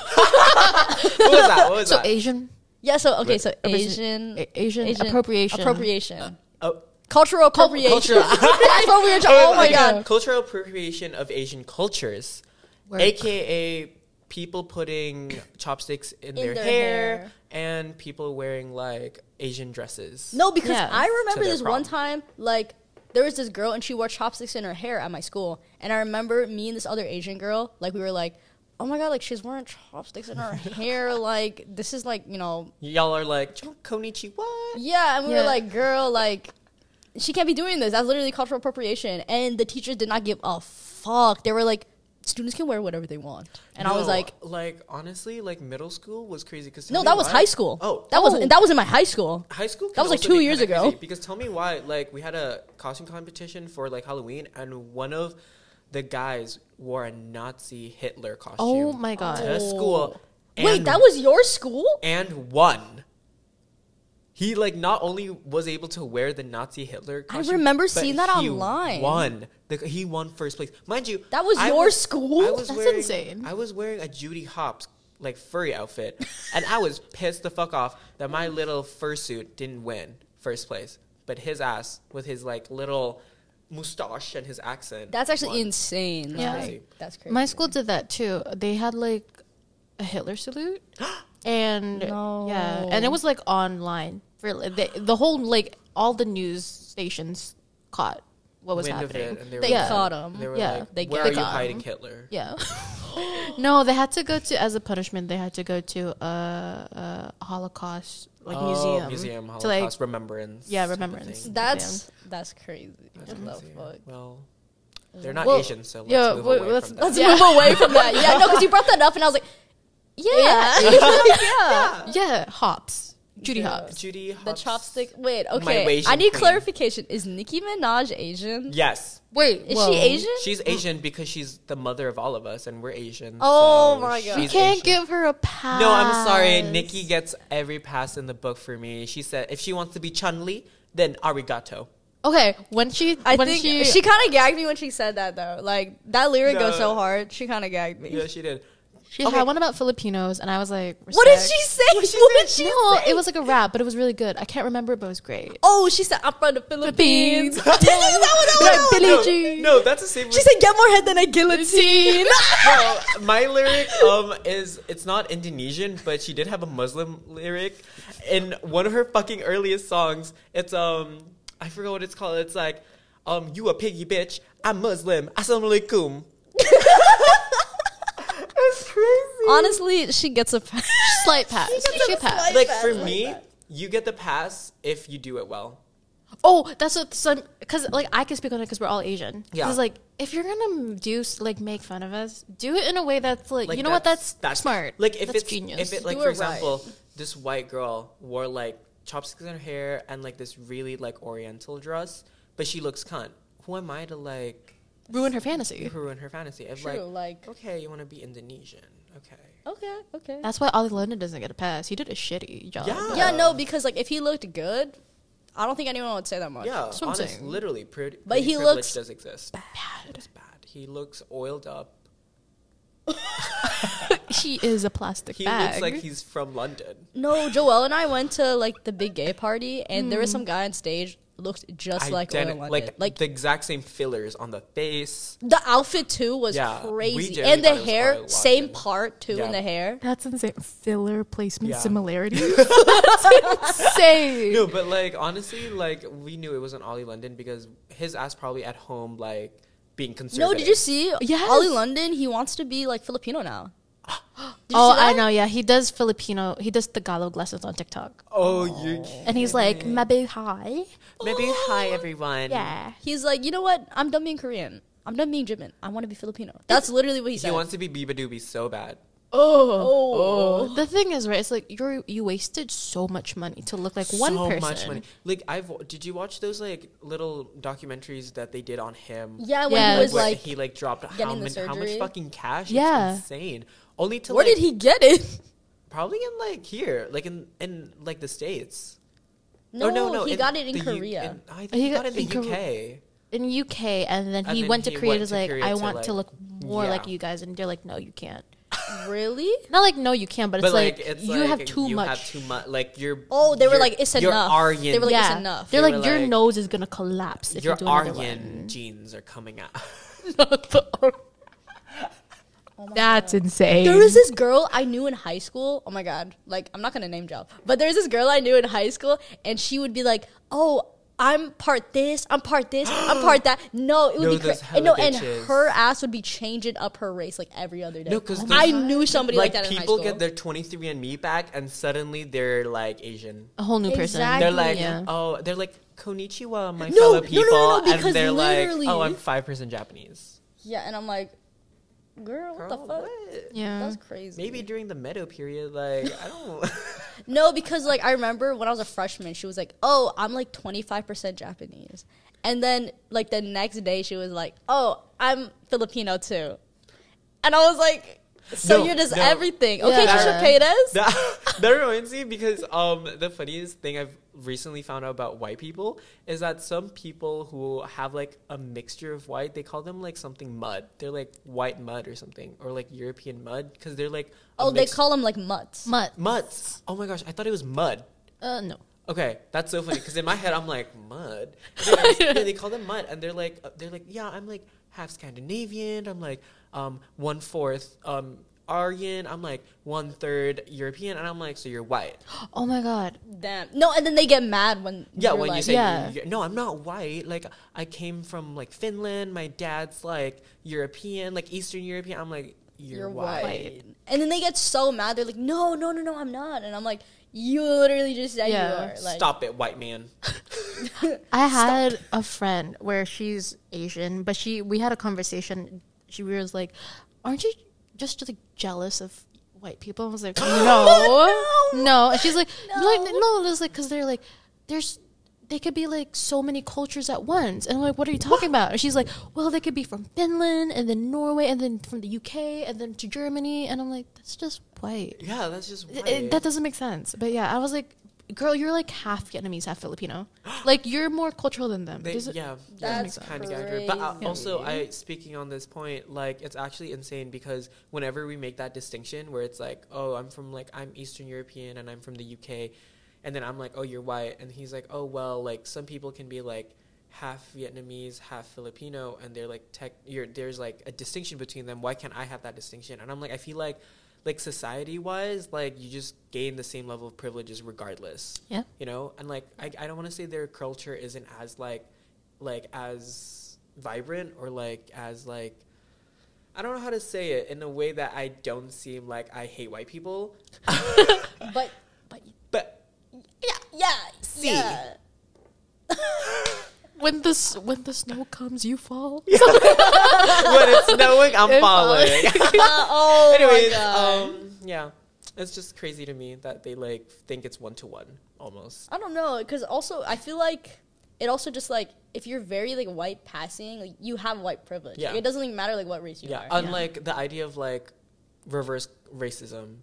C: what was that? What was
A: so
C: that?
A: Asian.
B: Yeah. So okay. So
A: Appropri-
B: Asian,
A: A- Asian appropriation.
B: appropriation,
C: oh,
B: cultural appropriation.
C: cultural-
B: That's what we were. talking- Oh my god.
C: Cultural appropriation of Asian cultures,
A: Work.
C: aka people putting chopsticks in, their,
B: their
C: hair,
B: hair.
C: and people wearing like Asian dresses.
B: No, because
A: Yeah.
B: I remember
C: To their
B: this one
C: problem.
B: time, like there was this girl and she wore chopsticks in her hair at my school, and I remember me and this other Asian girl, like we were like, "Oh my god, like she's wearing chopsticks in her hair, like this is like you know,
C: Y'all are like "Chon- konnichiwa.
B: yeah," and we
A: Yeah.
B: were like, "Girl, like she can't be doing this. That's literally cultural appropriation." And the teachers did not give a fuck. They were like, "Students can wear whatever they want," and I was
C: No,
B: like.
C: like honestly, like middle school was crazy because
B: No, that was high school.
C: Oh,
B: that was that was in my high school.
C: high school
B: That
C: can
B: was like
C: also
B: two
C: be
B: years
C: kinda
B: ago.
C: crazy, because tell me why like we had a costume competition for like halloween and one of the guys wore a nazi hitler costume
A: Oh my god.
C: to school and,
B: Wait, that was your school?
C: and won he like not only was able to wear the nazi hitler
B: I
C: costume,
B: remember
C: but
B: seeing that
C: he
B: online.
C: won the, he won first place mind you
B: That was
C: I
B: your school?
C: I was
A: That's
C: wearing-
A: insane.
C: i was wearing a judy hopps like furry outfit and i was pissed the fuck off that my little fursuit didn't win first place but his ass with his like little mustache and his accent
B: That's actually
C: won.
B: insane.
A: Yeah.
B: Like, that's
C: Oh.
B: crazy.
A: My school did that too. They had like a Hitler salute, and yeah, and it was like online for like, the, the whole like all the news stations caught what was
C: Wind of
A: happening.
C: it, and they,
B: They
C: were like-
B: caught him.
C: they were
A: Yeah.
C: like
B: They
C: where
B: got
C: are you
B: him.
C: hiding hitler
A: Yeah. no, they had to go to as a punishment. They had to go to a, a Holocaust like
C: Oh,
A: museum,
C: museum
A: to like
C: holocaust remembrance
A: yeah
C: type of
A: remembrance.
C: thing.
B: That's that's crazy. What the
C: Yeah.
B: fuck?
C: well they're not
A: Well,
C: asian so let's
A: yeah,
C: move
A: well,
C: away
A: let's-
C: from that.
B: Let's move away from that. Yeah, no, because you brought that up, and I was like,
A: Yeah.
B: yeah, yeah.
A: yeah. hops. Judy Hops.
C: Judy Hopps.
B: The chopstick. Wait, okay.
C: Asian
B: I need
C: queen.
B: clarification. Is Nicki Minaj Asian?
C: Yes.
A: Wait,
B: Is
A: whoa.
B: she Asian?
C: She's Asian because she's the mother of all of us and we're Asian.
B: Oh
C: so
B: my God.
A: We
B: She's
A: can't
C: Asian.
A: give her a pass.
C: No, I'm sorry. Nikki gets every pass in the book for me. She said if she wants to be Chun Li, then arigato.
A: Okay, when she,
B: I
A: when
B: think
A: she,
B: she, kind of gagged me when she said that though. Like that lyric goes so
C: No.
B: hard. She kind of gagged me.
C: Yeah, she did.
A: she had one about Filipinos, and I was like,
B: what did
A: respect.
B: she say? What, did she
A: No,
B: say?
A: it was like a rap, but it was really good. I can't remember, but it was great.
B: Oh, she said I'm from the Philippines.
A: Philippines.
B: Is that what that was?
A: Billie
C: no,
A: Jean.
C: No, that's the same.
B: She said, "Get more head than a guillotine."
C: no, my lyric um is it's not Indonesian, but she did have a Muslim lyric in one of her fucking earliest songs. It's um I forgot what it's called. It's like um you a piggy bitch. I'm Muslim. Assalamualaikum. it's crazy.
B: Honestly, she gets a pass.
A: Slight pass. She,
B: gets a
A: passed.
B: slight-
C: Like
B: bad,
C: for
B: like
C: me, you get the pass if you do it well.
A: Oh, that's what some because like I can speak on it because we're all Asian.
C: Yeah.
A: It's like if you're gonna do s- like make fun of us, do it in a way that's like,
C: Like
A: you know what that's, smart.
C: Like if
A: That's
C: it's if it like
B: Do
C: for
B: it right.
C: example, this white girl wore like chopsticks in her hair and like this really like oriental dress, but she looks cunt. Who am I to like
A: ruin her fantasy.
C: ruin her fantasy? If
B: True, like-
C: okay, you want to be Indonesian, okay.
B: Okay, okay.
A: That's why Ollie London doesn't get a pass. He did a shitty job.
C: Yeah.
B: Yeah, no, because like if he looked good, I don't think anyone would say that much.
C: Yeah,
A: what I'm
C: honest-
A: saying.
C: literally, pretty,
B: But
C: pretty
B: he
C: privilege
B: looks
C: does exist. Bad. It's bad. He looks oiled up.
A: he is a plastic
C: He
A: bag.
C: looks like he's from London.
B: No, Joel and I went to like the big gay party, and there was some guy on stage looked just like Oil
C: Identi-
B: London.
C: like,
B: Like,
C: the exact same fillers on the face.
B: the outfit too was
C: Yeah, we
B: crazy,
C: did. We
B: and the
C: thought it was Oil
B: hair, same
C: London.
B: part too
C: Yeah.
B: in the hair.
A: That's insane. Filler placement
C: Yeah.
A: similarities. That's insane.
C: No, but like honestly, like we knew it wasn't Ollie London because his ass probably at home like being conservative.
B: No, did you see?
A: Yes.
B: Ollie London. He wants to be like Filipino now. Did you
A: Oh,
B: see
A: I
B: that?
A: know. Yeah, he does Filipino. He does Tagalog lessons on TikTok,
C: Oh, you
A: and he's like, "Mabe hi."
B: Oh.
C: maybe hi everyone.
A: Yeah.
B: He's like, you know what? I'm done being Korean. I'm done being Jimin. I want to be Filipino. That's literally what he
C: He
B: said.
C: wants to be Biba Doobie so bad.
B: oh,
A: The thing is, right? It's like you are you wasted so much money to look like one
C: so
A: person.
C: much money. Like I've did you watch those like little documentaries that they did on him?
B: yeah. When
A: Yeah.
B: he was
C: Where
B: like,
C: he like dropped how,
B: getting the
C: many, how much
B: surgery.
C: fucking cash? It's
A: Yeah.
C: insane. Only to
B: where
C: like,
B: did he get it?
C: Probably in like here, like in in like the states.
B: No,
C: Or no, no.
B: he
C: in
B: got it in
C: the U-
B: Korea.
C: in- I think
A: He
C: he,
A: got-
C: got it in
A: in
C: the
A: Kor-
C: UK.
A: in UK, and then
C: And
A: he
C: then
A: went to
C: he
A: Korea.
C: went
A: He's
C: to
A: like,
C: Korea
A: I
C: to,
A: want to
C: like-
A: look more
C: Yeah.
A: like you guys, and they're like, no, you can't.
B: really?
A: Not like no, you can't, but,
C: But
A: it's
C: like,
A: like,
C: it's
A: you
C: like
A: have too
C: you
A: much.
C: Have too much. Like you're.
B: Oh, they were
C: you're-
B: like, it's
C: you're
B: enough.
C: Aryan.
B: They were like,
A: yeah,
B: it's enough.
A: They're
C: They
A: like,
C: were
A: your
C: like-
A: nose is gonna collapse if
C: your
A: you do another one.
C: Aryan genes are coming out.
A: That's insane.
B: There was this girl I knew in high school. Oh my god! Like I'm not gonna name drop, but there was this girl I knew in high school, and she would be like, "Oh, I'm part this, I'm part this, I'm part that." No, it would
C: No,
B: be
C: those
B: cra- and no,
C: hella
B: and
C: bitches.
B: her ass would be changing up her race like every other day.
C: No, 'cause Oh my
B: I
C: God.
B: knew somebody like,
C: like
B: that in high
C: people
B: school.
C: get their 23andMe back, and suddenly they're like Asian.
A: a whole new person.
B: Exactly.
C: They're like,
A: Yeah.
C: oh, they're like konnichiwa, my
B: No,
C: fellow
B: no, no,
C: people,
B: no, because
C: and they're
B: literally-
C: like, oh, I'm five percent Japanese.
B: yeah, and I'm like, girl, what the
C: Girl,
B: fuck?
C: Oh, what?
A: Yeah.
B: That's crazy.
C: Maybe during the Meadow period, like I don't.
B: No, because like I remember when I was a freshman, she was like, "Oh, I'm like 25% Japanese." And then like the next day she was like, "Oh, I'm Filipino too." And I was like, "So
C: No,
B: you're just
C: no.
B: everything." Okay,
A: Yeah.
B: Trisha Paytas.
C: that, that reminds me because um the funniest thing I've recently found out about white people is that some people who have like a mixture of white they call them like something mud they're like white mud or something or like European mud because they're like a
B: Oh, they
C: mix-
B: call them like mutts.
A: Mutt.
C: muds oh my gosh I thought it was mud
A: Uh, no.
C: okay that's so funny because in my head I'm like mud They're- yeah, they call them mud and they're like uh, they're like yeah I'm like half Scandinavian I'm like um one fourth um Aryan I'm like one third European and I'm like so you're white
A: Oh my god.
B: Damn. No, and then they get mad when
C: Yeah,
B: you're
C: when you
B: like-
C: say
A: Yeah.
C: you- you- no, I'm not white. Like I came from like Finland. My dad's like European, like Eastern European. I'm like you're,
B: you're
C: white.
B: white. And then they get so mad. They're like, "No, no, no, no, I'm not." And I'm like, "You literally just said
A: Yeah.
B: you are." Like,
C: Stop it, white man.
A: I had a friend where she's Asian, but she we had a conversation. She was like, "Aren't you just like jealous of white people?" I was like, "No, no." And she's like, "No, like, no." It's like because they're like, there's they could be like so many cultures at once, and I'm like, "What are you talking about?" And she's like, "Well, they could be from Finland, and then Norway, and then from the UK, and then to Germany," and I'm like, "That's just white."
C: Yeah, that's just
A: It-
C: white.
A: it- that doesn't make sense. But yeah, I was like, girl, you're like half Vietnamese, half Filipino. like you're more cultural than them.
C: They-
A: Does it-
C: yeah,
B: That's
C: kind of accurate. But uh,
B: crazy.
C: also, I speaking on this point, like it's actually insane because whenever we make that distinction, where it's like, oh, I'm from like I'm Eastern European and I'm from the UK, and then I'm like, oh, you're white, and he's like, oh, well, like some people can be like half Vietnamese, half Filipino, and they're like tech. You're, there's like a distinction between them. Why can't I have that distinction? And I'm like, I feel like. Like society wise, like you just gain the same level of privileges regardless
A: Yeah.
C: you know and like i, I don't want to say their culture isn't as like like as vibrant or like as like i don't know how to say it in a way that i don't seem like i hate white people
B: But but
C: but
B: yeah, yeah. See. Yeah.
A: When the s- when the snow comes, you fall.
C: when it's snowing i'm
A: It's
C: following
B: oh
C: anyways
B: my god.
C: um yeah it's just crazy to me that they like think it's one-to-one almost
B: I don't know, because also I feel like it also just like if you're very like white passing, like you have white privilege.
C: Yeah.
B: Like, it doesn't like, matter like what race you
C: yeah
B: are.
C: unlike the idea of like reverse racism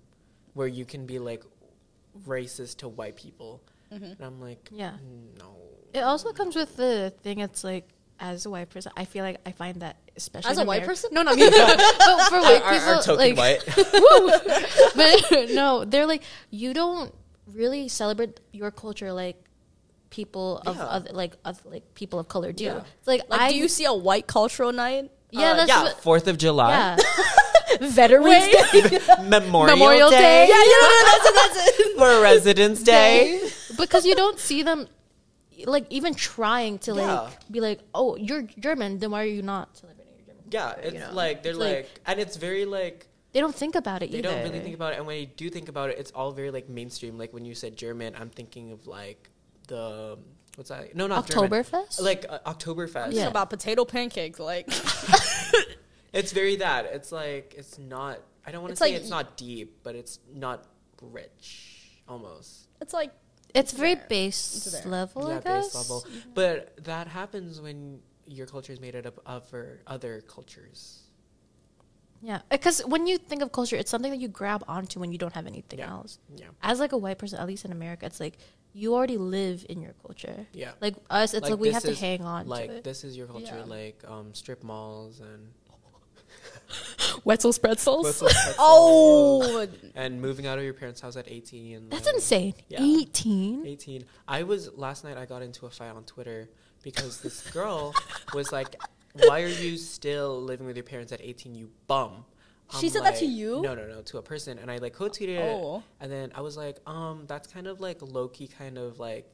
C: where you can be like racist to
A: Mm-hmm.
C: white people and i'm like "Mm,
A: Yeah.
C: no
A: It also comes with the thing. It's like as a white person, I feel like I find that especially
B: As
A: in
B: a white
A: Ameri-
B: person?
A: No, not me. but for white
D: Our-
A: people,
D: our token
A: like,
D: white.
A: but no, they're like you don't really celebrate your culture like people of
C: Yeah.
A: other, like of, like people of color do.
C: Yeah.
A: It's like,
B: Like,
A: I
B: do you see a white cultural night? Uh,
A: yeah, that's
D: yeah,
A: what,
D: Fourth of July,
A: yeah.
B: Veterans Day.
D: Memorial,
A: Memorial
D: Day,
A: Day.
B: yeah, yeah, no, no, that's it, that's it.
D: President's Day.
A: because you don't see them like even trying to like
C: Yeah.
A: be like, oh, you're German, then why are you not celebrating your German?
C: Yeah,
A: culture,
C: it's
A: you know?
C: like they're
A: It's
C: like, and it's very like
A: they don't think about it
C: they
A: either.
C: don't really think about it. And when you do think about it, it's all very like mainstream. Like when you said German, I'm thinking of like the what's that? No, not German.
A: Oktoberfest?
C: Like uh, Oktoberfest.
A: Yeah.
G: about potato pancakes. Like,
C: It's very that. It's like it's not. I don't want to
B: It's
C: say
B: like-
C: it's not deep, but it's not rich. Almost.
B: It's like
A: it's very base
B: there.
A: level,
C: yeah,
A: I guess.
C: base level. But that happens when your culture is made up of for other cultures.
A: Yeah, because when you think of culture, it's something that you grab onto when you don't have anything
C: Yeah.
A: else.
C: Yeah.
A: As like a white person, at least in America, it's like you already live in your culture.
C: Yeah.
A: Like us, it's like, we
C: this
A: have to
C: is-
A: hang on
C: Like
A: to it.
C: this is your culture,
B: Yeah.
C: like um, strip malls and
G: Wetzel's pretzels.
B: oh,
C: and moving out of your parents' house at eighteen. And,
A: That's
C: like,
A: insane.
C: Yeah.
A: Eighteen.
C: Eighteen. I was last night. I got into a fight on Twitter because this girl was like, "Why are you still living with your parents at eighteen? You bum."
B: She said that to you?
C: No, no, no, to a person. And I like co-tweeted
B: Oh.
C: it, and then I was like, "Um, that's kind of like low key, kind of like,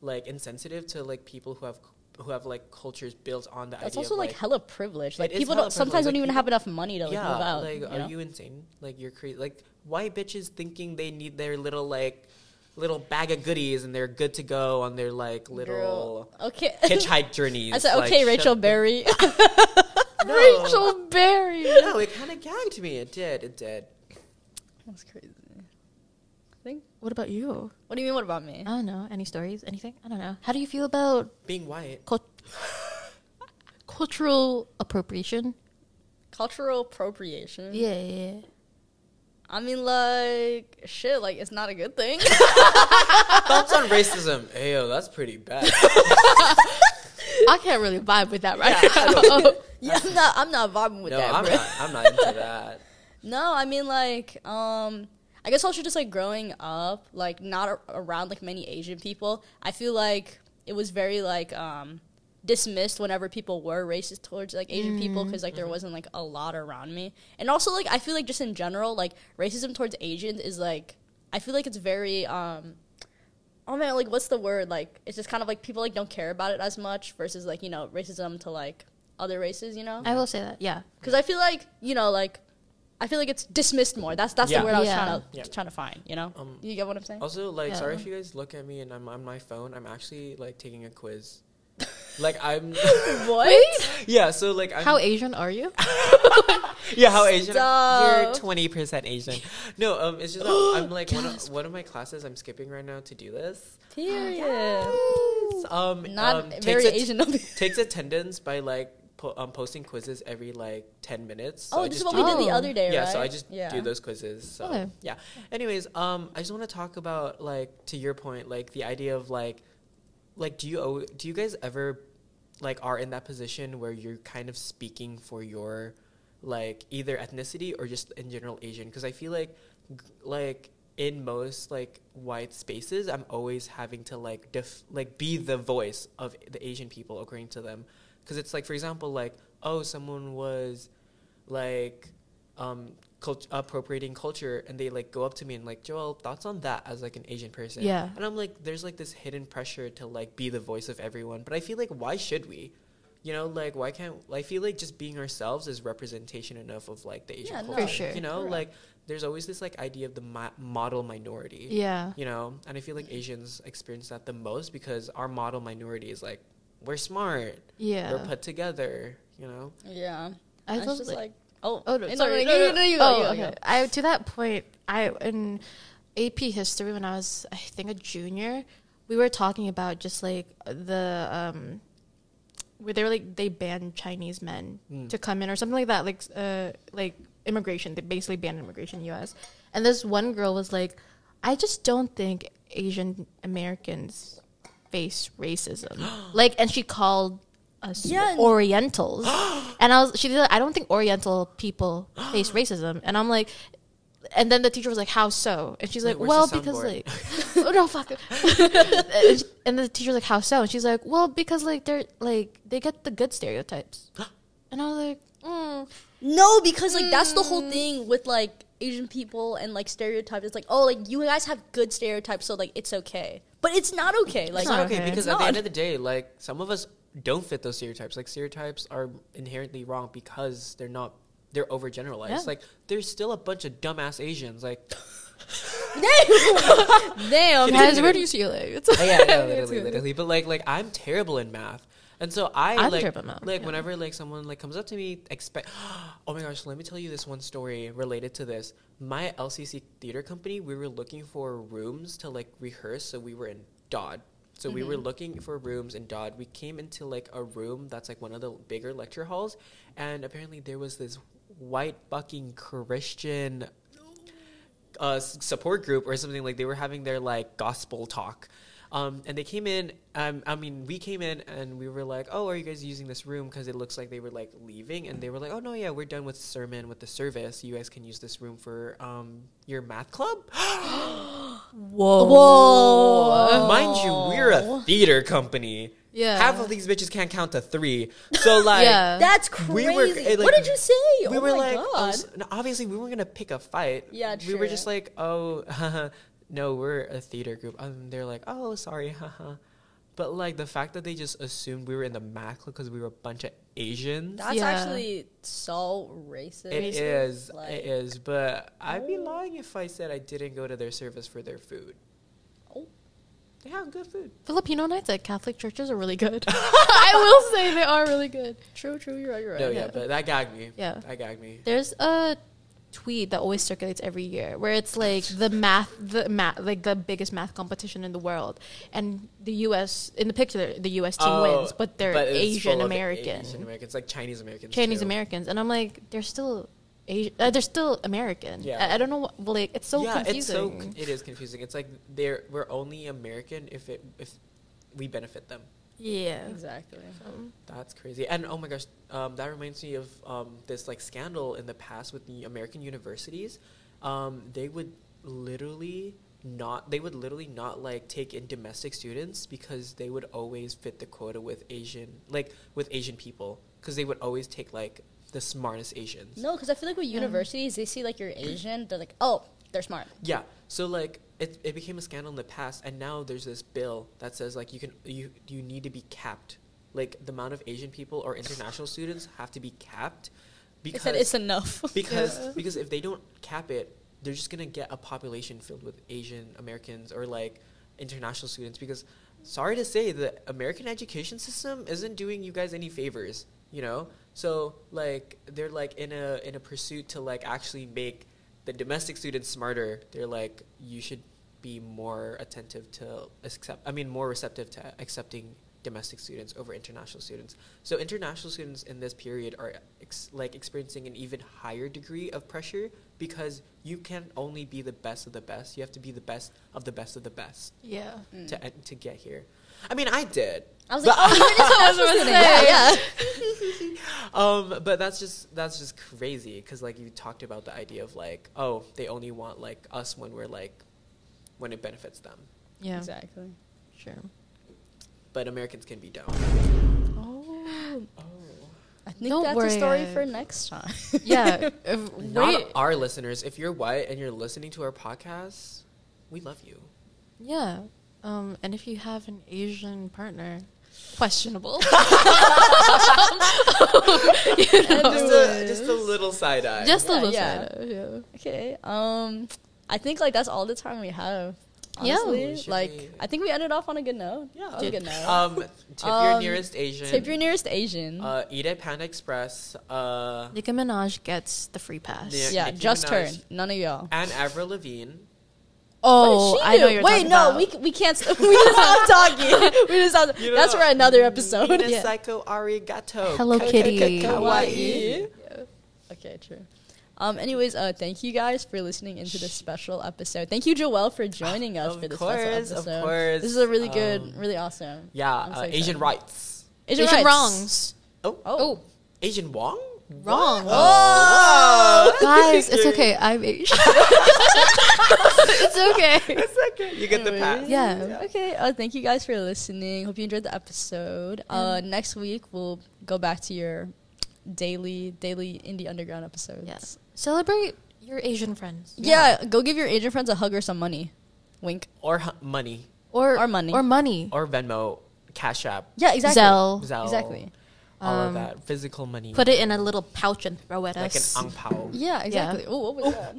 C: like insensitive to like people who have." Who have like cultures built on the
B: that's
C: idea
B: also
C: of,
B: like, hella privilege. Like
C: is
B: people
C: hella
B: don't
C: privilege.
B: sometimes don't
C: Like,
B: even
C: people-
B: have enough money to like
C: yeah,
B: move out.
C: like
B: you
C: are
B: know?
C: you insane? Like you're crazy. Like white bitches thinking they need their little like little bag of goodies and they're good to go on their like
B: Girl.
C: little
B: Okay.
C: hitchhike journeys.
B: I said,
C: Like,
B: okay,
C: shut
B: Rachel
C: the-
B: Berry.
C: No.
B: Rachel Berry.
C: No, it kind of gagged me. It did. It did.
B: That's crazy.
A: What about you?
B: What do you mean? What about me?
A: I don't know. Any stories? Anything? I don't know. How do you feel about
C: Being white.
A: cult- cultural appropriation?
B: Cultural appropriation.
A: Yeah, yeah.
B: I mean, like shit. Like it's not a good thing.
C: Thoughts on racism? Ayo, that's pretty bad.
A: I can't really vibe with that right now.
B: yeah, I'm not. I'm not vibing with
C: No,
B: that.
C: I'm
B: bro.
C: not. I'm not into that.
B: No, I mean like um I guess also just like growing up, like not a- around like many Asian people. I feel like it was very like um dismissed whenever people were racist towards like Asian people because like there wasn't like a lot around me. And also like I feel like just in general like racism towards Asians is like I feel like it's very um oh man like what's the word like it's just kind of like people like don't care about it as much versus like you know racism to like other races you know
A: I will say that. Yeah.
B: because I feel like you know, like I feel like it's dismissed more. That's that's
C: Yeah.
B: the word I was
A: Yeah.
B: trying to
C: Yeah.
B: trying to find. You know,
C: Um,
B: you get what I'm saying?
C: Also, like, sorry
A: Yeah.
C: if you guys look at me and I'm on my phone. I'm actually like taking a quiz. Like I'm,
B: What?
C: yeah. So like, I'm,
A: How Asian are you?
C: Yeah, how Asian? You're
B: Stop.
C: twenty percent Asian. No, um, it's just that I'm like one of, one of my classes I'm skipping right now to do this.
B: Period. Oh,
C: Um,
B: Not
C: um,
B: very
C: takes a-
B: Asian of you.
C: takes attendance by like po- um, posting quizzes every like ten minutes. So
B: Oh,
C: I
B: this
C: just
B: is what
C: do-
B: we did the
A: Oh.
B: other day,
C: yeah,
B: right?
C: so I just
B: Yeah.
C: do those quizzes. So
A: Okay.
C: yeah. Anyways, um, I just want to talk about like to your point, like the idea of like, like do you al- do you guys ever like are in that position where you're kind of speaking for your like either ethnicity or just in general Asian? Because I feel like g- like in most like white spaces, I'm always having to like def- like be the voice of the Asian people according to them. Because it's like, for example, like oh, someone was like um cult- appropriating culture and they like go up to me and like joel thoughts on that as like an asian person
A: Yeah.
C: and i'm like there's like this hidden pressure to like be the voice of everyone but i feel like why should we you know like why can't i feel like just being ourselves is representation enough of like the asian
B: Yeah, no,
C: culture
A: For sure.
C: you know like there's always this like idea of the mi- model minority
A: Yeah.
C: you know and i feel like asians experience that the most because our model minority is like we're smart
A: Yeah.
C: we're put together you know
B: yeah.
A: I
B: It's
A: felt
B: just
A: like-
B: like oh
A: Oh, no,
B: it's
A: sorry.
B: already-
A: No, no,
B: you- you go,
A: oh,
B: you go, you
A: okay.
B: go.
A: I to that point, I in AP history when I was I think a junior, we were talking about just like the um where they were like they banned Chinese men to come in or something like that, like uh like immigration. They basically banned immigration in US. And this one girl was like, I just don't think Asian Americans face racism. like and she called us
B: Yeah, and-
A: Orientals. and I was, she was like, I don't think Oriental people face racism. And I'm like, and then the teacher was like, "How so?" And she's like,
C: where's
A: "Well,
C: the
A: because
C: soundboard?
A: like, oh no, fuck." and, she- and the teacher's like, "How so?" And she's like, "Well, because like they're like they get the good stereotypes." and I was like, mm.
B: No, because like that's the whole thing with like Asian people and like stereotypes. It's like, oh, like you guys have good stereotypes, so like it's okay. But it's not Oh, okay. Like
A: not
C: okay,
A: Okay.
C: because
B: It's
C: at the end
B: not.
C: of the day, like some of us don't fit those stereotypes. Like stereotypes are inherently wrong because they're not they're overgeneralized.
A: Yeah.
C: Like there's still a bunch of dumbass Asians. Like
B: damn, damn.
A: guys, where do you see like? It's
C: oh, yeah, yeah, literally, literally. But like like I'm terrible in math. And so I
A: I'm
C: like
A: terrible at math,
C: like
A: yeah.
C: whenever like someone like comes up to me expect oh my gosh let me tell you this one story related to this my LCC theater company we were looking for rooms to like rehearse so we were in Dodd so we
A: Mm-hmm.
C: were looking for rooms in Dodd we came into like a room that's like one of the bigger lecture halls and apparently there was this white fucking Christian uh, s- support group or something like they were having their like gospel talk um, and they came in um, i mean we came in and we were like oh are you guys using this room because it looks like they were like leaving and they were like oh no yeah we're done with sermon with the service you guys can use this room for um, your math club
A: Whoa.
C: mind you we're a theater company
A: Yeah.
C: half of these bitches can't count to three so like
A: Yeah.
B: That's crazy.
C: We were- it, like,
B: what did you say?
C: we
B: oh
C: were
B: my
C: like,
B: God.
C: oh, s- no, obviously, we weren't gonna pick a fight.
B: Yeah,
C: we were
B: true.
C: just like, oh, no, we're a theater group. Um, they're like, oh, sorry, haha. But like the fact that they just assumed we were in the math club because we were a bunch of Asians.
B: That's
A: Yeah.
B: actually so racist.
C: It is,
B: Like,
C: it is. But I'd be lying if I said I didn't go to their service for their food.
B: Oh.
C: They have good food.
A: Filipino nights at Catholic churches are really good. I will say they are really good.
B: True, true. You're right. You're right.
C: No, yeah, but that gagged me.
A: Yeah.
C: that gagged me.
A: There's a tweet that always circulates every year where it's like the math, the math, like the biggest math competition in the world, and the U.S. in the picture, the U.S. team
C: Oh,
A: wins, but they're
C: it's
A: Asian
C: full of
A: American,
C: Asian Americans, like Chinese Americans.
A: Chinese
C: too.
A: Americans, and I'm like, they're still. Asian, uh, they're still American.
C: Yeah.
A: I, I don't know. What, like, it's so confusing.
C: It's so, con- it is confusing. It's like they're we're only American if it if we benefit them.
A: yeah.
B: Exactly.
C: That's crazy. And oh my gosh, um, that reminds me of um, this like scandal in the past with the American universities. Um, they would literally not they would literally not like take in domestic students because they would always fit the quota with Asian like with Asian people because they would always take like the smartest Asians.
B: No, because I feel like with universities, they see like you're Asian. They're like, oh, they're smart.
C: Yeah. So like it, it became a scandal in the past, and now there's this bill that says like you can you you need to be capped, like the amount of Asian people or international students have to be capped,
B: They
C: because
B: said it's enough.
C: because because if they don't cap it, they're just gonna get a population filled with Asian Americans or like international students. Because sorry to say, the American education system isn't doing you guys any favors. You know, so like they're like in a in a pursuit to like actually make the domestic students smarter. They're like you should be more attentive to accept. I mean, more receptive to accepting domestic students over international students. So international students in this period are ex- like experiencing an even higher degree of pressure because you can only be the best of the best. You have to be the best of the best of the best
A: Yeah.
C: to en- to get here. I mean, I did.
B: I was like, oh, you're international student. Yeah,
A: say.
B: yeah.
C: Um, but that's just that's just crazy because like you talked about the idea of like oh they only want like us when we're like when it benefits them,
A: Yeah.
B: Exactly.
A: Sure.
C: but Americans can be dumb.
B: Oh. I think
A: Don't
B: that's
A: worry,
B: a story
A: guys.
B: for next time.
A: Yeah. if-
C: Not
A: wait.
C: our listeners. If you're white and you're listening to our podcast, we love you.
A: Yeah. Um, and if you have an Asian partner, questionable. You know,
C: just a just a little side eye.
A: just a
B: Yeah,
A: little
B: yeah.
A: side. Yeah.
B: okay. Um, I think like that's all the time we have.
A: Yeah.
B: Honestly,
C: We should
B: like
C: be-
B: I think we ended off on a good note.
C: Yeah.
B: on a good note.
C: um, tip your
B: Um,
C: nearest Asian.
B: Tip your nearest Asian.
C: uh, eat at Panda Express. Uh,
A: Nicki Minaj gets the free pass.
C: Yeah.
B: yeah,
C: Nicki
B: just her.
C: Minaj.
B: None of y'all.
C: and Avril Lavigne.
A: Oh,
B: What did she
A: I know
B: do?
A: you're
B: Wait,
A: talking
B: no,
A: about.
B: we c- we can't. s- We can stop talking. We just stop.
C: You know,
B: That's for another episode.
C: Mina
A: Yeah.
C: Psycho Arigato.
A: Hello
C: Ka- ka-
A: Kitty.
C: ka- Kawaii.
B: Okay, true. Um, anyways, uh, thank you guys for listening into this special episode. Thank you, Joelle, for joining us
C: Of
B: for this
C: course,
B: special
C: of
B: episode.
C: course.
B: This is a really good,
C: Um,
B: really awesome.
C: Yeah,
B: I'm so
C: uh, Asian
B: excited.
C: rights.
B: Asian,
A: Asian
B: rights.
A: wrongs.
C: Oh,
A: Oh,
C: Asian Wong?
A: wrong.
C: Oh,
A: Guys, it's okay. I'm Asian. it's okay.
C: you get the pass.
A: Yeah.
B: Okay. Uh, thank you guys for listening. Hope you enjoyed the episode. Uh, next week we'll go back to your daily daily indie underground episodes.
A: Yes. Celebrate your Asian friends.
B: Yeah. Go give your Asian friends a hug or some money. Wink.
C: Or hu- money,
A: Or,
B: Or money.
A: Or money.
C: or Venmo, Cash App,
B: Yeah. Exactly.
A: Zelle.
C: Zelle,
B: Exactly.
C: all of that physical money,
A: Put it in a little pouch and throw at
C: like an
A: us.
C: ang pao.
B: Yeah. Exactly. Oh, what was that?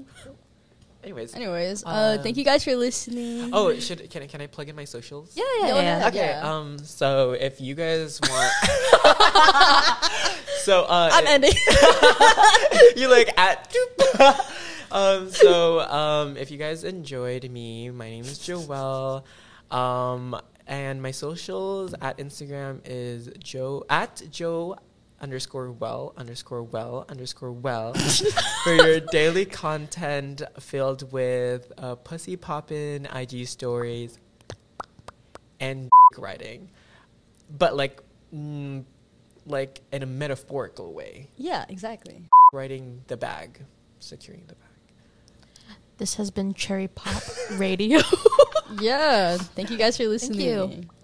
C: Anyways,
B: Anyways, uh,
C: Um,
B: thank you guys for listening.
C: oh, should can I can I plug in my socials?
A: yeah, yeah,
B: Go
A: yeah.
B: ahead.
C: Okay.
B: Yeah.
C: Um. So if you guys want, so uh,
B: I'm ending.
C: you like at. um. So um. If you guys enjoyed me, my name is Joelle. Um. And my socials at Instagram is Joe at Joe underscore well underscore well underscore well for your daily content filled with uh, pussy poppin' IG stories and writing, but like, mm, like in a metaphorical way,
B: yeah. Exactly.
C: writing the bag, securing the bag.
A: This has been Cherry Pop Radio.
B: Yeah. Thank you guys for listening.
A: you.